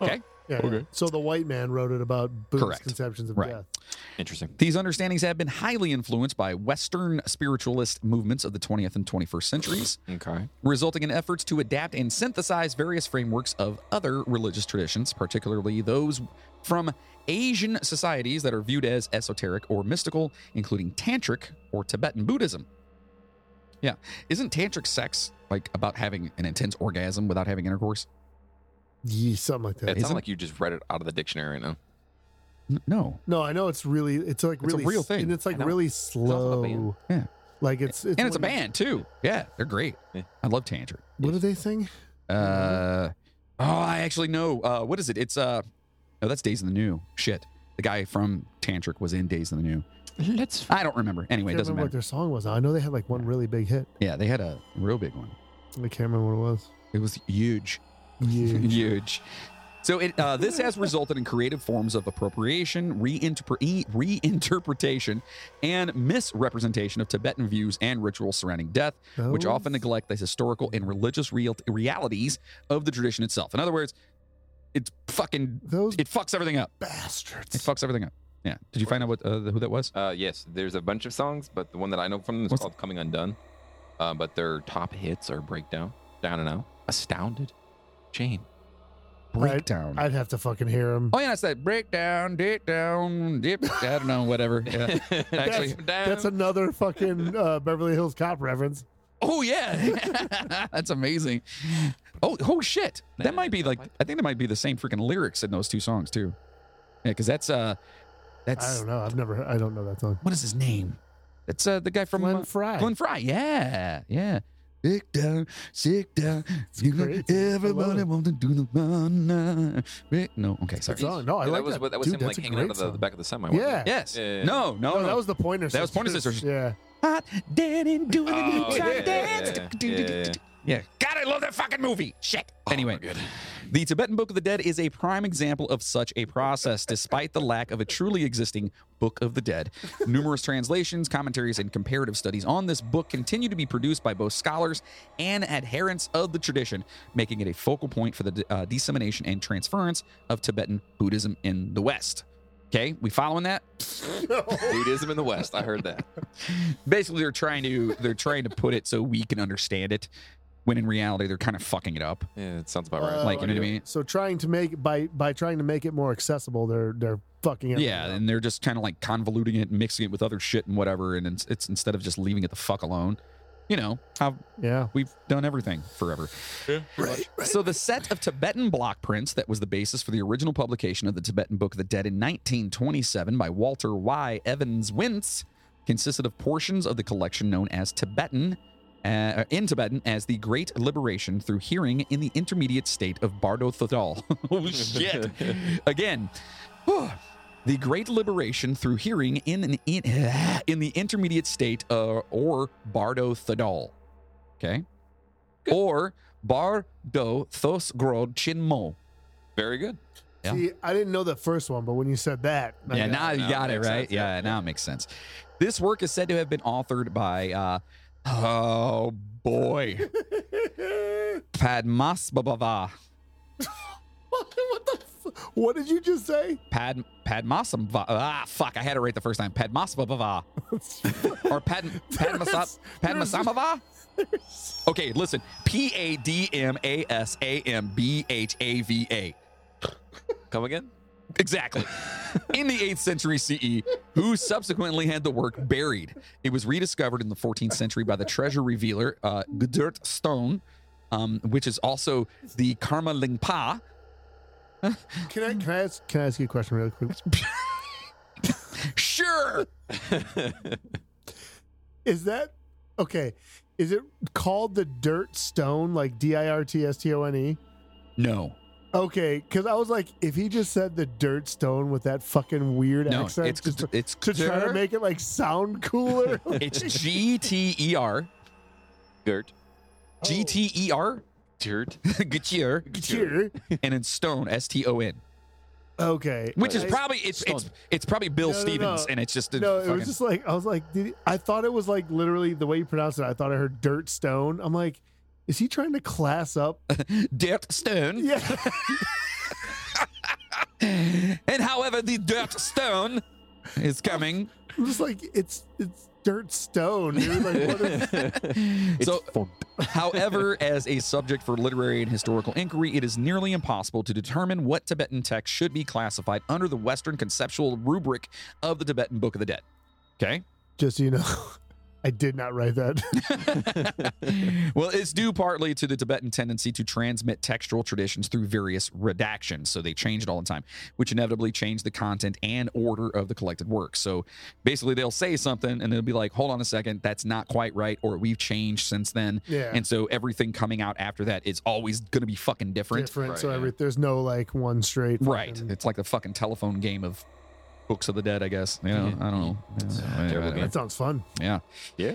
Speaker 2: Okay?
Speaker 4: Yeah.
Speaker 2: Okay.
Speaker 4: So the white man wrote it about Buddhist
Speaker 2: Correct.
Speaker 4: conceptions of
Speaker 2: Right.
Speaker 4: death.
Speaker 3: Interesting.
Speaker 2: These understandings have been highly influenced by Western spiritualist movements of the 20th and 21st centuries.
Speaker 3: Okay.
Speaker 2: resulting in efforts to adapt and synthesize various frameworks of other religious traditions, particularly those from Asian societies that are viewed as esoteric or mystical, including Tantric or Tibetan Buddhism. Yeah. Isn't Tantric sex like about having an intense orgasm without having intercourse?
Speaker 4: Yeah, something like that.
Speaker 3: It sounds
Speaker 2: Isn't-
Speaker 3: like you just read it out of the dictionary right now.
Speaker 2: N- no.
Speaker 4: No, I know it's really it's like
Speaker 2: It's a
Speaker 4: really
Speaker 2: real
Speaker 4: s-
Speaker 2: thing.
Speaker 4: and it's like
Speaker 3: I know.
Speaker 4: really
Speaker 3: also a band.
Speaker 4: slow.
Speaker 2: Yeah.
Speaker 4: like it's, it's
Speaker 2: and it's a
Speaker 4: when-
Speaker 2: band too. Yeah. They're great.
Speaker 3: Yeah.
Speaker 2: I love Tantric.
Speaker 4: What do they sing?
Speaker 2: Uh, oh, I actually know. Uh, what is it? It's uh, no, that's Days of the New. Shit, the guy from Tantric was in Days of the New.
Speaker 3: Let's.
Speaker 2: I don't remember. Anyway,
Speaker 4: I
Speaker 2: it
Speaker 4: can't
Speaker 2: doesn't
Speaker 4: remember what
Speaker 2: matter.
Speaker 4: their song was. I know they had like one really big hit.
Speaker 2: Yeah, they had a real big one.
Speaker 4: I can't remember what it was.
Speaker 2: It was huge,
Speaker 4: Yeah.
Speaker 2: huge. So it uh, this has resulted in creative forms of appropriation, reinterpre- e- reinterpretation, and misrepresentation of Tibetan views and rituals surrounding death, which
Speaker 4: Oh.
Speaker 2: often neglect the historical and religious real- realities of the tradition itself. In other words, it's fucking
Speaker 4: Those
Speaker 2: it fucks everything up.
Speaker 4: bastards.
Speaker 2: It fucks everything up. Yeah. Did you find out what uh, who that was?
Speaker 3: Uh, yes, there's a bunch of songs, but the one that I know from them is
Speaker 2: What's-
Speaker 3: called Coming Undone. Uh, but their top hits are Breakdown, Down and Out, Astounded, Shame.
Speaker 2: Breakdown.
Speaker 4: I'd have to fucking hear them.
Speaker 2: oh yeah, that's that breakdown, dip down, dip. I don't know, whatever. Yeah. Actually,
Speaker 4: That's another fucking uh, Beverly Hills Cop reference.
Speaker 2: oh yeah, that's amazing. Oh oh shit, that might be like I think that might be the same freaking lyrics in those two songs too. Yeah, because that's uh,
Speaker 4: I
Speaker 2: that's
Speaker 4: don't know. I've never. I don't know that song.
Speaker 2: what is his name? That's uh the guy from
Speaker 4: Glenn
Speaker 2: uh,
Speaker 4: Fry.
Speaker 2: Glenn Fry. Yeah, yeah. Sick down, sick down. You know,
Speaker 4: great. I love
Speaker 2: Everybody
Speaker 4: it.
Speaker 2: want to do the one. night. No, okay, sorry.
Speaker 4: Good song. No, I
Speaker 3: yeah,
Speaker 4: like
Speaker 3: that was
Speaker 4: that.
Speaker 3: what- that was
Speaker 4: Dude,
Speaker 3: him like
Speaker 4: that's a
Speaker 3: hanging out
Speaker 4: great
Speaker 3: of the, the
Speaker 4: song.
Speaker 3: back of the semi. wasn't
Speaker 4: Yeah.
Speaker 3: it?
Speaker 2: Yes.
Speaker 3: Yeah, yeah, yeah.
Speaker 2: No, no,
Speaker 4: No, that was the Pointer
Speaker 2: That
Speaker 4: Sisters.
Speaker 2: was Pointer Sisters.
Speaker 4: Yeah.
Speaker 2: hot, dead, and doing the
Speaker 3: Oh,
Speaker 2: new
Speaker 3: yeah, yeah,
Speaker 2: yeah, dance.
Speaker 3: yeah, yeah, Oh, yeah.
Speaker 2: Yeah. God, I love that fucking movie. Shit. anyway,
Speaker 3: good.
Speaker 2: the Tibetan Book of the Dead is a prime example of such a process, despite the lack of a truly existing Book of the Dead. Numerous translations, commentaries, and comparative studies on this book continue to be produced by both scholars and adherents of the tradition, making it a focal point for the uh, dissemination and transference of Tibetan Buddhism in the West. Okay, we following that?
Speaker 3: Buddhism in the West. I heard that.
Speaker 2: basically they're trying to they're trying to put it so we can understand it when in reality they're kind of fucking it up
Speaker 3: Yeah, it sounds about right.
Speaker 4: Oh,
Speaker 2: like you know what i
Speaker 4: yeah.
Speaker 2: mean
Speaker 4: So trying to make by by trying to make it more accessible, they're they're fucking. everything
Speaker 2: yeah
Speaker 4: up.
Speaker 2: and they're just kind of like convoluting it and mixing it with other shit and whatever and it's, it's instead of just leaving it the fuck alone you know how
Speaker 4: yeah.
Speaker 2: we've done everything forever
Speaker 5: Right, right.
Speaker 2: so the set of tibetan block prints that was the basis for the original publication of the tibetan book of the dead in 1927 by walter y evans wintz consisted of portions of the collection known as tibetan uh, in Tibetan as the Great Liberation through hearing in the intermediate state of Bardo Thodol. oh, shit. Again. whew. The Great Liberation through hearing in an in, in the intermediate state uh, or Bardo Thodol. Okay? Or Bardo Thosgrod Chinmo.
Speaker 3: Very good.
Speaker 2: Yeah.
Speaker 4: See, I didn't know the first one, but when you said that, I
Speaker 2: Yeah,
Speaker 4: got
Speaker 2: now
Speaker 4: it.
Speaker 2: you
Speaker 3: now
Speaker 2: got
Speaker 3: it
Speaker 2: it,
Speaker 3: makes
Speaker 2: right?
Speaker 3: sense, yeah,
Speaker 2: yeah,
Speaker 3: yeah.
Speaker 2: now it makes sense. This work is said to have been authored by, uh, oh boy, Padmasambhava.
Speaker 4: what the? F- what did you just say?
Speaker 2: Pad Padmasambhava. Ah, fuck, I had it right the first time. Padmasambhava. or Pad Padmasa,
Speaker 4: There's-
Speaker 2: Padmasambhava? Okay, listen. P A D M A S A M B H A V A.
Speaker 3: Come again?
Speaker 2: Exactly. In the 8th century CE, who subsequently had the work buried. It was rediscovered in the 14th century by the treasure revealer, uh, Gudert Stone, um, which is also the Karma Lingpa.
Speaker 4: Can I can I ask can I ask you a question really quick?
Speaker 2: Sure.
Speaker 4: Is that okay? Is it called the dirt stone like D I R T S T O N E?
Speaker 2: No.
Speaker 4: Okay, because I was like, if he just said the dirt stone with that fucking weird
Speaker 2: No,
Speaker 4: accent,
Speaker 2: it's
Speaker 4: just to,
Speaker 2: it's
Speaker 4: to try to
Speaker 2: ter-
Speaker 4: make it like sound cooler.
Speaker 2: it's G T E R
Speaker 4: Oh.
Speaker 3: Gert.
Speaker 2: G T E R
Speaker 3: Dirt.
Speaker 2: Gutier
Speaker 4: Here.
Speaker 2: and then Stone S T O N,
Speaker 4: Okay,
Speaker 2: which is
Speaker 4: I-
Speaker 2: probably it's it's
Speaker 3: Stone.
Speaker 2: it's probably Bill
Speaker 4: No, no,
Speaker 2: Stevens,
Speaker 4: no.
Speaker 2: and it's just a
Speaker 4: no. It
Speaker 2: fucking-
Speaker 4: was just like I was like, did he- I thought it was like literally the way you pronounce it. I thought I heard dirt stone. I'm like, is he trying to class up?
Speaker 2: dirt stone.
Speaker 4: Yeah,
Speaker 2: and however, the dirt stone is coming.
Speaker 4: I'm just like it's it's dirt stone. dude. Like, what is-
Speaker 2: so, however, as a subject for literary and historical inquiry, it is nearly impossible to determine what Tibetan text should be classified under the Western conceptual rubric of the Tibetan Book of the Dead. Okay.
Speaker 4: just so you know, I did not write that.
Speaker 2: well, it's due partly to the Tibetan tendency to transmit textual traditions through various redactions. So they change it all the time, which inevitably change the content and order of the collected works. So basically, they'll say something and they'll be like, hold on a second, that's not quite right, or we've changed since then.
Speaker 4: Yeah.
Speaker 2: And so everything coming out after that is always going to be fucking different.
Speaker 4: Different,
Speaker 3: Right,
Speaker 4: so
Speaker 3: yeah.
Speaker 4: every, there's no like one straight.
Speaker 2: Right.
Speaker 4: fucking-
Speaker 2: It's like the fucking telephone game of Books of the Dead, I guess. You know, I don't know. uh, Yeah,
Speaker 3: terrible
Speaker 2: whatever.
Speaker 3: game.
Speaker 4: That sounds fun.
Speaker 2: Yeah.
Speaker 3: Yeah.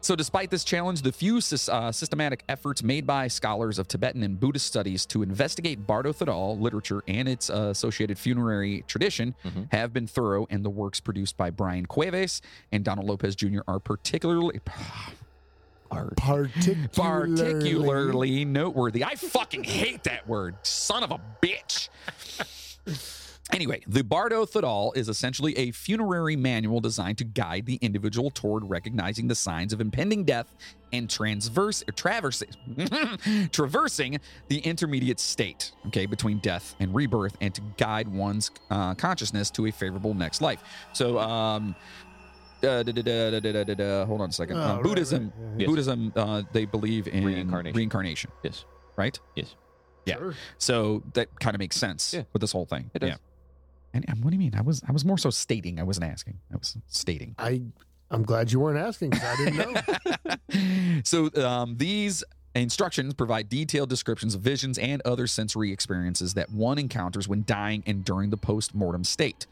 Speaker 2: So, despite this challenge, the few sys- uh, systematic efforts made by scholars of Tibetan and Buddhist studies to investigate Bardo Thadal literature and its uh, associated funerary tradition
Speaker 3: Mhm.
Speaker 2: have been thorough, and the works produced by Brian Cueves and Donald Lopez Jr. are particularly. ah, Are
Speaker 4: Particularly.
Speaker 2: particularly noteworthy. I fucking hate that word, son of a bitch. Anyway, the Bardo Thadal is essentially a funerary manual designed to guide the individual toward recognizing the signs of impending death and transverse traversing traversing the intermediate state, okay, between death and rebirth, and to guide one's uh, consciousness to a favorable next life. So, um, uh, da, da, da, da, da, da, da, da, hold on a second.
Speaker 4: Oh,
Speaker 2: Uh,
Speaker 4: right,
Speaker 2: Buddhism,
Speaker 4: right, yeah, yeah.
Speaker 3: Yes.
Speaker 2: Buddhism, uh, they believe in
Speaker 3: Reincarnation.
Speaker 2: reincarnation,
Speaker 3: Yes.
Speaker 2: right? Yeah.
Speaker 4: Sure.
Speaker 2: So that kind of makes sense
Speaker 3: Yeah.
Speaker 2: with this whole thing.
Speaker 3: It does.
Speaker 2: Yeah. And, and what do you mean? I was I was more so stating. I wasn't asking. I was stating.
Speaker 4: I I'm glad you weren't asking 'cause I didn't know.
Speaker 2: so um, these instructions provide detailed descriptions of visions and other sensory experiences that one encounters when dying and during the post-mortem state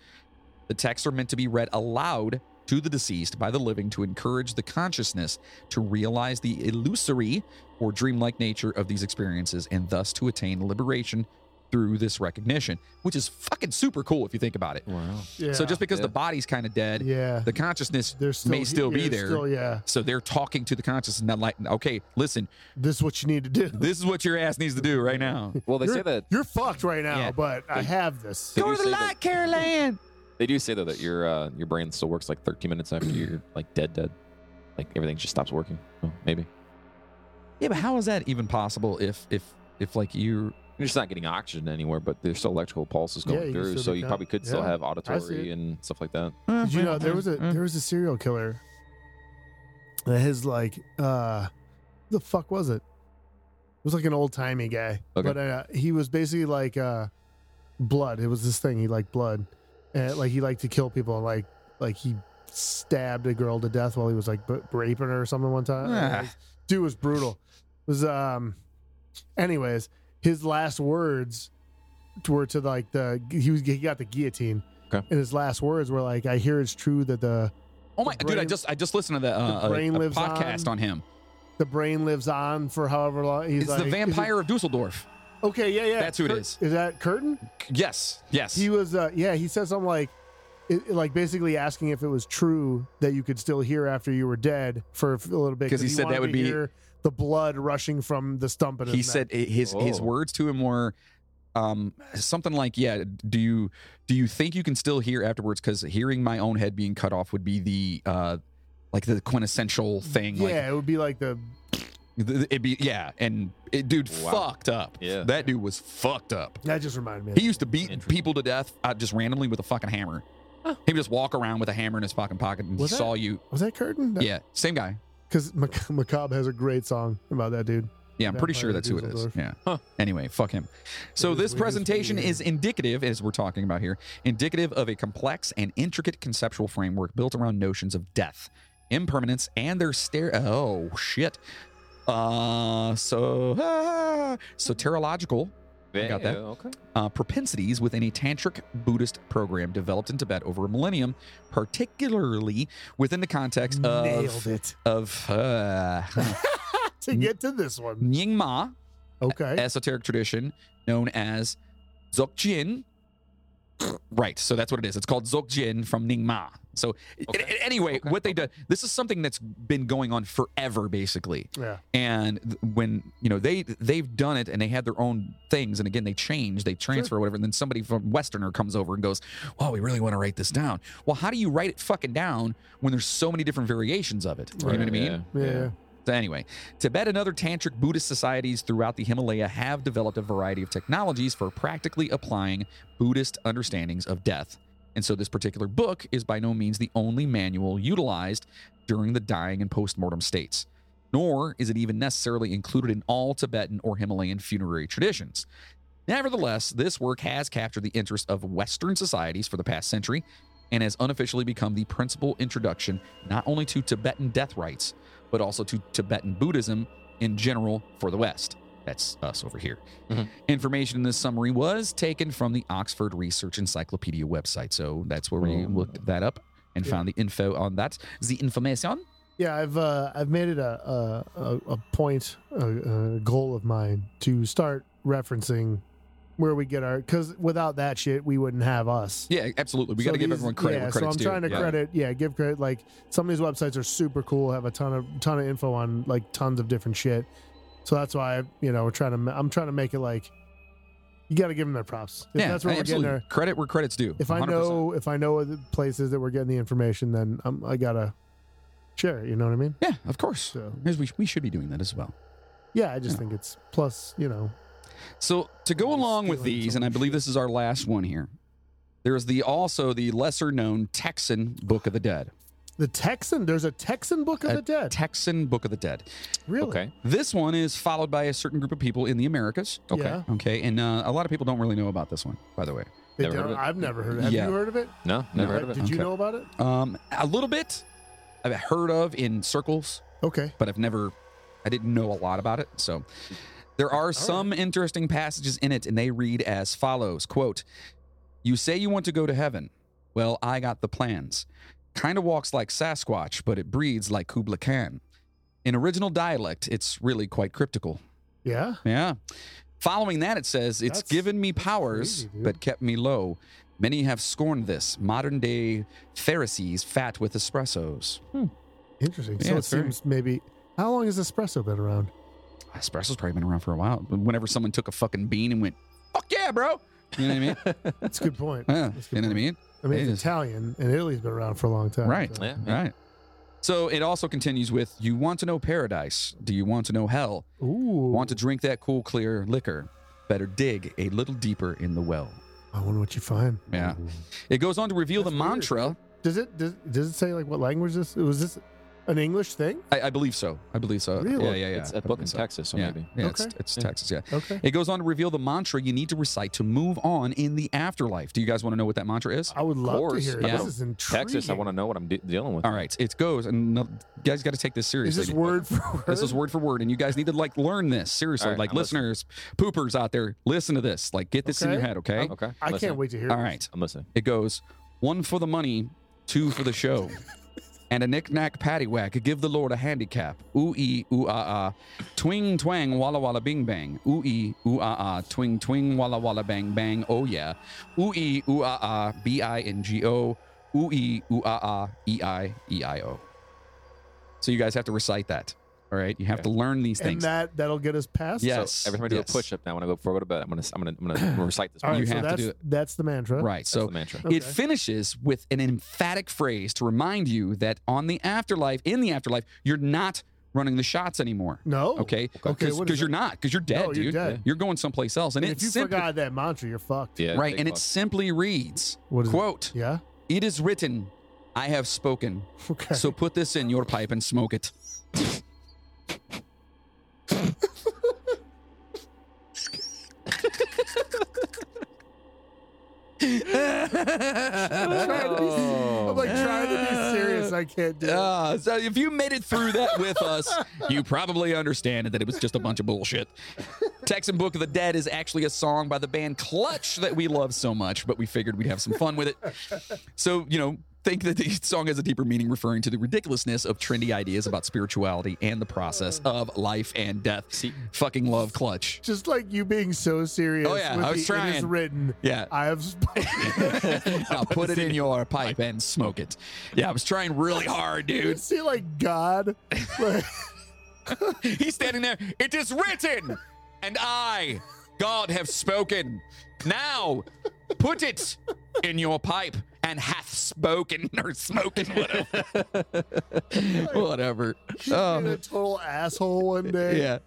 Speaker 2: the texts are meant to be read aloud to the deceased by the living to encourage the consciousness to realize the illusory or dreamlike nature of these experiences and thus to attain liberation through this recognition which is fucking super cool if you think about it
Speaker 3: Wow.
Speaker 4: Yeah.
Speaker 2: so just because
Speaker 3: Yeah.
Speaker 2: the body's kind of dead
Speaker 4: yeah,
Speaker 2: the consciousness
Speaker 4: there's still,
Speaker 2: may still be
Speaker 4: yeah,
Speaker 2: there.
Speaker 4: Still, yeah,
Speaker 2: so they're talking to the consciousness, not like, okay, listen,
Speaker 4: this is what you need to do.
Speaker 2: this is what your ass needs to do right now.
Speaker 3: Well, they
Speaker 4: You're-
Speaker 3: say that
Speaker 4: You're fucked right now,
Speaker 2: Yeah.
Speaker 4: but I have this.
Speaker 3: They do say that-
Speaker 2: Caroline.
Speaker 3: They do say though that your uh, your brain still works like 13 minutes after you're like dead, dead. Like everything just stops working. Well, maybe
Speaker 2: Yeah, but how is that even possible if if if like you
Speaker 3: you're just not getting oxygen anywhere, but there's still electrical pulses going
Speaker 4: Yeah, you can
Speaker 3: through,
Speaker 4: still
Speaker 3: so
Speaker 4: get
Speaker 3: you
Speaker 4: that.
Speaker 3: probably could still
Speaker 4: Yeah,
Speaker 3: have
Speaker 4: see
Speaker 3: auditory
Speaker 4: it.
Speaker 3: and stuff like that.
Speaker 2: uh,
Speaker 4: Did you know there was
Speaker 2: Mm-hmm.
Speaker 4: a there was a serial killer? And His like uh, the fuck was it? It was like an old timey guy,
Speaker 3: Okay.
Speaker 4: but uh, he was basically like uh, blood. It was this thing he liked blood, and like he liked to kill people. Like like he stabbed a girl to death while he was like b- raping her or something one time.
Speaker 2: Ah.
Speaker 4: Dude was brutal. was um, anyways, his last words were to like the he was he got the guillotine.
Speaker 3: Okay.
Speaker 4: And his last words were like, "I hear it's true that the
Speaker 2: Oh my
Speaker 4: the
Speaker 2: dude, I
Speaker 4: brain-
Speaker 2: just I just listened to the, uh,
Speaker 4: the
Speaker 2: a-
Speaker 4: brain
Speaker 2: a
Speaker 4: lives
Speaker 2: podcast on,
Speaker 4: on.
Speaker 2: him.
Speaker 4: the brain lives on for however long." He's
Speaker 2: It's
Speaker 4: like,
Speaker 2: the
Speaker 4: is it-
Speaker 2: vampire of Dusseldorf.
Speaker 4: okay, yeah, yeah.
Speaker 2: That's who it
Speaker 4: Cur-
Speaker 2: is.
Speaker 4: Is that Curtin?
Speaker 2: Yes, yes.
Speaker 4: He was. Uh, yeah, he said something like, it, it, like basically asking if it was true that you could still hear after you were dead for a little bit
Speaker 2: 'Cause he said that
Speaker 4: wanted
Speaker 2: would
Speaker 4: to
Speaker 2: be-
Speaker 4: hear the blood rushing from the stump. in
Speaker 2: he
Speaker 4: his neck.
Speaker 2: said i- his his
Speaker 3: Oh.
Speaker 2: words to him were um something like yeah do you do you think you can still hear afterwards because hearing my own head being cut off would be the uh like the quintessential thing like
Speaker 4: "Yeah, it would be like the
Speaker 2: th- th- it'd be yeah and it dude
Speaker 3: Wow.
Speaker 2: fucked up
Speaker 3: Yeah.
Speaker 2: that dude was fucked up
Speaker 4: that just reminded me." Of
Speaker 2: he used to beat
Speaker 3: Interesting.
Speaker 2: people to death uh, just randomly with a fucking hammer he would just walk around with a hammer in his fucking pocket and
Speaker 4: Was
Speaker 2: he
Speaker 4: that-
Speaker 2: saw you
Speaker 4: was that Curtin?
Speaker 2: yeah same guy
Speaker 4: because Mac- Macabre has a great song about that dude.
Speaker 2: Yeah, I'm pretty sure
Speaker 4: Vampire
Speaker 2: that's who it is.
Speaker 4: Dusseldorf.
Speaker 2: Yeah.
Speaker 3: Huh.
Speaker 2: Anyway, fuck him. So
Speaker 4: is
Speaker 2: this
Speaker 4: weird, it's
Speaker 2: presentation
Speaker 4: weird.
Speaker 2: is indicative, as we're talking about here, indicative of a complex and intricate conceptual framework built around notions of death, impermanence, and their stare. Oh shit. Uh, so ah, soteriological I got that.
Speaker 3: Yeah, Okay.
Speaker 2: uh, propensities within a tantric Buddhist program developed in Tibet over a millennium, particularly within the context
Speaker 4: Nailed
Speaker 2: of
Speaker 4: it.
Speaker 2: of uh,
Speaker 4: To get to this one.
Speaker 2: Nyingma
Speaker 4: Okay.
Speaker 2: esoteric tradition known as Dzogchen. Right, so that's what it is. It's called Dzogchen from Nyingma. So a-
Speaker 3: Okay.
Speaker 2: a- anyway,
Speaker 3: Okay.
Speaker 2: what they do, this is something that's been going on forever, basically
Speaker 4: Yeah.
Speaker 2: and th- when you know they they've done it and they had their own things and again they change they transfer or whatever and then somebody from westerner comes over and goes oh we really want to write this down well how do you write it fucking down when there's so many different variations of it you know what i mean
Speaker 4: Yeah. yeah.
Speaker 2: so anyway, Tibet and other tantric Buddhist societies throughout the Himalaya have developed a variety of technologies for practically applying Buddhist understandings of death. And so this particular book is by no means the only manual utilized during the dying and postmortem states. Nor is it even necessarily included in all Tibetan or Himalayan funerary traditions. Nevertheless, this work has captured the interest of Western societies for the past century and has unofficially become the principal introduction not only to Tibetan death rites, but also to Tibetan Buddhism in general for the West. That's us over here.
Speaker 3: Mhm.
Speaker 2: Information in this summary was taken from the Oxford Research Encyclopedia website. So that's where we
Speaker 3: Oh.
Speaker 2: looked that up and
Speaker 4: Yeah.
Speaker 2: found the info on that. The information.
Speaker 4: Yeah, I've uh, I've made it a a, a, a point, a, a goal of mine to start referencing where we get our because without that shit we wouldn't have us.
Speaker 2: Yeah, absolutely. We
Speaker 4: So
Speaker 2: got to give
Speaker 4: these-
Speaker 2: everyone credit.
Speaker 4: Yeah,
Speaker 2: where
Speaker 4: so I'm
Speaker 2: credit's due.
Speaker 4: trying to
Speaker 2: Yeah.
Speaker 4: credit. Yeah, give credit. Like some of these websites are super cool. Have a ton of ton of info on like tons of different shit. So that's why you know we're trying to. ma- I'm trying to make it like you got to give them their props. If
Speaker 2: Yeah,
Speaker 4: that's where we're getting
Speaker 2: absolutely.
Speaker 4: there.
Speaker 2: Credit where credit's due.
Speaker 4: If I
Speaker 2: 100%.
Speaker 4: know if I know the places that we're getting the information, then I'm, I gotta share it. You know what I mean?
Speaker 2: Yeah, of course.
Speaker 4: So
Speaker 2: Here's- We, we should be doing that as well.
Speaker 4: yeah, I just
Speaker 2: Yeah.
Speaker 4: think it's plus. You know,
Speaker 2: So to go
Speaker 4: He's
Speaker 2: along with
Speaker 4: stealing
Speaker 2: these,
Speaker 4: so
Speaker 2: and I
Speaker 4: much
Speaker 2: believe this is our last one here. There is the also the lesser known Texan Book of the Dead.
Speaker 4: the Texan. There's a Texan Book of
Speaker 2: A
Speaker 4: the Dead.
Speaker 2: Texan Book of the Dead.
Speaker 4: really?
Speaker 3: Okay.
Speaker 2: This one is followed by a certain group of people in the Americas.
Speaker 3: Okay.
Speaker 4: Yeah.
Speaker 2: Okay, and uh, a lot of people don't really know about this one, by the way.
Speaker 4: They
Speaker 3: Never heard
Speaker 4: don't-
Speaker 3: of it.
Speaker 4: I've never heard. of it. Have
Speaker 2: Yeah.
Speaker 4: you heard of it?
Speaker 3: No,
Speaker 2: No.
Speaker 3: never heard of it.
Speaker 4: Did you
Speaker 2: Okay.
Speaker 4: know about it?
Speaker 2: Um, a little bit I've heard of in circles,
Speaker 4: Okay.
Speaker 2: but I've never, I didn't know a lot about it. So there are some interesting passages in it, and they read as follows: "Quote, you say you want to go to heaven. Well, I got the plans. Kind of walks like Sasquatch, but it breeds like Kubla Khan. In original dialect, it's really quite cryptical.
Speaker 4: Yeah.
Speaker 2: Yeah. Following that, it says, It's
Speaker 4: That's-
Speaker 2: given me powers,
Speaker 4: crazy, dude.
Speaker 2: but kept me low. Many have scorned this. Modern day Pharisees fat with espressos.
Speaker 4: Interesting.
Speaker 2: Yeah,
Speaker 4: so it
Speaker 2: it's very-
Speaker 4: seems maybe. How long has espresso been around?
Speaker 2: Espresso's probably been around for a while. But whenever someone took a fucking bean and went, Fuck yeah, bro. You know what I mean?
Speaker 4: That's a good point.
Speaker 2: Yeah.
Speaker 4: That's a
Speaker 2: You know what I
Speaker 4: good point.
Speaker 2: mean?
Speaker 4: I mean,
Speaker 2: It
Speaker 4: it's
Speaker 2: is.
Speaker 4: Italian, and Italy's been around for a long time.
Speaker 2: Right.
Speaker 4: so-
Speaker 3: Yeah.
Speaker 2: Right. So it also continues with, You want to know paradise? Do you want to know hell?
Speaker 4: Ooh.
Speaker 2: Want to drink that cool, clear liquor? Better dig a little deeper in the well.
Speaker 4: I wonder what you find.
Speaker 2: Yeah. It goes on to reveal
Speaker 4: That's
Speaker 2: the
Speaker 4: weird.
Speaker 2: mantra.
Speaker 4: Does it does, does it say like what language this was this an English thing?
Speaker 2: I, I believe so. I believe so.
Speaker 4: Really?
Speaker 2: Yeah, yeah, yeah.
Speaker 3: It's
Speaker 2: I
Speaker 3: a book
Speaker 2: believe
Speaker 3: in
Speaker 2: so.
Speaker 3: Texas, so
Speaker 2: yeah,
Speaker 3: maybe.
Speaker 2: yeah, it's,
Speaker 4: Okay.
Speaker 2: it's
Speaker 3: Yeah.
Speaker 2: Texas. Yeah,
Speaker 4: Okay.
Speaker 2: it goes on to reveal the mantra you need to recite to move on in the afterlife. Do you guys want to know what that mantra is?
Speaker 4: I would love
Speaker 3: course,
Speaker 4: to hear. it.
Speaker 2: yeah.
Speaker 4: This is intriguing.
Speaker 3: Texas, I want to know what I'm de- dealing with.
Speaker 2: All right, it goes, and no- you guys got to take this
Speaker 4: Is
Speaker 2: seriously.
Speaker 4: this word for word?
Speaker 2: This is word for word, and you guys need to like learn this seriously.
Speaker 3: All right,
Speaker 2: like
Speaker 3: I'm listening.
Speaker 2: listeners, poopers out there, listen to this. Like get this in your
Speaker 4: Okay.
Speaker 2: head, okay?
Speaker 3: Okay.
Speaker 4: I
Speaker 3: listening.
Speaker 4: can't wait to hear.
Speaker 2: All
Speaker 4: it.
Speaker 2: right,
Speaker 3: I'm listening.
Speaker 2: it goes one for the money, two for the show, and a knick knack paddywhack. Give the Lord a handicap. Ooh ee ooh ah ah, twing twang walla walla bing bang. Ooh ee ooh ah ah, twing twing walla walla bang bang. Oh yeah, ooh ee ooh ah ah, b i n g o. Ooh ee ooh ah ah, e i e i o. So you guys have to recite that. All right, you have to learn these
Speaker 4: And
Speaker 2: things.
Speaker 4: that that'll get us past.
Speaker 2: Yeah.
Speaker 4: So-
Speaker 2: Yes,
Speaker 3: So every time I do
Speaker 2: yes.
Speaker 3: a push up now, when I go before I go to bed, I'm gonna I'm gonna I'm gonna recite this.
Speaker 4: All right.
Speaker 2: You
Speaker 4: so
Speaker 2: have to
Speaker 4: that's
Speaker 2: do it.
Speaker 4: that's the mantra.
Speaker 2: right.
Speaker 3: That's
Speaker 2: So
Speaker 3: the mantra.
Speaker 4: Okay.
Speaker 2: It finishes with an emphatic phrase to remind you that on the afterlife, in the afterlife, you're not running the shots anymore.
Speaker 4: No.
Speaker 2: Okay.
Speaker 4: Oh, Okay, what
Speaker 2: Because
Speaker 4: is
Speaker 2: you're
Speaker 4: it?
Speaker 2: not. Because you're dead,
Speaker 4: No,
Speaker 2: dude.
Speaker 4: you're dead.
Speaker 2: You're going someplace else, and
Speaker 4: And if
Speaker 2: it
Speaker 4: you
Speaker 2: simply
Speaker 4: forgot that mantra, you're fucked.
Speaker 3: Yeah.
Speaker 2: right, and
Speaker 3: big
Speaker 2: it simply reads,
Speaker 4: What is it?
Speaker 2: "quote
Speaker 4: Yeah.
Speaker 2: It is written, I have spoken.
Speaker 4: Okay.
Speaker 2: So put this in your pipe and smoke it."
Speaker 4: I'm trying to be, I'm like trying to be serious. I can't do. it.
Speaker 2: Ah, so if you made it through that with us, you probably understand that it was just a bunch of bullshit. Texan Book of the Dead is actually a song by the band Clutch that we love so much, but we figured we'd have some fun with it. So, you know, think that the song has a deeper meaning referring to the ridiculousness of trendy ideas about spirituality and the process of life and death. Fucking love Clutch.
Speaker 4: Just like you being so serious.
Speaker 2: Oh, yeah,
Speaker 4: with
Speaker 2: I was
Speaker 4: the, It is
Speaker 2: trying.
Speaker 4: written.
Speaker 2: Yeah.
Speaker 4: I have.
Speaker 2: Now put it in your pipe and smoke it. Yeah, I was trying really hard,
Speaker 4: you
Speaker 2: dude.
Speaker 4: see, like God. Like,
Speaker 2: He's standing there. It is written, and I, God, have spoken. Now, put it in your pipe and hath spoken or smoking whatever. whatever.
Speaker 4: being a
Speaker 2: Oh,
Speaker 4: total asshole one day.
Speaker 2: yeah.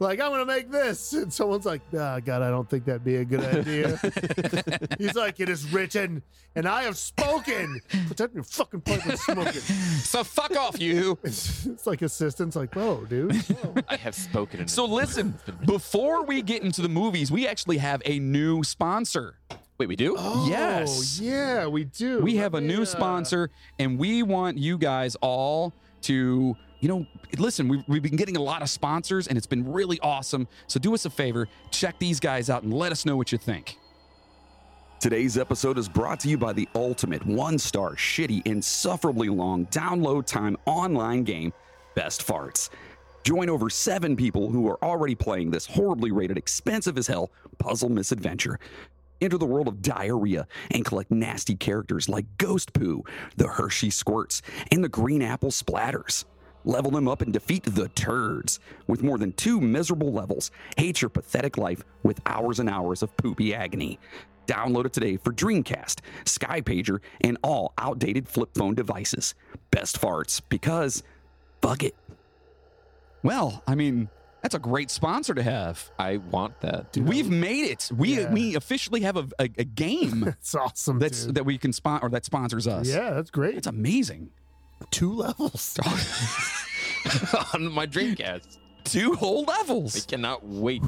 Speaker 4: Like I'm gonna make this, and someone's like, "Ah, God, I don't think that'd be a good idea." He's like, "It is written, and I have spoken. Protect your fucking pipe and smoke it."
Speaker 2: So fuck off, you.
Speaker 4: It's, it's like assistants, like, "Whoa, dude." whoa."
Speaker 3: I have spoken. In
Speaker 2: So listen, before we get into the movies, we actually have a new sponsor.
Speaker 3: wait, we do.
Speaker 2: yes.
Speaker 4: Oh, yeah, we do.
Speaker 2: We
Speaker 4: Let
Speaker 2: have a
Speaker 4: me,
Speaker 2: new
Speaker 4: uh,
Speaker 2: sponsor, and we want you guys all to, you know, listen, we've, we've been getting a lot of sponsors, and it's been really awesome. So do us a favor, check these guys out and let us know what you think.
Speaker 1: Today's episode is brought to you by the ultimate one star, shitty, insufferably long download time online game, Best Farts. Join over seven people who are already playing this horribly rated, expensive as hell puzzle misadventure. Enter the world of diarrhea and collect nasty characters like Ghost Poo, the Hershey Squirts, and the Green Apple Splatters. Level them up and defeat the turds. With more than two miserable levels, hate your pathetic life with hours and hours of poopy agony. Download it today for Dreamcast, Skypager, and all outdated flip phone devices. Best farts because fuck it.
Speaker 2: Well, I mean, that's a great sponsor to have.
Speaker 3: I want that.
Speaker 2: We've made it. We
Speaker 4: Yeah.
Speaker 2: we officially have a, a, a game
Speaker 4: It's awesome.
Speaker 2: that's
Speaker 4: dude.
Speaker 2: that we can sponsor or that sponsors us.
Speaker 4: yeah, that's great.
Speaker 2: It's amazing.
Speaker 4: two levels.
Speaker 3: on my Dreamcast.
Speaker 2: Two whole
Speaker 3: I
Speaker 2: levels.
Speaker 3: cannot wait.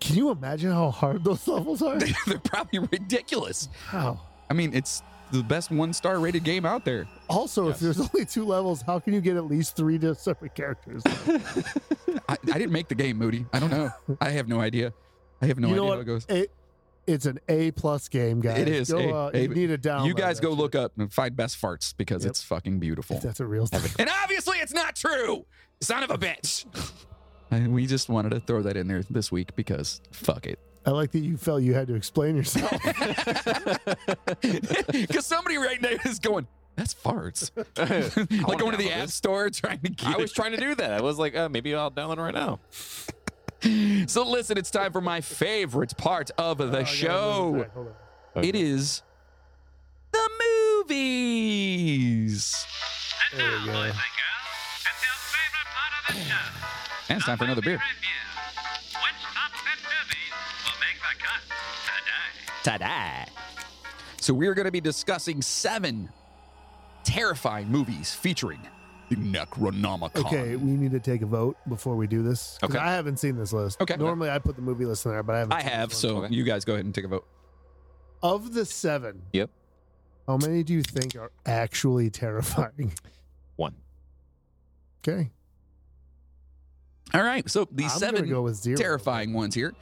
Speaker 4: Can you imagine how hard those levels are?
Speaker 2: They're probably ridiculous.
Speaker 4: How?
Speaker 2: I mean, it's the best one star rated game out there.
Speaker 4: Also, if there's only two levels, how can you get at least three to separate characters?
Speaker 2: I, I didn't make the game, Moody. I don't know. I have no idea. I have no
Speaker 4: you
Speaker 2: idea
Speaker 4: know
Speaker 2: how
Speaker 4: what?
Speaker 2: it goes.
Speaker 4: It, it's an A plus game, guys.
Speaker 2: It is
Speaker 4: Go,
Speaker 2: a-
Speaker 4: uh,
Speaker 2: a-
Speaker 4: you need a download.
Speaker 2: You guys go
Speaker 4: that
Speaker 2: look up and find best farts because
Speaker 4: Yep.
Speaker 2: it's fucking beautiful.
Speaker 4: shit. That's a real thing.
Speaker 2: And obviously, it's not true. Son of a bitch. And we just wanted to throw that in there this week because fuck it.
Speaker 4: I like that you felt you had to explain yourself. Oh,
Speaker 2: Because somebody right now is going, that's farts. like going to the
Speaker 3: download
Speaker 2: app
Speaker 3: this.
Speaker 2: store trying to get
Speaker 3: I was
Speaker 2: it.
Speaker 3: trying to do that. I was like, uh, maybe I'll download it right now.
Speaker 2: So listen, it's time for my favorite part of
Speaker 4: Oh,
Speaker 2: the show. It is the movies.
Speaker 6: And now, boys and girls, it's your favorite part of the show.
Speaker 2: And it's time for another beer.
Speaker 6: Review. Which top 10 movies will make the cut today?
Speaker 2: Ta-da. So we are going to be discussing seven terrifying movies featuring the Necronomicon.
Speaker 4: Okay, we need to take a vote before we do this. 'cause
Speaker 2: Okay.
Speaker 4: I haven't seen this list.
Speaker 2: Okay.
Speaker 4: Normally, I put the movie list in there, but I haven't.
Speaker 2: I
Speaker 4: seen
Speaker 2: have,
Speaker 4: this one.
Speaker 2: so
Speaker 3: Okay.
Speaker 2: you guys go ahead and take a vote.
Speaker 4: of the seven.
Speaker 3: Yep.
Speaker 4: How many do you think are actually terrifying?
Speaker 3: One.
Speaker 4: Okay.
Speaker 2: All right, so the
Speaker 4: I'm gonna
Speaker 2: seven
Speaker 4: go with zero.
Speaker 2: terrifying ones here.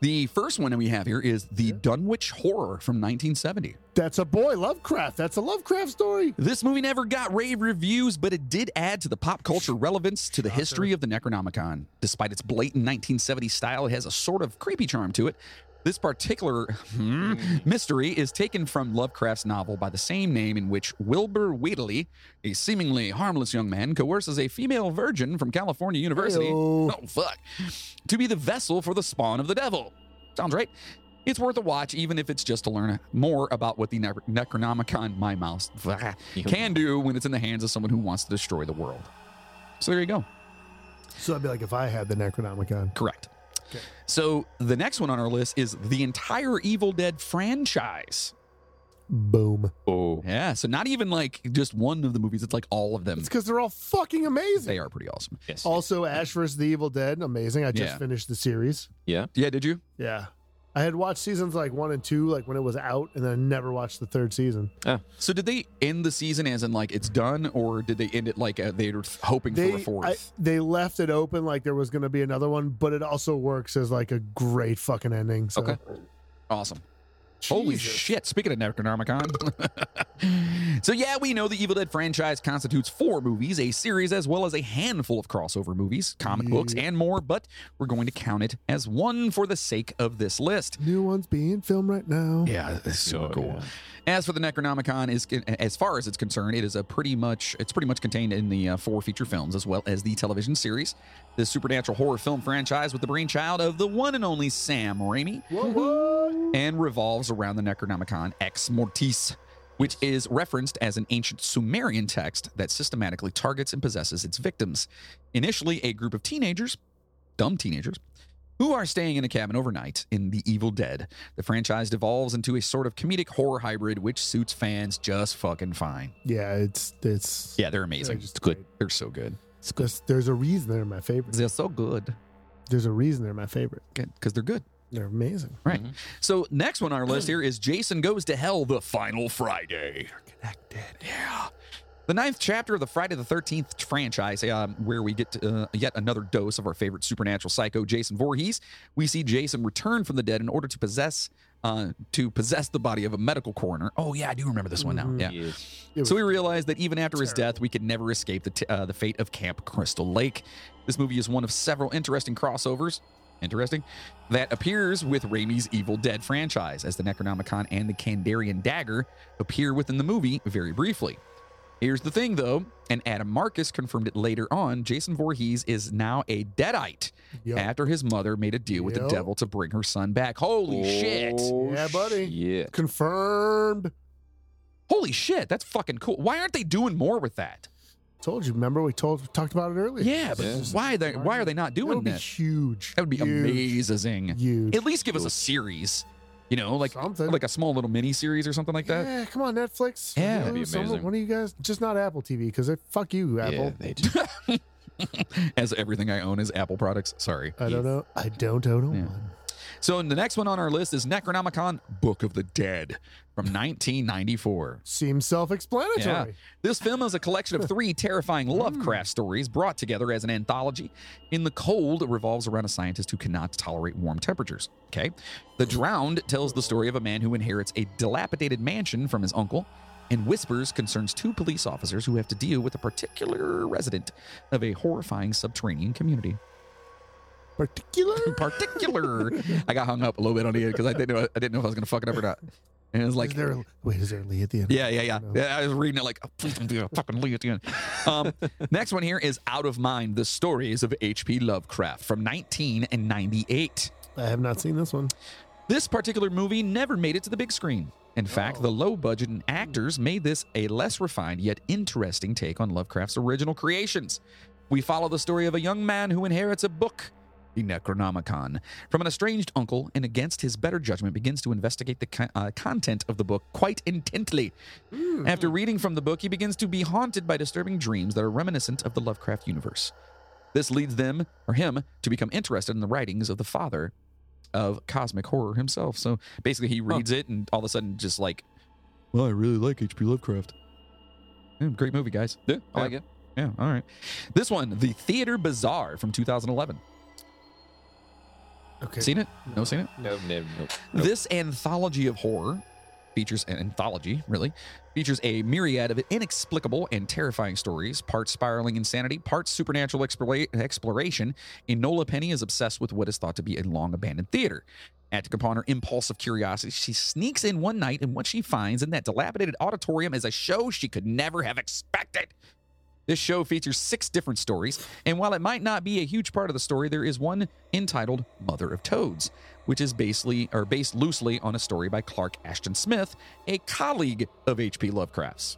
Speaker 2: The first one that we have here is the Dunwich Horror from 1970.
Speaker 4: That's a boy Lovecraft. That's a Lovecraft story.
Speaker 2: This movie never got rave reviews, but it did add to the pop culture relevance to the history of the Necronomicon. Despite its blatant 1970s style, it has a sort of creepy charm to it. This particular hmm, mystery is taken from Lovecraft's novel by the same name, in which Wilbur Wheatley, a seemingly harmless young man, coerces a female virgin from California University.
Speaker 4: Heyo.
Speaker 2: Oh, fuck. To be the vessel for the spawn of the devil. Sounds right. It's worth a watch, even if it's just to learn more about what the ne- Necronomicon, my mouse, can do when it's in the hands of someone who wants to destroy the world. So there you go.
Speaker 4: So that'd be like if I had the Necronomicon.
Speaker 2: Correct. So the next one on our list is the entire Evil Dead franchise.
Speaker 4: Boom.
Speaker 3: Oh.
Speaker 2: Yeah. So not even like just one of the movies, it's like all of them.
Speaker 4: It's because they're all fucking amazing.
Speaker 2: They are pretty awesome.
Speaker 3: Yes.
Speaker 4: Also, Ash vs. the Evil Dead, amazing. I just
Speaker 2: Yeah.
Speaker 4: finished the series.
Speaker 2: Yeah, did you?
Speaker 4: Yeah. I had watched seasons like one and two, like when it was out, and then I never watched the third season.
Speaker 2: So did they end the season as in like it's done, or did they end it like uh, they were hoping for a
Speaker 4: They I,
Speaker 2: fourth?
Speaker 4: they left it open like there was going to be another one, but it also works as like a great fucking ending. So.
Speaker 2: Okay. awesome. Holy
Speaker 4: Jesus.
Speaker 2: shit! Speaking of Necronomicon, so yeah, we know the Evil Dead franchise constitutes four movies, a series, as well as a handful of crossover movies, comic books, and more. But we're going to count it as one for the sake of this list.
Speaker 4: New one's being filmed right now.
Speaker 2: Yeah, it's so
Speaker 3: Oh,
Speaker 2: cool.
Speaker 3: yeah.
Speaker 2: As for the Necronomicon, is as far as it's concerned, it is a pretty much it's pretty much contained in the uh, four feature films as well as the television series, the supernatural horror film franchise with the brainchild of the one and only Sam Raimi, and revolves around the Necronomicon Ex Mortis, which is referenced as an ancient Sumerian text that systematically targets and possesses its victims. Initially, a group of teenagers, dumb teenagers, who are staying in a cabin overnight in The Evil Dead. The franchise devolves into a sort of comedic horror hybrid, which suits fans just fucking fine.
Speaker 4: Yeah, it's it's
Speaker 2: Yeah, they're
Speaker 4: they're
Speaker 2: amazing.
Speaker 4: just
Speaker 3: good.
Speaker 4: great.
Speaker 2: They're so good.
Speaker 4: There's, there's a reason they're my favorite.
Speaker 2: They're so good.
Speaker 4: There's a reason they're my favorite.
Speaker 2: Because they're good.
Speaker 4: They're amazing.
Speaker 2: Right. So next one on our list here is Jason Goes to Hell the Final Friday. Yeah. The ninth chapter of the Friday the 13th franchise, um, where we get uh, yet another dose of our favorite supernatural psycho, Jason Voorhees. We see Jason return from the dead in order to possess uh, to possess the body of a medical coroner. Oh, yeah, I do remember this one now.
Speaker 3: Mm-hmm.
Speaker 4: Mhm.
Speaker 2: Yeah.
Speaker 3: Yes.
Speaker 4: It
Speaker 2: So we
Speaker 4: was
Speaker 2: realized that even after his
Speaker 4: terrible.
Speaker 2: death, we could never escape the, t- uh, the fate of Camp Crystal Lake. This movie is one of several interesting crossovers, interesting, that appears with Raimi's Evil Dead franchise, as the Necronomicon and the Kandarian Dagger appear within the movie very briefly. Here's the thing, though, and Adam Marcus confirmed it later on Jason Voorhees is now a Deadite
Speaker 4: Yup.
Speaker 2: after his mother made a deal with the
Speaker 4: Yep.
Speaker 2: devil to bring her son back. Holy shit!
Speaker 3: Oh,
Speaker 4: Yeah, buddy.
Speaker 3: Yeah.
Speaker 4: confirmed.
Speaker 2: Holy shit! That's fucking cool. Why aren't they doing more with that?
Speaker 4: Told you. Remember we told talked about it earlier.
Speaker 2: Yeah, but
Speaker 3: Yeah.
Speaker 2: why they why are they not
Speaker 4: that
Speaker 2: doing
Speaker 4: would be
Speaker 2: this?
Speaker 4: huge.
Speaker 2: That would be
Speaker 4: huge,
Speaker 2: amazing.
Speaker 4: Huge.
Speaker 2: At least give us a series, you know, like
Speaker 4: Something.
Speaker 2: like a small little mini series or something like that.
Speaker 4: Yeah, come on, Netflix.
Speaker 2: Yeah. That'd
Speaker 3: be
Speaker 4: You, someone-
Speaker 3: amazing.
Speaker 4: One of you guys, just not Apple TV, because fuck you, Apple.
Speaker 3: Yeah, they just,
Speaker 2: As everything I own is Apple products. Sorry.
Speaker 4: I don't know. I don't own
Speaker 2: Yeah.
Speaker 4: one.
Speaker 2: So the next one on our list is Necronomicon: Book of the Dead from 1994.
Speaker 4: Seems self-explanatory.
Speaker 2: This film is a collection of three terrifying
Speaker 4: Hmm.
Speaker 2: Lovecraft stories brought together as an anthology. In the cold, it revolves around a scientist who cannot tolerate warm temperatures. Okay. The Drowned tells the story of a man who inherits a dilapidated mansion from his uncle and whispers concerns two police officers who have to deal with a particular resident of a horrifying subterranean community.
Speaker 4: Particular.
Speaker 2: Particular. I got hung up a little bit on the end because I didn't know I didn't know if I was gonna fuck it up or not. And it was like
Speaker 4: is there, wait, is there a Lee at the end?
Speaker 2: yeah, yeah, yeah.
Speaker 4: No.
Speaker 2: yeah. I was reading it like, oh, please don't do a fucking Lee at the end. Um, next one here is Out of Mind, The Stories of H.P. Lovecraft from 1998.
Speaker 4: I have not seen this one.
Speaker 2: This particular movie never made it to the big screen. In fact, the low budget and actors made this a less refined yet interesting take on Lovecraft's original creations. We follow the story of a young man who inherits a book, the Necronomicon, from an estranged uncle and against his better judgment begins to investigate the co- uh, content of the book quite intently.
Speaker 3: Hmm.
Speaker 2: After reading from the book, he begins to be haunted by disturbing dreams that are reminiscent of the Lovecraft universe. This leads them, or him, to become interested in the writings of the father of cosmic horror himself. So basically, he reads it and all of a sudden, just like, well, I really like H.P. Lovecraft. Yeah, great movie, guys. Yeah,
Speaker 3: I like it.
Speaker 2: Yeah, all right. This one, The Theater Bazaar from 2011.
Speaker 4: Okay.
Speaker 2: Seen it? No, seen it?
Speaker 3: No, no, no.
Speaker 2: This anthology of horror features an anthology, really, features a myriad of inexplicable and terrifying stories, parts spiraling insanity, parts supernatural explora- exploration. And Nola Penny is obsessed with what is thought to be a long abandoned theater. Acting upon her impulse of curiosity, she sneaks in one night, and what she finds in that dilapidated auditorium is a show she could never have expected. This show features six different stories, and while it might not be a huge part of the story, there is one entitled Mother of Toads, which is basically or based loosely on a story by Clark Ashton Smith, a colleague of H.P. Lovecraft's.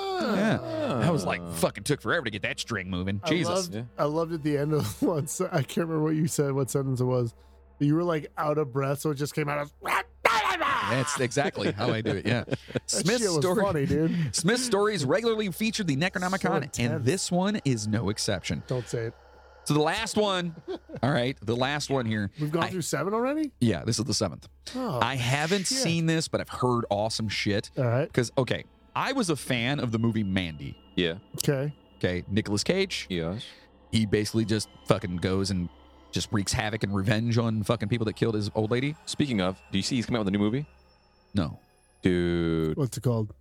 Speaker 2: Yeah. I was
Speaker 4: Uh.
Speaker 2: like, fucking took forever to get that string moving.
Speaker 4: I
Speaker 2: Jesus.
Speaker 4: loved,
Speaker 3: Yeah.
Speaker 4: I loved at the end of one. se- I can't remember what you said, what sentence it was. You were like out of breath, so it just came out as.
Speaker 2: That's exactly how I do it. Yeah.
Speaker 4: That
Speaker 2: Smith's
Speaker 4: shit was
Speaker 2: story.
Speaker 4: funny, dude.
Speaker 2: Smith's stories regularly feature the Necronomicon, and
Speaker 4: intense.
Speaker 2: this one is no exception.
Speaker 4: Don't say it.
Speaker 2: So the last one. All right, the last one here.
Speaker 4: We've gone
Speaker 2: I-
Speaker 4: through seven already.
Speaker 2: Yeah, this is the seventh.
Speaker 4: Oh,
Speaker 2: I haven't
Speaker 4: shit.
Speaker 2: seen this, but I've heard awesome shit.
Speaker 4: All right.
Speaker 2: Because okay, I was a fan of the movie Mandy.
Speaker 3: Yeah.
Speaker 4: Okay.
Speaker 2: Okay, Nicolas Cage.
Speaker 3: Yes.
Speaker 2: He basically just fucking goes and just wreaks havoc and revenge on fucking people that killed his old lady.
Speaker 3: Speaking of, do you see he's coming out with a new movie?
Speaker 2: No,
Speaker 3: Dude.
Speaker 4: What's it called?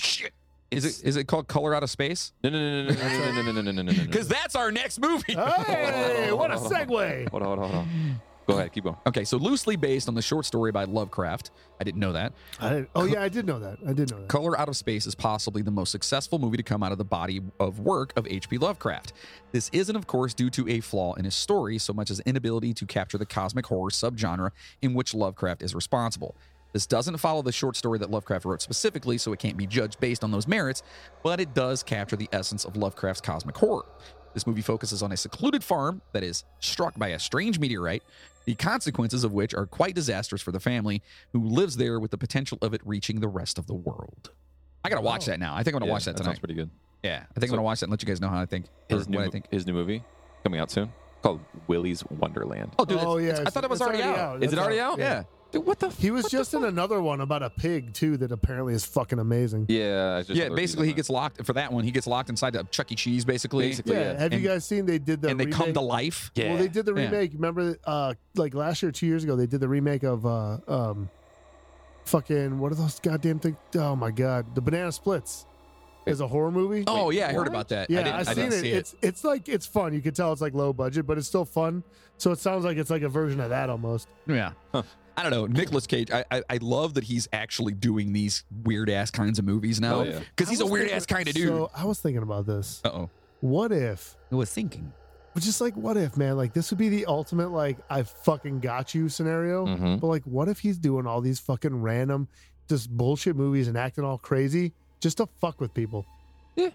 Speaker 2: shit. Is it is it called Color Out of Space?
Speaker 3: No, no, no, no, no, no, no, no, no, no, no, no, no.
Speaker 2: Because that's our next movie.
Speaker 4: Hey, what a segue.
Speaker 3: Hold on, hold on, hold on. Go ahead, keep going.
Speaker 2: Okay, so loosely based on the short story by Lovecraft. I didn't know that.
Speaker 4: I didn't, oh yeah, I did know that. I did know that.
Speaker 2: Color Out of Space is possibly the most successful movie to come out of the body of work of H.P. Lovecraft. This isn't, of course, due to a flaw in his story so much as inability to capture the cosmic horror subgenre in which Lovecraft is responsible. This doesn't follow the short story that Lovecraft wrote specifically, so it can't be judged based on those merits, but it does capture the essence of Lovecraft's cosmic horror. This movie focuses on a secluded farm that is struck by a strange meteorite, the consequences of which are quite disastrous for the family who lives there with the potential of it reaching the rest of the world. I gotta watch that now. I think I'm gonna
Speaker 3: Oh. Yeah,
Speaker 2: watch that
Speaker 3: sounds
Speaker 2: tonight.
Speaker 3: pretty good.
Speaker 2: yeah, I think I'm gonna watch that and let you guys know how I think. or
Speaker 3: His new,
Speaker 2: what I think.
Speaker 3: his new movie coming out soon called Willy's Wonderland.
Speaker 2: Oh, dude, it's-
Speaker 4: Oh, yeah,
Speaker 2: it's- I
Speaker 4: it's-
Speaker 2: thought it was
Speaker 4: it's
Speaker 2: already,
Speaker 4: already
Speaker 2: out.
Speaker 4: out.
Speaker 2: Is it
Speaker 4: That's
Speaker 2: already
Speaker 4: out.
Speaker 2: out?
Speaker 4: Yeah.
Speaker 2: Yeah. Dude, what the? F-
Speaker 4: He was just in another one about a pig too that apparently is fucking amazing.
Speaker 3: Yeah. I just
Speaker 2: yeah,
Speaker 3: saw the reviews
Speaker 2: basically,
Speaker 3: on
Speaker 2: he
Speaker 3: that.
Speaker 2: gets locked for that one. He gets locked inside a Chuck E. Cheese, basically,
Speaker 3: Basically,
Speaker 4: Yeah.
Speaker 3: yeah.
Speaker 4: Have
Speaker 2: And-
Speaker 4: you guys seen they did the
Speaker 2: and they come
Speaker 4: remake-
Speaker 2: to life.
Speaker 4: Well, they did the
Speaker 2: Yeah.
Speaker 4: remake. Remember, uh, like last year, two years ago, they did the remake of uh, um, fucking what are those goddamn things? Oh my god, the Banana Splits is a horror movie.
Speaker 2: Oh yeah, I heard
Speaker 3: what?
Speaker 2: about that.
Speaker 4: yeah,
Speaker 2: I didn't,
Speaker 4: have
Speaker 2: I
Speaker 4: seen
Speaker 2: didn't
Speaker 4: it.
Speaker 2: see it.
Speaker 4: It's it's like it's fun. You can tell it's like low budget, but it's still fun. So it sounds like it's like a version of that almost.
Speaker 2: Yeah. I don't know. Nicolas Cage, I, I I love that he's actually doing these weird ass kinds of movies now
Speaker 3: Oh,
Speaker 2: because
Speaker 3: yeah.
Speaker 2: he's a
Speaker 4: I was
Speaker 2: weird
Speaker 4: thinking-
Speaker 2: ass kind of dude.
Speaker 4: So I was thinking about this.
Speaker 2: uh oh.
Speaker 4: What if?
Speaker 2: I was thinking.
Speaker 4: But just like what if, man? Like this would be the ultimate like I fucking got you scenario.
Speaker 2: Mm-hmm.
Speaker 3: Mhm.
Speaker 4: But like, what if he's doing all these fucking random, just bullshit movies and acting all crazy just to fuck with people?
Speaker 2: I,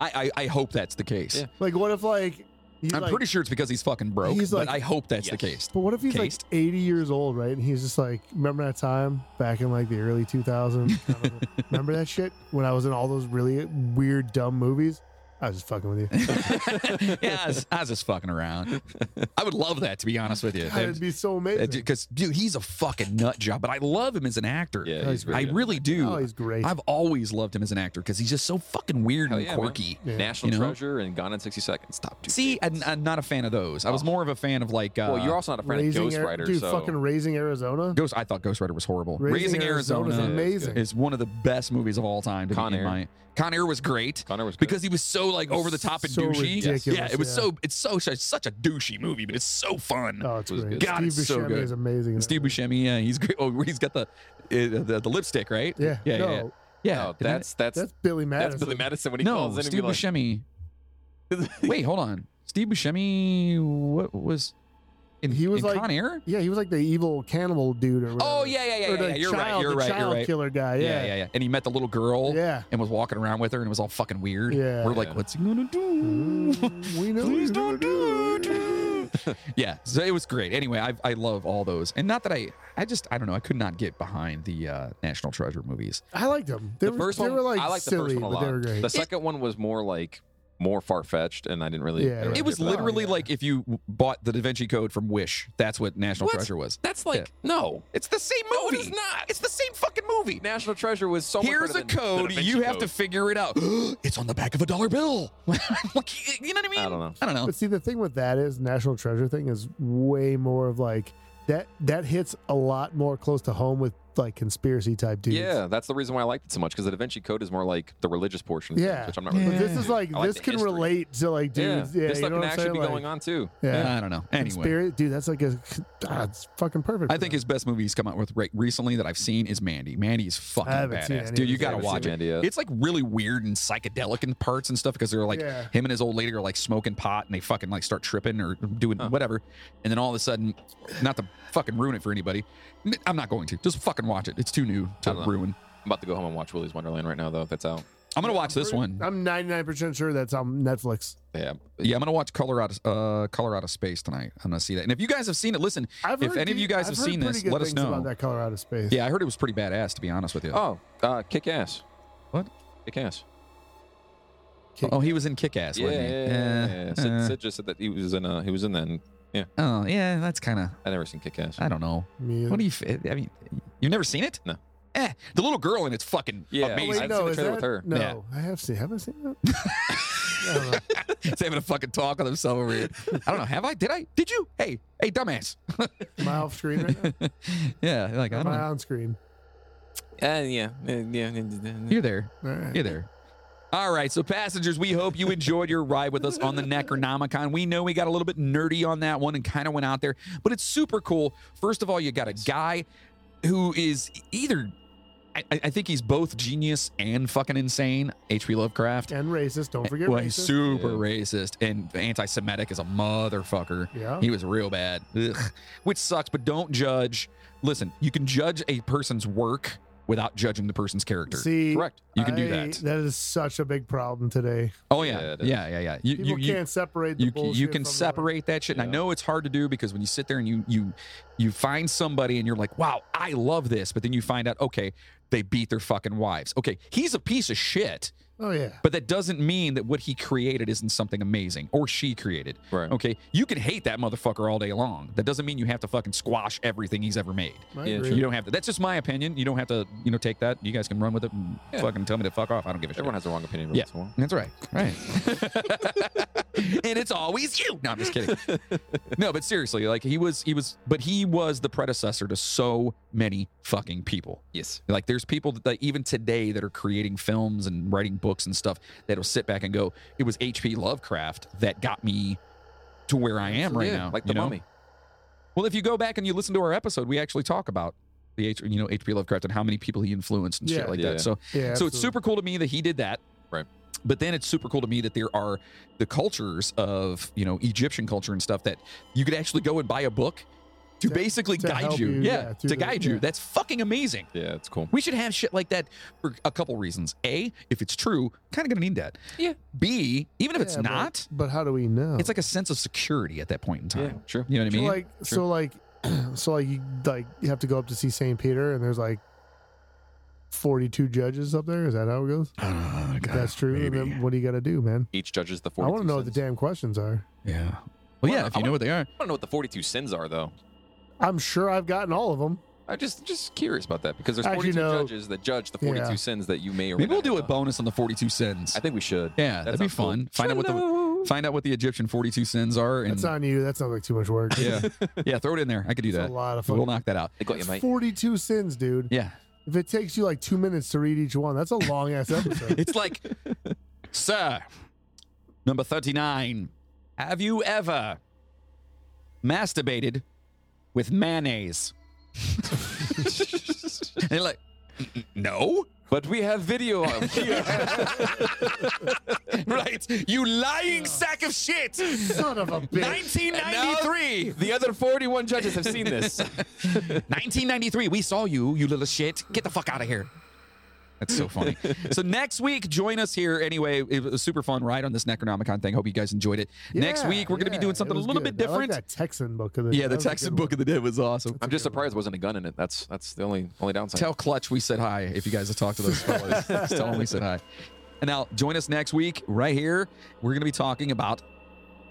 Speaker 2: I I hope that's the case.
Speaker 3: Yeah.
Speaker 4: Like, what if like he's
Speaker 2: I'm
Speaker 4: like,
Speaker 2: pretty sure it's because he's fucking broke.
Speaker 4: He's
Speaker 2: but
Speaker 4: like-
Speaker 2: I hope that's the
Speaker 3: Yes.
Speaker 2: case.
Speaker 4: But what if he's
Speaker 2: cased.
Speaker 4: like 80 years old, right? And he's just like, remember that time back in like the early 2000s? Kind of, remember that shit when I was in all those really weird, dumb movies? I was just fucking with you.
Speaker 2: yeah, I was, I was just fucking around. I would love that to be honest with you.
Speaker 4: God, it'd be so amazing.
Speaker 2: Because dude, he's a fucking nut job, but I love him as an actor.
Speaker 3: Yeah,
Speaker 4: Oh,
Speaker 3: he's
Speaker 4: he's
Speaker 2: I
Speaker 3: really good.
Speaker 2: really do.
Speaker 4: Oh, he's great.
Speaker 2: I've always loved him as an actor because he's just so fucking weird
Speaker 3: Hell
Speaker 2: and
Speaker 3: yeah, man.
Speaker 2: quirky.
Speaker 4: Yeah.
Speaker 3: National
Speaker 2: you know?
Speaker 3: Treasure and Gone in 60 Seconds. Stop. Dude.
Speaker 2: See, I'm, I'm not a fan of those. I was more of a fan of like uh,
Speaker 3: Oh. well, you're also not a fan of
Speaker 4: Oh, Raising
Speaker 3: Ghost
Speaker 4: Ari-
Speaker 3: Rider,
Speaker 4: dude,
Speaker 3: so
Speaker 4: fucking Raising Arizona.
Speaker 2: Ghost. I thought Ghost Rider was horrible. Raising,
Speaker 4: Arizona's
Speaker 2: Arizona
Speaker 4: amazing.
Speaker 2: is one of the best movies of all time. To
Speaker 3: Con
Speaker 2: me, in
Speaker 3: Air.
Speaker 2: my Con Air was great
Speaker 3: Connor was good.
Speaker 2: because he was so like over the top and
Speaker 4: So
Speaker 2: douchey.
Speaker 4: ridiculous,
Speaker 2: yeah, it was
Speaker 4: yeah.
Speaker 2: so it's so it's such a douchey movie, but it's so fun.
Speaker 4: Oh, it's
Speaker 3: was
Speaker 4: great.
Speaker 3: good.
Speaker 2: God,
Speaker 4: Steve
Speaker 2: it's so
Speaker 4: Buscemi
Speaker 2: good.
Speaker 4: is amazing. in
Speaker 2: And
Speaker 4: that
Speaker 2: Steve
Speaker 4: movie.
Speaker 2: Buscemi, yeah, he's great. Oh, he's got the uh, the, the lipstick, right?
Speaker 4: Yeah,
Speaker 2: yeah,
Speaker 4: no,
Speaker 2: yeah. Yeah,
Speaker 3: No,
Speaker 2: isn't that-
Speaker 3: that's that's
Speaker 4: That's Billy Madison.
Speaker 3: that's Billy Madison when he
Speaker 2: no
Speaker 3: calls in
Speaker 2: Steve
Speaker 3: and
Speaker 2: Buscemi.
Speaker 3: be like,
Speaker 2: Wait, hold on. Steve Buscemi, what was in
Speaker 4: He was
Speaker 2: in
Speaker 4: like-
Speaker 2: Con Air?
Speaker 4: Yeah, he was like the evil cannibal dude. Or
Speaker 2: Oh
Speaker 4: whatever.
Speaker 2: yeah, yeah, yeah,
Speaker 4: Or
Speaker 2: yeah.
Speaker 4: the
Speaker 2: yeah. You're right.
Speaker 4: child-
Speaker 2: You're
Speaker 4: the
Speaker 2: right. You're
Speaker 4: child
Speaker 2: right.
Speaker 4: killer guy.
Speaker 2: yeah, yeah, yeah. And he met the little girl
Speaker 4: yeah.
Speaker 2: and was walking around with her and it was all fucking weird.
Speaker 4: Yeah.
Speaker 2: We're like,
Speaker 3: Yeah.
Speaker 2: what's he gonna do?
Speaker 4: Mm, we know
Speaker 2: Please
Speaker 4: you're
Speaker 2: don't do
Speaker 4: gonna
Speaker 2: it. yeah, so it was great. Anyway, I, I love all those, and not that I, I just I don't know. I could not get behind the uh, National Treasure movies.
Speaker 4: I liked them. They
Speaker 3: the
Speaker 4: were,
Speaker 3: first
Speaker 4: they
Speaker 3: one,
Speaker 4: were like
Speaker 3: I liked
Speaker 4: silly,
Speaker 3: the first one a
Speaker 4: but
Speaker 3: lot.
Speaker 4: they were great.
Speaker 3: The second one was more like more far fetched, and I didn't really.
Speaker 4: Yeah.
Speaker 3: I didn't really
Speaker 2: It was
Speaker 3: get that.
Speaker 2: literally
Speaker 4: yeah.
Speaker 2: like if you w- bought the Da Vinci Code from Wish. That's what National
Speaker 3: What?
Speaker 2: Treasure was.
Speaker 3: That's like no.
Speaker 2: It's the same movie.
Speaker 3: No, it is not.
Speaker 2: It's the same fucking movie.
Speaker 3: National Treasure was so. much
Speaker 2: Here's
Speaker 3: better
Speaker 2: a
Speaker 3: than Da
Speaker 2: code.
Speaker 3: Vinci
Speaker 2: You have
Speaker 3: Code.
Speaker 2: to figure it out. it's on the back of a dollar bill. Like, you know what I mean?
Speaker 3: I don't know.
Speaker 2: I don't know.
Speaker 4: But see, the thing with that is National Treasure thing is way more of like that. That hits a lot more close to home with like conspiracy type dudes.
Speaker 3: Yeah, that's the reason why I liked it so much because the Da Vinci Code is more like the religious portion, of things,
Speaker 4: Yeah.
Speaker 3: which I'm not
Speaker 2: Yeah.
Speaker 3: really.
Speaker 4: But this is like
Speaker 3: I like
Speaker 4: this
Speaker 3: the
Speaker 4: can
Speaker 3: history.
Speaker 4: relate to like dudes. Yeah,
Speaker 3: this
Speaker 4: you
Speaker 3: stuff
Speaker 4: know
Speaker 3: can
Speaker 4: what I'm
Speaker 3: actually
Speaker 4: saying?
Speaker 3: be
Speaker 4: like,
Speaker 3: going on too.
Speaker 4: Yeah,
Speaker 2: I don't know. Anyway,
Speaker 4: Conspira- dude, that's like a ah, it's fucking perfect.
Speaker 2: I
Speaker 4: for
Speaker 2: think
Speaker 4: them.
Speaker 2: his best movie he's come out with re- recently that I've seen is Mandy. Mandy is fucking
Speaker 4: I haven't seen any
Speaker 2: badass,
Speaker 4: of
Speaker 2: dude. You
Speaker 4: his- I
Speaker 2: gotta
Speaker 4: haven't
Speaker 2: watch it.
Speaker 3: seen Mandy yet.
Speaker 2: It's like really weird and psychedelic in parts and stuff because they're like
Speaker 4: Yeah.
Speaker 2: him and his old lady are like smoking pot and they fucking like start tripping or doing whatever, and then all of a sudden, not to fucking ruin it for anybody, n- I'm not going to. Just fucking watch it. It's too new to
Speaker 3: I don't know.
Speaker 2: ruin.
Speaker 3: I'm about to go home and watch Willy's Wonderland right now, though. If that's out.
Speaker 2: I'm gonna watch this one.
Speaker 4: I'm 99 percent sure that's on Netflix.
Speaker 3: Yeah.
Speaker 2: Yeah, I'm gonna watch Colorado, uh, Colorado Space tonight. I'm gonna see that. And if you guys have seen it, listen.
Speaker 4: I've
Speaker 2: If
Speaker 4: heard
Speaker 2: any of
Speaker 4: de-
Speaker 2: you guys
Speaker 4: I've
Speaker 2: have
Speaker 4: heard
Speaker 2: seen
Speaker 4: pretty
Speaker 2: this,
Speaker 4: good
Speaker 2: let us
Speaker 4: things
Speaker 2: know.
Speaker 4: about that Oh, Colorado space.
Speaker 2: Yeah, I heard it was pretty badass. To be honest with you.
Speaker 3: Oh, uh, kick ass.
Speaker 2: What?
Speaker 3: Kick ass.
Speaker 4: Kick-
Speaker 2: Oh, he was in Kick Ass,
Speaker 3: Yeah, yeah,
Speaker 2: wasn't he?
Speaker 3: yeah,
Speaker 2: Uh,
Speaker 3: yeah, yeah. Sid,
Speaker 2: uh,
Speaker 3: Sid just said that he was in. Uh, he was in that. And
Speaker 2: oh, yeah, that's kind of.
Speaker 3: I never seen Kick Ass.
Speaker 2: I don't know.
Speaker 4: Me-
Speaker 2: What do you? f- I mean, you've never seen it?
Speaker 3: No.
Speaker 2: Eh, the little girl in it's fucking
Speaker 3: Yeah.
Speaker 4: Oh,
Speaker 2: amazing.
Speaker 4: wait,
Speaker 3: I've
Speaker 4: no,
Speaker 3: seen the
Speaker 4: is
Speaker 3: trailer with
Speaker 4: that-
Speaker 3: her.
Speaker 4: No,
Speaker 2: Yeah.
Speaker 4: I have seen. Have I seen that? I don't know.
Speaker 2: He's having a fucking talk on himself over here. I don't know. Have I? Did I? Did you? Hey, hey, dumbass.
Speaker 4: Am I off screen right now?
Speaker 2: yeah, like I
Speaker 4: Am
Speaker 2: don't.
Speaker 4: I
Speaker 2: know.
Speaker 4: on screen?
Speaker 3: Uh, yeah, uh, yeah, yeah.
Speaker 2: You're there.
Speaker 4: All right.
Speaker 2: You're there. All right, so passengers, we hope you enjoyed your ride with us on the Necronomicon. We know we got a little bit nerdy on that one and kind of went out there, but it's super cool. First of all, you got a guy who is either, I, I I think he's both genius and fucking insane, H.P. Lovecraft.
Speaker 4: And racist. Don't forget
Speaker 2: Well, he's
Speaker 4: racist.
Speaker 2: super
Speaker 3: Yeah.
Speaker 2: racist and anti Semitic as a motherfucker.
Speaker 4: yeah.
Speaker 2: He was real bad, Ugh. which sucks. But don't judge. Listen, you can judge a person's work without judging the person's character.
Speaker 4: See,
Speaker 3: Correct.
Speaker 2: you can do
Speaker 4: I-
Speaker 2: that.
Speaker 4: That is such a big problem today.
Speaker 2: Oh
Speaker 3: Yeah,
Speaker 2: yeah,
Speaker 3: it is.
Speaker 2: yeah, yeah, yeah. You
Speaker 4: People
Speaker 2: you, you,
Speaker 4: can't separate the
Speaker 2: you, can- you
Speaker 4: bullshit
Speaker 2: can
Speaker 4: from the-
Speaker 2: separate that shit, and I
Speaker 3: Yeah.
Speaker 2: know it's hard to do because when you sit there and you you you find somebody and you're like, wow, I love this, but then you find out, okay, they beat their fucking wives. Okay, he's a piece of shit,
Speaker 4: Oh yeah.
Speaker 2: but that doesn't mean that what he created isn't something amazing or she created.
Speaker 3: Right.
Speaker 2: Okay, you can hate that motherfucker all day long. That doesn't mean you have to fucking squash everything he's ever made.
Speaker 4: I
Speaker 3: Yeah,
Speaker 4: agree.
Speaker 2: You don't have to. That's just my opinion. You don't have to, you know, take that. You guys can run with it and
Speaker 3: Yeah.
Speaker 2: fucking tell me to fuck off. I don't give a shit.
Speaker 3: Everyone has the wrong opinion.
Speaker 2: Yeah.
Speaker 3: Yeah. Once
Speaker 2: That's right. Right. and it's always you. No, I'm just kidding. No, but seriously, like he was he was but he was the predecessor to so many fucking people.
Speaker 3: Yes.
Speaker 2: Like there's people that, that even today that are creating films and writing books and stuff that'll sit back and go, it was H.P. Lovecraft that got me to where I am right
Speaker 3: yeah,
Speaker 2: now.
Speaker 3: like
Speaker 2: you
Speaker 3: the
Speaker 2: know?
Speaker 3: mummy.
Speaker 2: Well, if you go back and you listen to our episode, we actually talk about the H, you know H.P. Lovecraft and how many people he influenced and
Speaker 4: Yeah.
Speaker 2: shit like
Speaker 3: Yeah.
Speaker 2: that. So so
Speaker 4: Yeah,
Speaker 2: it's
Speaker 4: absolutely.
Speaker 2: super cool to me that he did that.
Speaker 3: Right.
Speaker 2: But then it's super cool to me that there are the cultures of, you know, Egyptian culture and stuff that you could actually go and buy a book to,
Speaker 4: To-
Speaker 2: basically
Speaker 4: to
Speaker 2: guide
Speaker 4: help
Speaker 2: you.
Speaker 4: you,
Speaker 2: yeah.
Speaker 4: yeah,
Speaker 2: to
Speaker 4: through the-
Speaker 2: guide you.
Speaker 4: yeah.
Speaker 2: That's fucking amazing.
Speaker 3: Yeah, it's cool.
Speaker 2: We should have shit like that for a couple reasons. A, if it's true, kind of going to need that. Yeah. B, even if it's
Speaker 4: Yeah, but-
Speaker 2: not,
Speaker 4: But, how do we know?
Speaker 2: it's like a sense of security at that point in
Speaker 3: Yeah,
Speaker 2: time.
Speaker 3: sure.
Speaker 2: You know what I
Speaker 4: so
Speaker 2: mean?
Speaker 4: like so like so like you like you have to go up to see St. Peter and there's like 42 judges up there. Is that how it goes?
Speaker 2: Ah,
Speaker 4: If
Speaker 3: uh,
Speaker 2: God,
Speaker 4: that's true.
Speaker 2: maybe.
Speaker 4: Then what do you got to do, man?
Speaker 3: Each judges the
Speaker 4: I
Speaker 3: 42
Speaker 4: want to know what the
Speaker 3: sins.
Speaker 4: damn questions are.
Speaker 2: Yeah. Well, yeah, if you know what they are.
Speaker 3: I want to know what the 42 sins are, though.
Speaker 4: I'm sure I've gotten all of them.
Speaker 3: I just just curious about that because there's
Speaker 4: Actually,
Speaker 3: 42
Speaker 4: no.
Speaker 3: judges that judge the 42
Speaker 4: Yeah.
Speaker 3: sins that you may or may
Speaker 2: Maybe we'll
Speaker 3: not
Speaker 2: do a
Speaker 3: have done.
Speaker 2: bonus on the 42 sins.
Speaker 3: I think we should.
Speaker 2: Yeah, that'd be
Speaker 3: sounds cool.
Speaker 2: fun. Find out what the find out what the Egyptian forty two sins are, and
Speaker 4: That's on you. That sounds like too much work.
Speaker 2: yeah, yeah, throw it in there. I could do
Speaker 4: It's
Speaker 2: that.
Speaker 4: a lot of fun.
Speaker 2: We'll knock that out.
Speaker 3: They got you,
Speaker 4: It's
Speaker 3: mate.
Speaker 4: 42 sins, dude.
Speaker 2: Yeah,
Speaker 4: If it takes you like two minutes to read each one, that's a long ass episode.
Speaker 2: it's like, sir, number thirty nine. Have you ever masturbated with mayonnaise? and you're like, "N- n- no,
Speaker 3: But we have video of here.
Speaker 2: right? You lying sack of shit.
Speaker 4: Son of a bitch.
Speaker 2: 1993.
Speaker 3: the other 41 judges have seen this.
Speaker 2: 1993. We saw you, you little shit. Get the fuck out of here. That's so funny. so next week, join us here. Anyway, it was a super fun ride on this Necronomicon thing. Hope you guys enjoyed it. next
Speaker 4: Yeah,
Speaker 2: week, we're going to
Speaker 4: yeah,
Speaker 2: be doing
Speaker 4: it
Speaker 2: something a
Speaker 4: was
Speaker 2: little
Speaker 4: good.
Speaker 2: bit
Speaker 4: I like
Speaker 2: different.
Speaker 4: that Texan book of the
Speaker 2: yeah,
Speaker 4: that
Speaker 2: the
Speaker 4: was a
Speaker 2: Texan
Speaker 4: good
Speaker 2: book
Speaker 4: one.
Speaker 2: of the day was awesome.
Speaker 3: I'm just surprised there wasn't a gun in it. That's that's the only only downside.
Speaker 2: Tell Clutch we said hi if you guys have talked to those fellas. Just tell them we said hi. And now join us next week right here. We're going to be talking about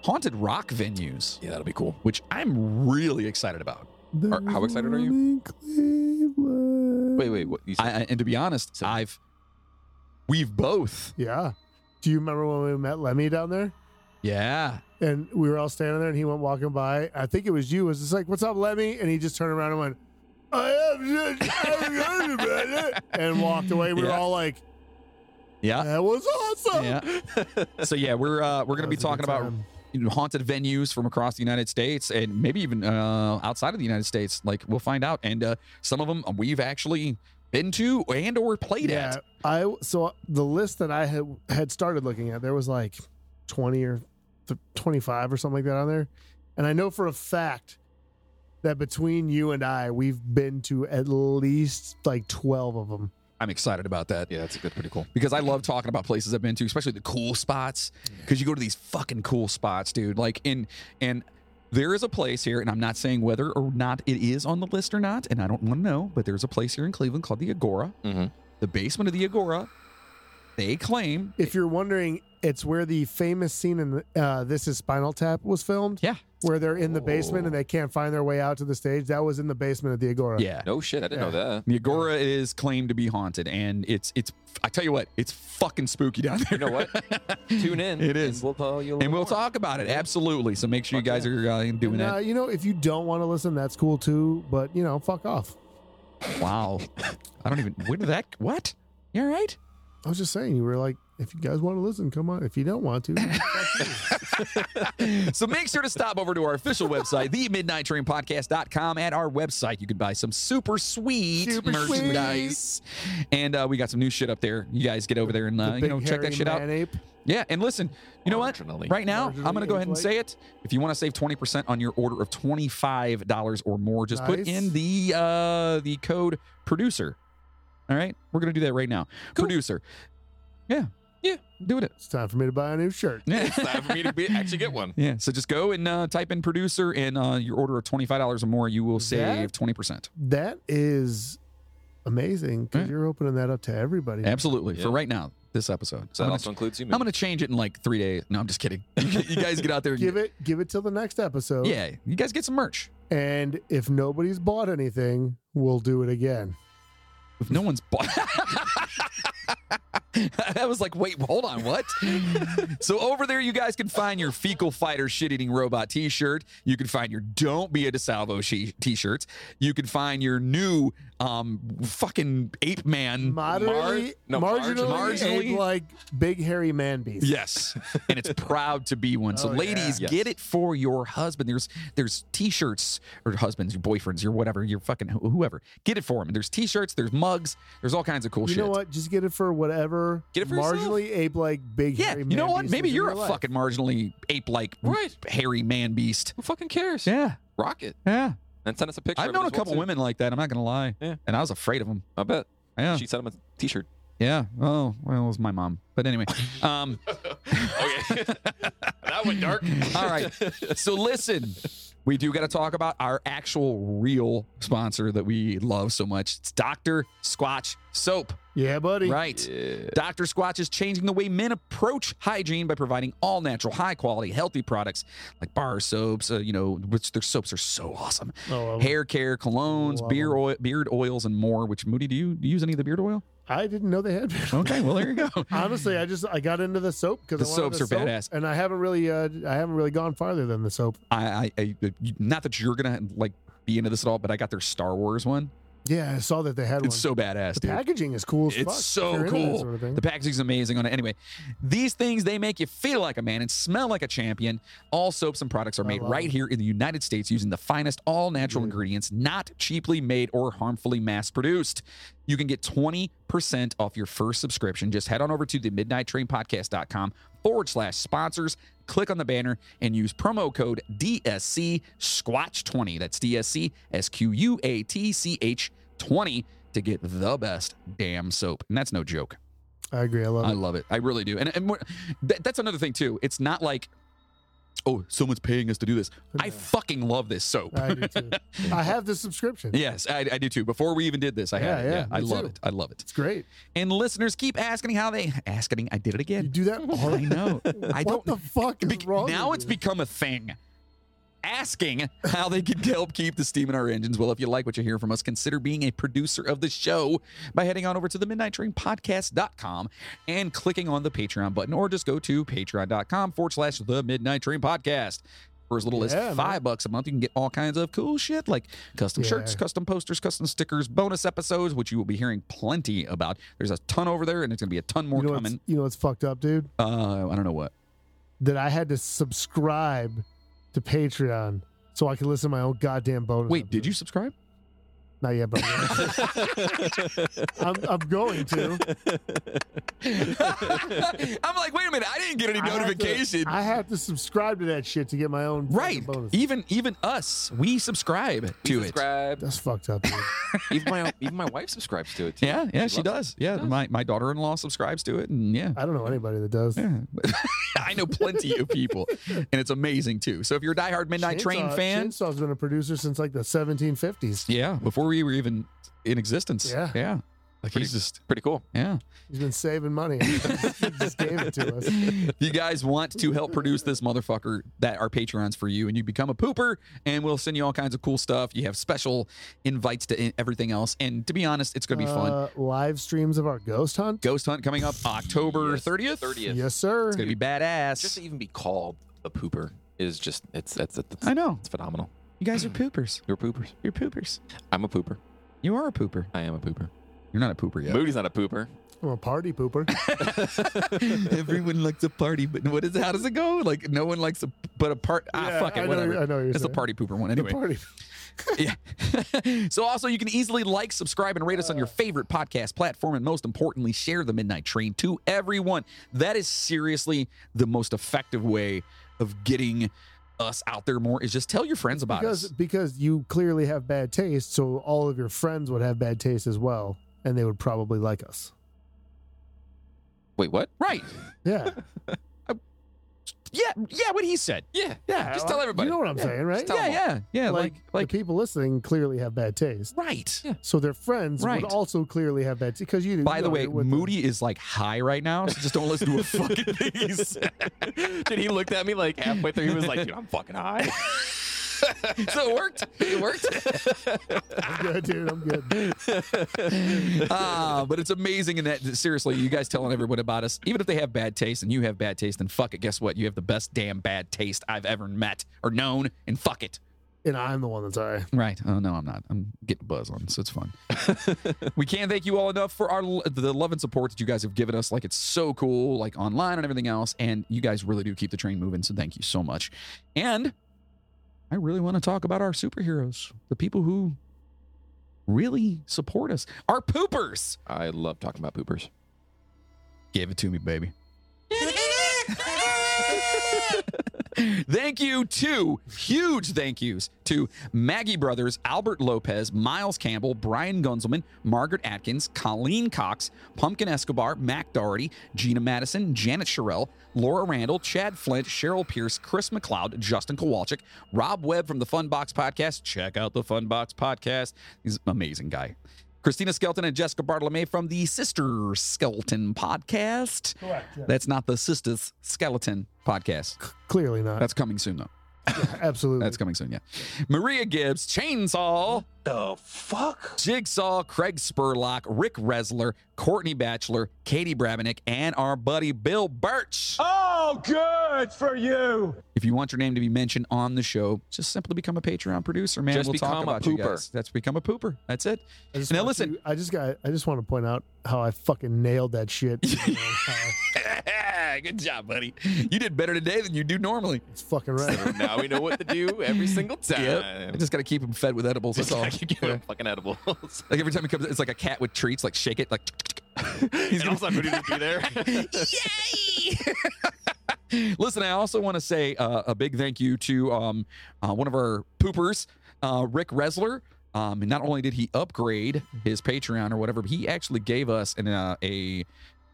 Speaker 2: haunted rock venues,
Speaker 3: yeah, that'll be cool.
Speaker 2: which I'm really excited about.
Speaker 3: Are- how excited are you? Wait, wait, what? You said,
Speaker 2: I, I- and to be honest, I've we've both
Speaker 4: Yeah. Do you remember when we met Lemmy down there?
Speaker 2: Yeah.
Speaker 4: And we were all standing there and he went walking by. I think it was you. It was just like, What's up, Lemmy? And he just turned around and went, I have just I haven't heard about it," and walked away. We were
Speaker 2: Yeah.
Speaker 4: all like,
Speaker 2: Yeah.
Speaker 4: That was awesome.
Speaker 2: Yeah. So yeah, we're uh, we're gonna
Speaker 4: That
Speaker 2: be
Speaker 4: was a good
Speaker 2: talking about
Speaker 4: time.
Speaker 2: you know, haunted venues from across the United States and maybe even uh, outside of the United States. Like we'll find out, and uh, some of them we've actually been to and or played
Speaker 4: Yeah.
Speaker 2: at.
Speaker 4: I so the list that I had had started looking at, there was like twenty or th- twenty five or something like that on there, and I know for a fact that between you and I, we've been to at least like twelve of them.
Speaker 2: I'm excited about that.
Speaker 3: yeah, that's a good, pretty cool.
Speaker 2: Because I love talking about places I've been to, especially the cool spots.
Speaker 3: Mm.
Speaker 2: Because you go to these fucking cool spots, dude. Like in and there is a place here, and I'm not saying whether or not it is on the list or not,
Speaker 3: Mm-hmm.
Speaker 2: and I don't want to know, but there's a place here in Cleveland called the Agora.
Speaker 3: Mhm.
Speaker 2: The basement of the Agora They claim.
Speaker 4: If you're wondering, it's where the famous scene in the, uh, This Is Spinal Tap was filmed,
Speaker 2: Yeah. Oh.
Speaker 4: where they're in the basement and they can't find their way out to the stage. That was in the basement of the Agora.
Speaker 2: Yeah.
Speaker 3: No shit, I didn't know that.
Speaker 2: The Agora is claimed to be haunted, and it's it's. I tell you what, it's fucking spooky down there.
Speaker 3: You know what? Tune in.
Speaker 2: It is.
Speaker 3: And we'll tell you. a
Speaker 2: and
Speaker 3: little
Speaker 2: we'll
Speaker 3: more.
Speaker 2: talk about it absolutely. So make sure you guys are uh, doing
Speaker 4: And, uh,
Speaker 2: that.
Speaker 4: you know, if you don't want to listen, that's cool too. But you know, fuck off.
Speaker 2: Wow, I don't even. Where did that? What? You all right?
Speaker 4: I was just saying, you were like, if you guys want to listen, come on. If you don't want to,
Speaker 2: so make sure to stop over to our official website, themidnighttrainpodcast.com. At our website, you can buy some super sweet
Speaker 4: Super
Speaker 2: merchandise. And uh, we got some new shit up there. You guys get over there and
Speaker 4: the
Speaker 2: uh, you
Speaker 4: big
Speaker 2: know check that
Speaker 4: hairy
Speaker 2: shit out.
Speaker 4: man ape.
Speaker 2: Yeah, and listen, you know what?
Speaker 3: Marginally.
Speaker 2: Right now, I'm going to
Speaker 4: Marginally
Speaker 2: go ahead and
Speaker 4: inflate.
Speaker 2: say it. If you want to save 20% on your order of $25 or more, just put
Speaker 4: Nice.
Speaker 2: in the uh the code producer. All right? We're going to do that right now. Producer. Yeah. Yeah, do it.
Speaker 4: It's time for me to buy a new shirt.
Speaker 2: Yeah.
Speaker 3: It's time for me to be, actually get one.
Speaker 2: Yeah, so just go and uh, type in producer and uh, your order of $25 or more, you will save
Speaker 4: That-
Speaker 2: 20%.
Speaker 4: That is amazing because
Speaker 2: Yeah.
Speaker 4: you're opening that up to everybody.
Speaker 2: Absolutely. For
Speaker 3: Yeah.
Speaker 2: right now, this episode. I'm
Speaker 3: So that
Speaker 2: gonna-
Speaker 3: also includes you.
Speaker 2: I'm going to change it in like three days. No, I'm just kidding. You, you guys get out there and
Speaker 4: Give it, give it till the next episode.
Speaker 2: Yeah, you guys get some merch.
Speaker 4: And if nobody's bought anything, we'll do it again.
Speaker 2: If no one's bought. That was like, wait, hold on, what? so over there, you guys can find your fecal fighter shit-eating robot T-shirt. You can find your "Don't Be a DeSalvo" she- T-shirts. You can find your new um fucking ape man.
Speaker 4: Moderately,
Speaker 3: no,
Speaker 4: marginally,
Speaker 2: Mm. marginally-
Speaker 4: ape like big hairy man beast.
Speaker 2: Yes, and it's proud to be one. So,
Speaker 4: Oh, yeah.
Speaker 2: ladies,
Speaker 3: Yes.
Speaker 2: get it for your husband. There's there's t-shirts or husbands, your boyfriends, your whatever, your fucking wh- whoever. Get it for him. There's t-shirts, there's mugs, there's all kinds of cool
Speaker 4: You
Speaker 2: shit.
Speaker 4: know what? Just get it for whatever.
Speaker 2: Get it for yourself.
Speaker 4: marginally ape like big
Speaker 2: Yeah,
Speaker 4: hairy.
Speaker 2: you know
Speaker 4: man
Speaker 2: what?
Speaker 4: beast
Speaker 2: Maybe
Speaker 4: is in
Speaker 2: you're
Speaker 4: your
Speaker 2: a
Speaker 4: life.
Speaker 2: fucking marginally ape-like,
Speaker 3: Right.
Speaker 2: hairy man beast.
Speaker 3: Who fucking cares?
Speaker 2: Yeah,
Speaker 3: Rock it
Speaker 2: yeah.
Speaker 3: and send us a picture.
Speaker 2: I've
Speaker 3: of it
Speaker 2: known a
Speaker 3: as well,
Speaker 2: couple
Speaker 3: too.
Speaker 2: women like that. I'm not gonna lie.
Speaker 3: Yeah.
Speaker 2: and I was afraid of them.
Speaker 3: I bet
Speaker 2: Yeah,
Speaker 3: she sent him a T-shirt.
Speaker 2: yeah. Oh, well, it was my mom. But anyway, um,
Speaker 3: okay, that went dark.
Speaker 2: all right. So listen, we do got to talk about our actual real sponsor that we love so much. It's Doctor Squatch Soap.
Speaker 4: Yeah, buddy.
Speaker 2: Right. Dr. Squatch is changing the way men approach hygiene by providing all natural, high quality, healthy products like bar soaps, uh, you know, which their soaps are so awesome.
Speaker 4: Oh, um,
Speaker 2: Hair care, colognes,
Speaker 4: Love
Speaker 2: beer
Speaker 4: them.
Speaker 2: oil, beard oils, and more. Which, Moody, do you, do you use any of the beard oil?
Speaker 4: I didn't know they had.
Speaker 2: Okay, well, there you go.
Speaker 4: Honestly, I just I got into the soap because
Speaker 2: The soaps are badass.
Speaker 4: and I haven't really uh, I haven't really gone farther than the soap.
Speaker 2: I, I, I, not that you're going to like be into this at all, but I got their Star Wars one.
Speaker 4: Yeah, I saw that they had one.
Speaker 2: It's so badass,
Speaker 4: the
Speaker 2: dude.
Speaker 4: packaging is cool. As
Speaker 2: It's
Speaker 4: fuck, if
Speaker 2: so
Speaker 4: you're into that
Speaker 2: cool.
Speaker 4: Sort of thing.
Speaker 2: The packaging's amazing on it. Anyway, these things they make you feel like a man and smell like a champion. All soaps and products are
Speaker 4: I
Speaker 2: made
Speaker 4: love
Speaker 2: right
Speaker 4: it. Mm-hmm.
Speaker 2: here in the United States using the finest all natural ingredients, not cheaply made or harmfully mass produced. You can get 20% off your first subscription. Just head on over to the midnighttrainpodcast.com forward slash sponsors, click on the banner, and use promo code DSC Squatch20. That's DSC S Q U A T C H 20 to get the best damn soap. And that's no joke.
Speaker 4: I agree. I love
Speaker 2: I
Speaker 4: it.
Speaker 2: love it. I really do. And, and we're- that, that's another thing too. It's not like, oh, someone's paying us to do this. I
Speaker 4: Yeah.
Speaker 2: fucking love this soap.
Speaker 4: I do too. I have the subscription.
Speaker 2: yes, I, I do too. Before we even did this, I had
Speaker 4: Yeah,
Speaker 2: it. Yeah,
Speaker 4: yeah,
Speaker 2: I
Speaker 4: me
Speaker 2: love
Speaker 4: too.
Speaker 2: it. I love it.
Speaker 4: It's great.
Speaker 2: And listeners keep asking how they asking. I did it
Speaker 4: You
Speaker 2: again.
Speaker 4: do that all
Speaker 2: I know. I
Speaker 4: what
Speaker 2: don't.
Speaker 4: the fuck is
Speaker 2: Bec-
Speaker 4: wrong?
Speaker 2: now
Speaker 4: with
Speaker 2: it's
Speaker 4: you?
Speaker 2: become a thing. Asking how they can help keep the steam in our engines. Well, if you like what you hear from us, consider being a producer of the show by heading on over to the midnight train podcast.com and clicking on the Patreon button, or just go to patreon.com forward slash the midnight train podcast. For as little
Speaker 4: Yeah,
Speaker 2: as
Speaker 4: man.
Speaker 2: five bucks a month, you can get all kinds of cool shit like custom
Speaker 4: Yeah.
Speaker 2: shirts, custom posters, custom stickers, bonus episodes, which you will be hearing plenty about. There's a ton over there, and it's going to be a ton more
Speaker 4: you know what's-
Speaker 2: coming.
Speaker 4: You know what's fucked up, dude?
Speaker 2: Uh, I don't know what.
Speaker 4: That I had to subscribe to Patreon so I could listen to my own goddamn bonus.
Speaker 2: Wait, did you
Speaker 4: episodes.
Speaker 2: subscribe?
Speaker 4: Not yet, but I'm, I'm, I'm going to.
Speaker 2: I'm like, wait a minute, I didn't get any
Speaker 4: I have to-
Speaker 2: notification.
Speaker 4: I have to subscribe to that shit to get my own fucking
Speaker 2: right.
Speaker 4: bonus.
Speaker 2: Even even us, we subscribe to it.
Speaker 3: subscribe.
Speaker 4: That's fucked up. Dude.
Speaker 3: even my even my wife subscribes to it. too.
Speaker 2: Yeah, yeah, she,
Speaker 3: loves it.
Speaker 2: does. Yeah, my, my daughter in law subscribes to it, and yeah.
Speaker 4: I don't know anybody that does.
Speaker 2: yeah. I know plenty of people, and it's amazing too. So if you're a diehard Midnight Train
Speaker 4: Chainsaw-
Speaker 2: fan,
Speaker 4: Chainsaw's been a producer since like the 1750s.
Speaker 2: yeah, before we were even in existence,
Speaker 4: Yeah.
Speaker 2: yeah, Like
Speaker 3: Pretty-
Speaker 2: he's just
Speaker 3: Pretty cool.
Speaker 2: yeah.
Speaker 4: He's been saving money. he just gave it to us.
Speaker 2: If you guys want to help produce this motherfucker, that our Patreon's for you, and you become a pooper, and we'll send you all kinds of cool stuff. You have special invites to i- everything else, and to be honest, it's gonna be fun.
Speaker 4: Uh, live streams of our ghost hunt.
Speaker 2: Ghost hunt coming up October
Speaker 3: Yes,
Speaker 2: thirtieth.
Speaker 3: 30th.
Speaker 4: Yes, sir.
Speaker 2: It's gonna be badass.
Speaker 3: Just to even be called a pooper is just it's that's it's,
Speaker 2: I know
Speaker 3: it's phenomenal.
Speaker 2: you guys are poopers.
Speaker 3: You're poopers.
Speaker 2: You're poopers.
Speaker 3: I'm a pooper.
Speaker 2: You are a pooper.
Speaker 3: I am a pooper.
Speaker 2: You're not a pooper yet.
Speaker 3: Moody's not a pooper.
Speaker 4: I'm a party pooper.
Speaker 2: Everyone likes a party, but what is how does it go? Like no one likes a but a part. ah,
Speaker 4: Yeah,
Speaker 2: fuck
Speaker 4: I
Speaker 2: it,
Speaker 4: know-
Speaker 2: whatever.
Speaker 4: I know what you're
Speaker 2: it's a
Speaker 4: saying.
Speaker 2: party pooper one anyway.
Speaker 4: Party.
Speaker 2: yeah. so also you can easily like, subscribe, and rate us on
Speaker 4: Uh.
Speaker 2: your favorite podcast platform, and most importantly, share the Midnight Train to everyone. That is seriously the most effective way of getting us out there more. Is just tell your friends about
Speaker 4: Because
Speaker 2: us.
Speaker 4: because you clearly have bad taste, so all of your friends would have bad taste as well, and they would probably like us.
Speaker 3: Wait, what?
Speaker 2: Right?
Speaker 4: Yeah.
Speaker 2: Yeah. Yeah. What he said.
Speaker 3: Yeah.
Speaker 2: Yeah.
Speaker 3: Just tell everybody.
Speaker 4: You know what I'm saying, right?
Speaker 2: yeah. Yeah. Yeah. Like like,
Speaker 4: the people listening clearly have bad taste.
Speaker 2: right.
Speaker 4: So their friends
Speaker 2: Right.
Speaker 4: would also clearly have bad taste because you.
Speaker 2: By
Speaker 4: you
Speaker 2: the
Speaker 4: know,
Speaker 2: way,
Speaker 4: with
Speaker 2: Moody is like high right now, so just don't listen to a fucking thing he's saying.
Speaker 3: Did he looked at me like halfway through? He was like, "Dude, I'm fucking high."
Speaker 2: So it worked. It worked.
Speaker 4: I'm good, dude. I'm good.
Speaker 2: Ah, but it's amazing in that seriously, you guys telling everyone about us, even if they have bad taste and you have bad taste, then fuck it. Guess what? You have the best damn bad taste I've ever met or known, and fuck it.
Speaker 4: And I'm the one that's all right.
Speaker 2: Right. Oh no, I'm not. I'm getting a buzz on, so it's fun. we can't thank you all enough for our the love and support that you guys have given us. Like it's so cool, like online and everything else. And you guys really do keep the train moving. So thank you so much. And I really want to talk about our superheroes, the people who really support us, our poopers.
Speaker 3: I love talking about poopers.
Speaker 2: Give it to me, baby. Thank you to huge thank yous to Maggie Brothers, Albert Lopez, Miles Campbell, Brian Gunzelman, Margaret Atkins, Colleen Cox, Pumpkin Escobar, Mac Doherty, Gina Madison, Janet Sherrill, Laura Randall, Chad Flint, Cheryl Pierce, Chris McLeod, Justin Kowalczyk, Rob Webb from the Fun Box Podcast. Check out the Fun Box Podcast. He's an amazing guy. Christina Skelton and Jessica Bartolome from the Sister Skeleton Podcast.
Speaker 4: Correct.
Speaker 2: That's not the Sisters Skeleton Podcast.
Speaker 4: Clearly not.
Speaker 2: That's coming soon, though.
Speaker 4: Absolutely.
Speaker 2: That's coming soon, yeah. Maria Gibbs, Chainsaw,
Speaker 5: The fuck?
Speaker 2: Jigsaw, Craig Spurlock, Rick Resler, Courtney Batchelor, Katie Brabenick, and our buddy Bill Birch.
Speaker 7: Oh, good for you.
Speaker 2: If you want your name to be mentioned on the show, just simply become a Patreon producer, man.
Speaker 3: Just
Speaker 2: we'll talk
Speaker 3: become a
Speaker 2: about you
Speaker 3: pooper.
Speaker 2: guys. That's become a pooper. That's it.
Speaker 4: I just
Speaker 2: Now
Speaker 4: want
Speaker 2: listen.
Speaker 4: to- I just got. I just want to point out how I fucking nailed that shit.
Speaker 2: Good job, buddy. You did better today than you do normally.
Speaker 4: it's fucking right.
Speaker 3: now we know what to do every single time.
Speaker 2: Yep. I just got to keep him fed with edibles. That's
Speaker 3: Just
Speaker 2: all.
Speaker 3: like you give him fucking edibles.
Speaker 2: Like every time he comes, it's like a cat with treats. Like shake it, like
Speaker 3: He's and all of a sudden, Moody would be there.
Speaker 2: Listen, I also want to say uh, a big thank you to um, uh, one of our poopers, uh, Rick Resler. Um, and not only did he upgrade his Patreon or whatever, but he actually gave us an, uh, a,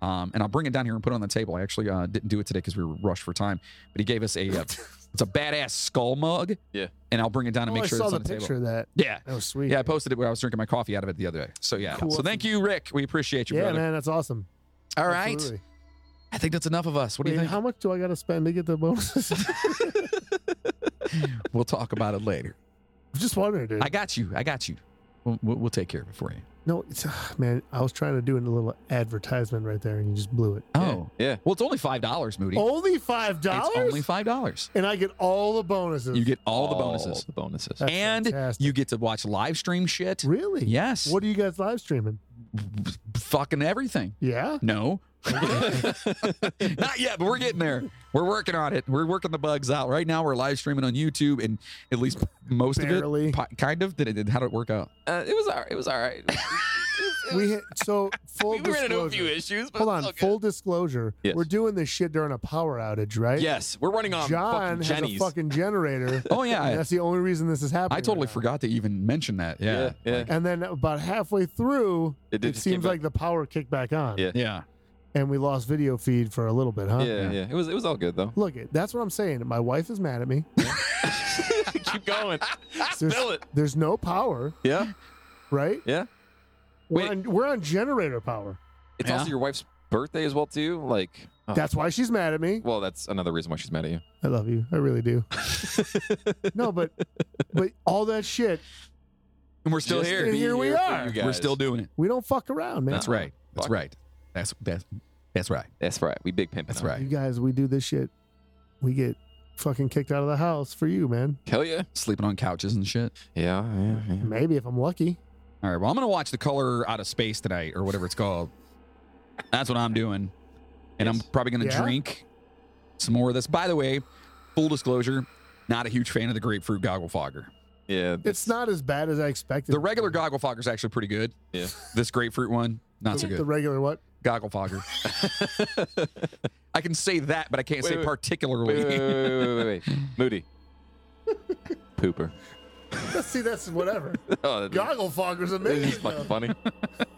Speaker 2: um, and I'll bring it down here and put it on the table. I actually uh, didn't do it today because we were rushed for time, but he gave us a, uh, it's a badass skull mug.
Speaker 3: Yeah.
Speaker 2: And I'll bring it down and
Speaker 4: Oh,
Speaker 2: make
Speaker 4: I
Speaker 2: sure
Speaker 4: saw
Speaker 2: it's
Speaker 4: the
Speaker 2: on the
Speaker 4: picture
Speaker 2: table.
Speaker 4: of that.
Speaker 2: Yeah.
Speaker 4: That was sweet.
Speaker 2: Yeah, I posted it when I was drinking my coffee out of it the other day. So yeah.
Speaker 4: Cool.
Speaker 2: So thank you, Rick. We appreciate you,
Speaker 4: Yeah,
Speaker 2: brother.
Speaker 4: man, that's awesome.
Speaker 2: All right.
Speaker 4: Absolutely.
Speaker 2: I think that's enough of us. What do you
Speaker 4: Wait,
Speaker 2: think?
Speaker 4: How much do I got to spend to get the bonuses?
Speaker 2: We'll talk about it later.
Speaker 4: just wondering, dude.
Speaker 2: I got you. I got you. We'll, we'll, we'll take care of it for you.
Speaker 4: no, it's, man, I was trying to do a little advertisement right there, and you just blew it.
Speaker 2: Oh,
Speaker 3: yeah.
Speaker 2: well, it's only five dollars, Moody.
Speaker 4: Only five
Speaker 2: it's
Speaker 4: dollars.
Speaker 2: only five dollars.
Speaker 4: and I get all the bonuses.
Speaker 2: You get all the bonuses,
Speaker 3: the bonuses.
Speaker 4: That's
Speaker 2: and
Speaker 4: fantastic.
Speaker 2: you get to watch live stream shit.
Speaker 4: really?
Speaker 2: Yes,
Speaker 4: What are you guys live streaming?
Speaker 2: fucking everything.
Speaker 4: Yeah.
Speaker 2: No, not yet, but we're getting there. We're working on it. We're working the bugs out. Right now, we're live streaming on YouTube, and at least most
Speaker 4: Barely.
Speaker 2: of it, po- kind of. Did it? How did it work out?
Speaker 3: Uh, it was all right. It was all right.
Speaker 4: We hit, so full
Speaker 3: we ran into a few
Speaker 4: disclosure.
Speaker 3: issues, but
Speaker 4: Hold
Speaker 3: it's
Speaker 4: on,
Speaker 3: all good.
Speaker 4: full disclosure.
Speaker 3: Yes.
Speaker 4: We're doing this shit during a power outage, right?
Speaker 3: Yes, we're running on
Speaker 4: John
Speaker 3: fucking
Speaker 4: has
Speaker 3: Jenny's.
Speaker 4: a fucking generator.
Speaker 2: Oh yeah,
Speaker 4: and
Speaker 2: I,
Speaker 4: that's the only reason this is happening.
Speaker 2: I totally
Speaker 4: right now.
Speaker 2: forgot to even mention that. Yeah,
Speaker 3: yeah.
Speaker 4: And then about halfway through,
Speaker 3: It
Speaker 4: it,
Speaker 3: did- just came
Speaker 4: seems
Speaker 3: back.
Speaker 4: like the power kicked back on.
Speaker 3: Yeah.
Speaker 2: yeah.
Speaker 4: And we lost video feed for a little bit, huh?
Speaker 3: yeah, yeah, It was it was all good though.
Speaker 4: Look, it- that's what I'm saying. My wife is mad at me.
Speaker 3: Keep going.
Speaker 4: There's,
Speaker 3: Spill it.
Speaker 4: there's no power,
Speaker 3: Yeah,
Speaker 4: right?
Speaker 3: yeah.
Speaker 4: We're
Speaker 3: Wait.
Speaker 4: on, we're on generator power.
Speaker 3: It's
Speaker 2: Yeah.
Speaker 3: also your wife's birthday as well too. Like, oh,
Speaker 4: That's why she's mad at me.
Speaker 3: well, that's another reason why she's mad at you.
Speaker 4: I love you. I really do. no, but but all that shit,
Speaker 2: And we're still
Speaker 3: Just
Speaker 2: here.
Speaker 4: And here we
Speaker 3: for
Speaker 4: are.
Speaker 3: you
Speaker 2: We're
Speaker 3: guys.
Speaker 2: still doing it.
Speaker 4: we don't fuck around, man.
Speaker 2: That's right. That's
Speaker 3: Fuck.
Speaker 2: right. That's that's that's right.
Speaker 3: That's right. We big pimping.
Speaker 2: That's
Speaker 3: out.
Speaker 2: right.
Speaker 4: You guys, we do this shit. We get fucking kicked out of the house for you, man.
Speaker 3: Hell yeah.
Speaker 2: Sleeping on couches and shit.
Speaker 3: Yeah. Yeah. yeah.
Speaker 4: Maybe if I'm lucky.
Speaker 2: All right. Well, I'm gonna watch The Color Out of Space tonight, or whatever it's called. That's what I'm doing, and I'm
Speaker 3: Yes.
Speaker 2: probably gonna
Speaker 4: Yeah?
Speaker 2: drink some more of this. By the way, full disclosure, not a huge fan of the grapefruit goggle fogger.
Speaker 3: Yeah.
Speaker 4: It's not as bad as I expected.
Speaker 2: The regular goggle fogger is actually pretty good.
Speaker 3: Yeah.
Speaker 2: This grapefruit one, not so
Speaker 4: The-
Speaker 2: good.
Speaker 4: The regular what?
Speaker 2: goggle fogger. I can say that, but I can't
Speaker 3: Wait,
Speaker 2: say
Speaker 3: wait.
Speaker 2: particularly.
Speaker 3: Wait, wait, wait, wait, wait, wait, wait. Moody. Pooper.
Speaker 4: See, that's whatever.
Speaker 3: Oh, that-
Speaker 4: Goggle fogger's
Speaker 3: This is
Speaker 4: amazing.
Speaker 3: fucking
Speaker 4: though.
Speaker 3: funny.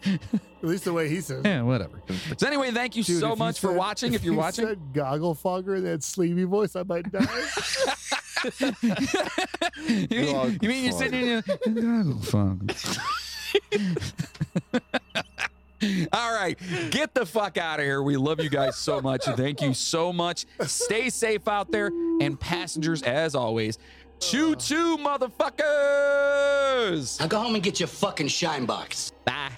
Speaker 4: At least the way he says. it.
Speaker 2: yeah, whatever. So anyway, thank you
Speaker 4: Dude,
Speaker 2: so
Speaker 4: if you
Speaker 2: much for
Speaker 4: said-
Speaker 2: watching. If you're
Speaker 4: you
Speaker 2: watching,
Speaker 4: said goggle fogger in that sleepy voice, I might die.
Speaker 2: you mean, you mean you're sitting in your goggle fogger. All right, get the fuck out of here. We love you guys so much. Thank you so much. Stay safe out there, and passengers, as always, choo choo, motherfuckers.
Speaker 8: Now go home and get your fucking shine box.
Speaker 2: Bye.